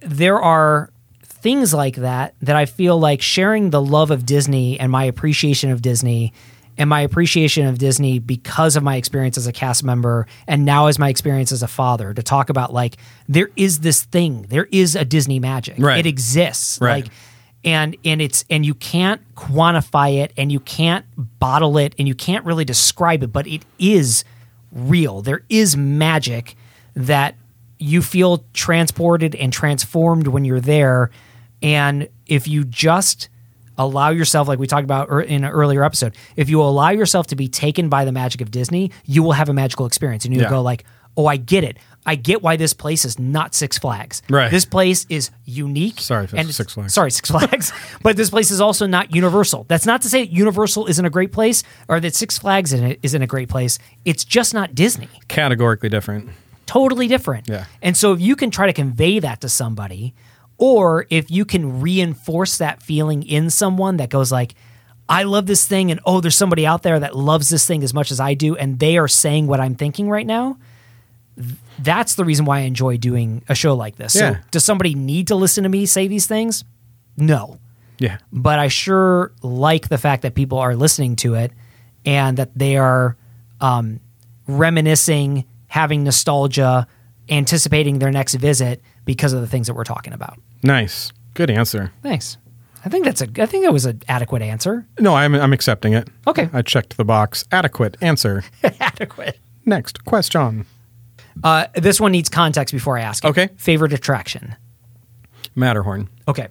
[SPEAKER 1] there are things like that that I feel like sharing the love of Disney and my appreciation of Disney and my appreciation of Disney because of my experience as a cast member and now as my experience as a father to talk about like there is this thing there is a Disney magic
[SPEAKER 2] Right.
[SPEAKER 1] it exists
[SPEAKER 2] Right.
[SPEAKER 1] like and and it's and you can't quantify it and you can't bottle it and you can't really describe it but it is real there is magic that you feel transported and transformed when you're there and if you just allow yourself like we talked about ear- in an earlier episode if you allow yourself to be taken by the magic of disney you will have a magical experience and you
[SPEAKER 2] Yeah.
[SPEAKER 1] will go like oh i get it i get why this place is not six flags
[SPEAKER 2] Right.
[SPEAKER 1] this place is unique
[SPEAKER 2] Sorry, if it's
[SPEAKER 1] it's-
[SPEAKER 2] Six Flags.
[SPEAKER 1] Sorry, Six Flags. but this place is also not Universal. That's not to say that Universal isn't a great place or that Six Flags in it isn't a great place. It's just not Disney.
[SPEAKER 2] Categorically different.
[SPEAKER 1] Totally different.
[SPEAKER 2] Yeah.
[SPEAKER 1] And so if you can try to convey that to somebody, or if you can reinforce that feeling in someone that goes like, I love this thing, and oh, there's somebody out there that loves this thing as much as I do, and they are saying what I'm thinking right now. th- That's the reason why I enjoy doing a show like this.
[SPEAKER 2] Yeah.
[SPEAKER 1] So, does somebody need to listen to me say these things? No
[SPEAKER 2] Yeah.
[SPEAKER 1] but I sure like the fact that people are listening to it and that they are um, reminiscing, having nostalgia, anticipating their next visit because of the things that we're talking about.
[SPEAKER 2] Nice. Good answer.
[SPEAKER 1] Thanks. I think that's a. I think that was an adequate answer.
[SPEAKER 2] No, I'm I'm accepting it.
[SPEAKER 1] Okay.
[SPEAKER 2] I checked the box. Adequate answer.
[SPEAKER 1] adequate.
[SPEAKER 2] Next question.
[SPEAKER 1] Uh, this one needs context before I ask. it.
[SPEAKER 2] Okay.
[SPEAKER 1] Favorite attraction.
[SPEAKER 2] Matterhorn.
[SPEAKER 1] Okay.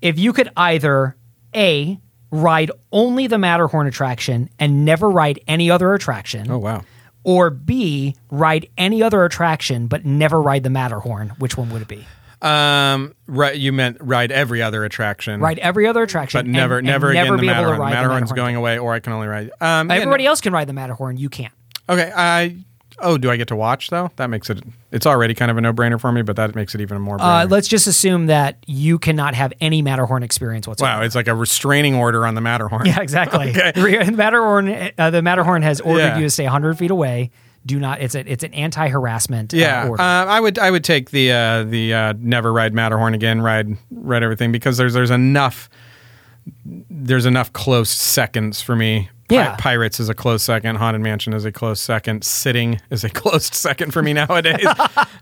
[SPEAKER 1] If you could either A, ride only the Matterhorn attraction and never ride any other attraction.
[SPEAKER 2] Oh wow.
[SPEAKER 1] Or B, ride any other attraction but never ride the Matterhorn. Which one would it be?
[SPEAKER 2] Um, right. You meant ride every other attraction,
[SPEAKER 1] Ride every other attraction,
[SPEAKER 2] But never,
[SPEAKER 1] and,
[SPEAKER 2] never
[SPEAKER 1] and
[SPEAKER 2] again.
[SPEAKER 1] never
[SPEAKER 2] the
[SPEAKER 1] be
[SPEAKER 2] Matterhorn.
[SPEAKER 1] able to ride
[SPEAKER 2] Matterhorn's
[SPEAKER 1] the Matterhorn.
[SPEAKER 2] going away, or I can only ride. Um, yeah,
[SPEAKER 1] Everybody
[SPEAKER 2] no.
[SPEAKER 1] else can ride the Matterhorn. You can't.
[SPEAKER 2] Okay. I. Oh, do I get to watch though? That makes it. It's already kind of a no-brainer for me, but that makes it even more.
[SPEAKER 1] Uh,
[SPEAKER 2] brainer.
[SPEAKER 1] let's just assume that you cannot have any Matterhorn experience whatsoever.
[SPEAKER 2] wow, it's like a restraining order on the Matterhorn.
[SPEAKER 1] Yeah, exactly. Re- the Matterhorn, uh, the Matterhorn has ordered
[SPEAKER 2] Yeah.
[SPEAKER 1] you to stay 100 feet away. Do not. It's a, It's an anti-harassment. uh,
[SPEAKER 2] Yeah,
[SPEAKER 1] order.
[SPEAKER 2] uh, I would I would take the uh, the uh, never ride Matterhorn again, ride ride everything because there's there's enough there's enough close seconds for me. Pi-
[SPEAKER 1] Yeah.
[SPEAKER 2] Pirates is a close second. Haunted Mansion is a close second. Sitting is a close second for me nowadays.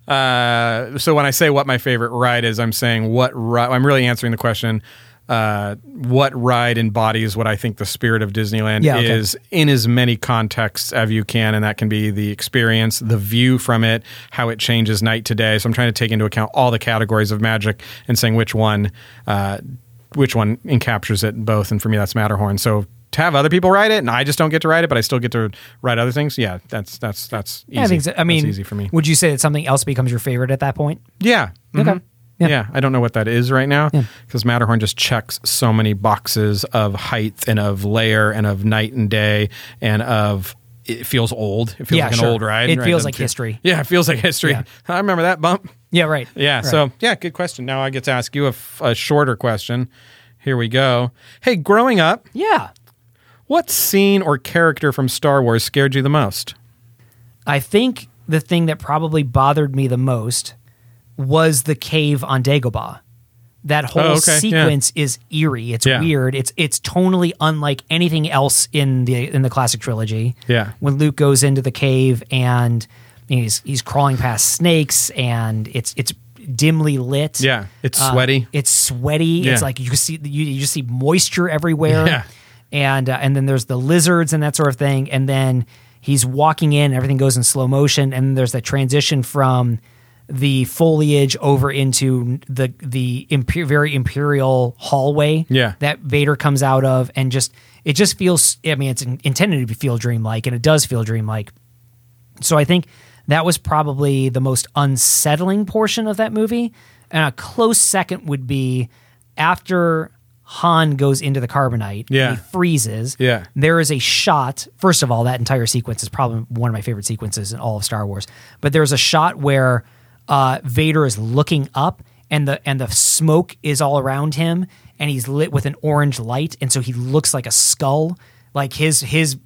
[SPEAKER 2] uh, so when I say what my favorite ride is, I'm saying what ride. I'm really answering the question. Uh, what ride embodies what I think the spirit of Disneyland
[SPEAKER 1] Yeah, okay.
[SPEAKER 2] is in as many contexts as you can, and that can be the experience, the view from it, how it changes night to day. So I'm trying to take into account all the categories of magic and saying which one, uh, which one encaptures it both. And for me, that's Matterhorn. So to have other people ride it, and I just don't get to ride it, but I still get to ride other things. Yeah, that's that's that's easy.
[SPEAKER 1] Yeah, I think. So. I
[SPEAKER 2] That's
[SPEAKER 1] mean,
[SPEAKER 2] easy for me.
[SPEAKER 1] Would you say that something else becomes your favorite at that point?
[SPEAKER 2] Yeah.
[SPEAKER 1] Okay.
[SPEAKER 2] Mhm. Yeah. I don't know what that is right now because Matterhorn just checks so many boxes of height and of layer and of night and day and of it feels old. It feels
[SPEAKER 1] Yeah,
[SPEAKER 2] like an
[SPEAKER 1] sure.
[SPEAKER 2] old ride.
[SPEAKER 1] It
[SPEAKER 2] right?
[SPEAKER 1] feels
[SPEAKER 2] doesn't
[SPEAKER 1] like history.
[SPEAKER 2] Yeah, it feels like history.
[SPEAKER 1] Yeah.
[SPEAKER 2] I remember that bump.
[SPEAKER 1] Yeah. Right.
[SPEAKER 2] Yeah.
[SPEAKER 1] Right.
[SPEAKER 2] So, yeah, good question. Now I get to ask you a, f- a shorter question. Here we go. Hey, growing up,
[SPEAKER 1] Yeah.
[SPEAKER 2] what scene or character from Star Wars scared you the most?
[SPEAKER 1] I think the thing that probably bothered me the most was the cave on Dagobah. That whole
[SPEAKER 2] Oh, okay, yeah.
[SPEAKER 1] sequence is eerie. It's
[SPEAKER 2] Yeah.
[SPEAKER 1] weird. It's it's tonally unlike anything else in the in the classic trilogy.
[SPEAKER 2] Yeah.
[SPEAKER 1] When Luke goes into the cave and he's he's crawling past snakes and it's it's dimly lit.
[SPEAKER 2] Yeah, it's
[SPEAKER 1] Uh,
[SPEAKER 2] sweaty.
[SPEAKER 1] it's sweaty. It's
[SPEAKER 2] Yeah.
[SPEAKER 1] like you can see you, you just see moisture everywhere.
[SPEAKER 2] Yeah.
[SPEAKER 1] And uh, and then there's the lizards and that sort of thing. And then he's walking in. Everything goes in slow motion. And there's that transition from the foliage over into the the imper- very imperial hallway.
[SPEAKER 2] Yeah.
[SPEAKER 1] That Vader comes out of, and just it just feels. I mean, it's intended to feel dreamlike, and it does feel dreamlike. So I think that was probably the most unsettling portion of that movie. And a close second would be after Han goes into the carbonite. and
[SPEAKER 2] Yeah.
[SPEAKER 1] he freezes.
[SPEAKER 2] Yeah.
[SPEAKER 1] There is a shot. First of all, that entire sequence is probably one of my favorite sequences in all of Star Wars. But there's a shot where uh, Vader is looking up, and the and the smoke is all around him, and he's lit with an orange light, and so he looks like a skull. Like his his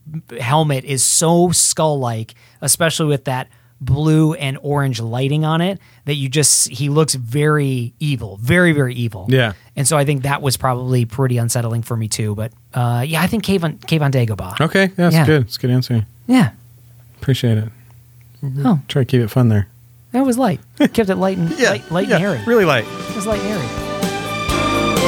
[SPEAKER 1] helmet is so skull like, especially with that blue and orange lighting on it, that you just he looks very evil, very very evil.
[SPEAKER 2] Yeah.
[SPEAKER 1] And so I think that was probably pretty unsettling for me too. But uh, yeah, I think Cave on, Cave on Dagobah.
[SPEAKER 2] Okay, that's
[SPEAKER 1] Yeah.
[SPEAKER 2] good. It's a good answer.
[SPEAKER 1] Yeah.
[SPEAKER 2] Appreciate it.
[SPEAKER 1] Oh,
[SPEAKER 2] Try to keep it fun there.
[SPEAKER 1] that was light. Kept it light and light, light and airy.
[SPEAKER 2] Really light.
[SPEAKER 1] It was light and airy.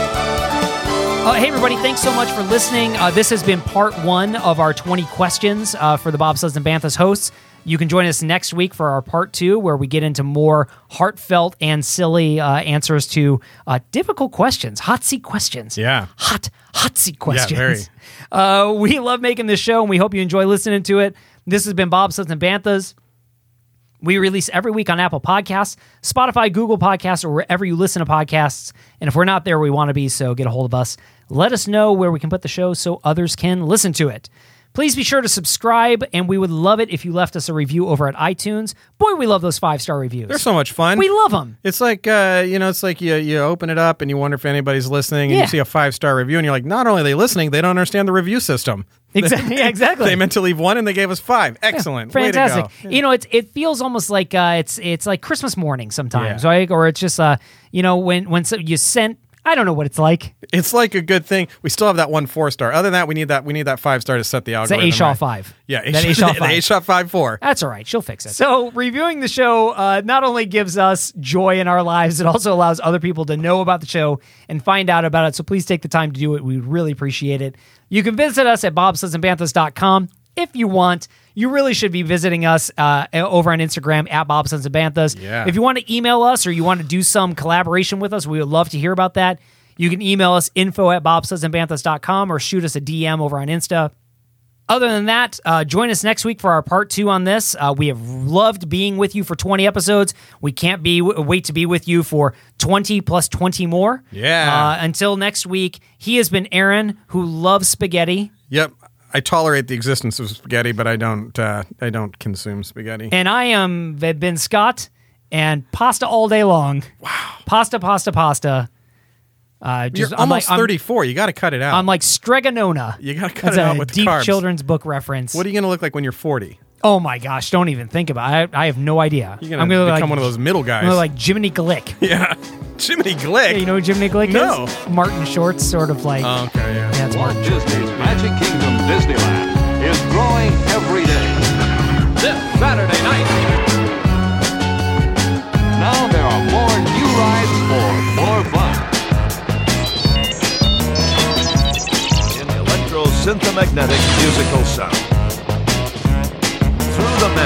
[SPEAKER 1] Uh, hey, everybody, thanks so much for listening. Uh, this has been part one of our 20 questions uh, for the Bob Suds and Banthas hosts. You can join us next week for our part two, where we get into more heartfelt and silly uh, answers to uh, difficult questions, hot seat questions.
[SPEAKER 2] Yeah.
[SPEAKER 1] Hot, hot seat questions.
[SPEAKER 2] very.
[SPEAKER 1] Uh, we love making this show, and we hope you enjoy listening to it. This has been Bob Suds and Banthas. We release every week on Apple Podcasts, Spotify, Google Podcasts, or wherever you listen to podcasts. And if we're not there, we want to be, so get a hold of us. Let us know where we can put the show so others can listen to it. Please be sure to subscribe, and we would love it if you left us a review over at iTunes. Boy, we love those five star reviews.
[SPEAKER 2] They're so much fun.
[SPEAKER 1] we love them.
[SPEAKER 2] It's like uh, you know, it's like you you open it up and you wonder if anybody's listening, and
[SPEAKER 1] Yeah.
[SPEAKER 2] you see a five star review, and you're like, not only are they listening, they don't understand the review system.
[SPEAKER 1] Exactly. Yeah, exactly.
[SPEAKER 2] They meant to leave one, and they gave us five. Excellent, Way to go.
[SPEAKER 1] fantastic. You know, it's it feels almost like uh, it's it's like Christmas morning sometimes,
[SPEAKER 2] Yeah.
[SPEAKER 1] right? Or it's just uh, you know, when when so you sent, I don't know what it's like.
[SPEAKER 2] It's like a good thing. We still have that one four star. Other than that, we need that we need that five star to set the
[SPEAKER 1] It's the
[SPEAKER 2] algorithm.
[SPEAKER 1] Ashaw
[SPEAKER 2] right.
[SPEAKER 1] five.
[SPEAKER 2] Yeah,
[SPEAKER 1] that Ashaw
[SPEAKER 2] the
[SPEAKER 1] five.
[SPEAKER 2] Ashaw five four.
[SPEAKER 1] That's all right. She'll fix it. So, reviewing the show uh, not only gives us joy in our lives, it also allows other people to know about the show and find out about it. So, please take the time to do it. We really appreciate it. You can visit us at bobsudsandbanthas.com if you want. You really should be visiting us uh, over on Instagram at bobsudsandbanthas.
[SPEAKER 2] Yeah.
[SPEAKER 1] If you want to email us or you want to do some collaboration with us, we would love to hear about that. You can email us info at bobsudsandbanthas.com or shoot us a DM over on Insta other than that, uh, join us next week for our part two on this. Uh, we have loved being with you for 20 episodes. We can't be w- wait to be with you for 20 plus 20 more. Uh,
[SPEAKER 2] Yeah.
[SPEAKER 1] until next week, he has been Aaron, who loves spaghetti,
[SPEAKER 2] Yep, I tolerate the existence of spaghetti, but I don't uh, I don't consume spaghetti.
[SPEAKER 1] and I am have been Scott, and pasta all day long. Wow. Pasta, pasta, pasta. Uh,
[SPEAKER 2] You're
[SPEAKER 1] just, I'm
[SPEAKER 2] almost
[SPEAKER 1] like, I'm-
[SPEAKER 2] thirty four. You got to cut it out.
[SPEAKER 1] I'm, like Stregonona.
[SPEAKER 2] You gotta cut
[SPEAKER 1] That's
[SPEAKER 2] it
[SPEAKER 1] a
[SPEAKER 2] out with the
[SPEAKER 1] deep
[SPEAKER 2] carbs.
[SPEAKER 1] children's book reference.
[SPEAKER 2] what are you going to look like when you're forty?
[SPEAKER 1] oh my gosh! Don't even think about it. I, I have no idea.
[SPEAKER 2] You're going
[SPEAKER 1] I'm
[SPEAKER 2] to
[SPEAKER 1] gonna like,
[SPEAKER 2] become one of those middle guys.
[SPEAKER 1] More like Jiminy Glick.
[SPEAKER 2] yeah, Jiminy Glick.
[SPEAKER 1] Yeah, you know who Jiminy Glick
[SPEAKER 2] No.
[SPEAKER 1] is? Martin Short's sort of like.
[SPEAKER 2] Oh, okay, yeah.
[SPEAKER 1] That's
[SPEAKER 3] Walt
[SPEAKER 1] Martin.
[SPEAKER 3] Disney's Magic Kingdom Disneyland is growing every day. This Saturday night. Now there are more new rides for more fun.
[SPEAKER 4] in electro-synthomagnetic musical sound. Through the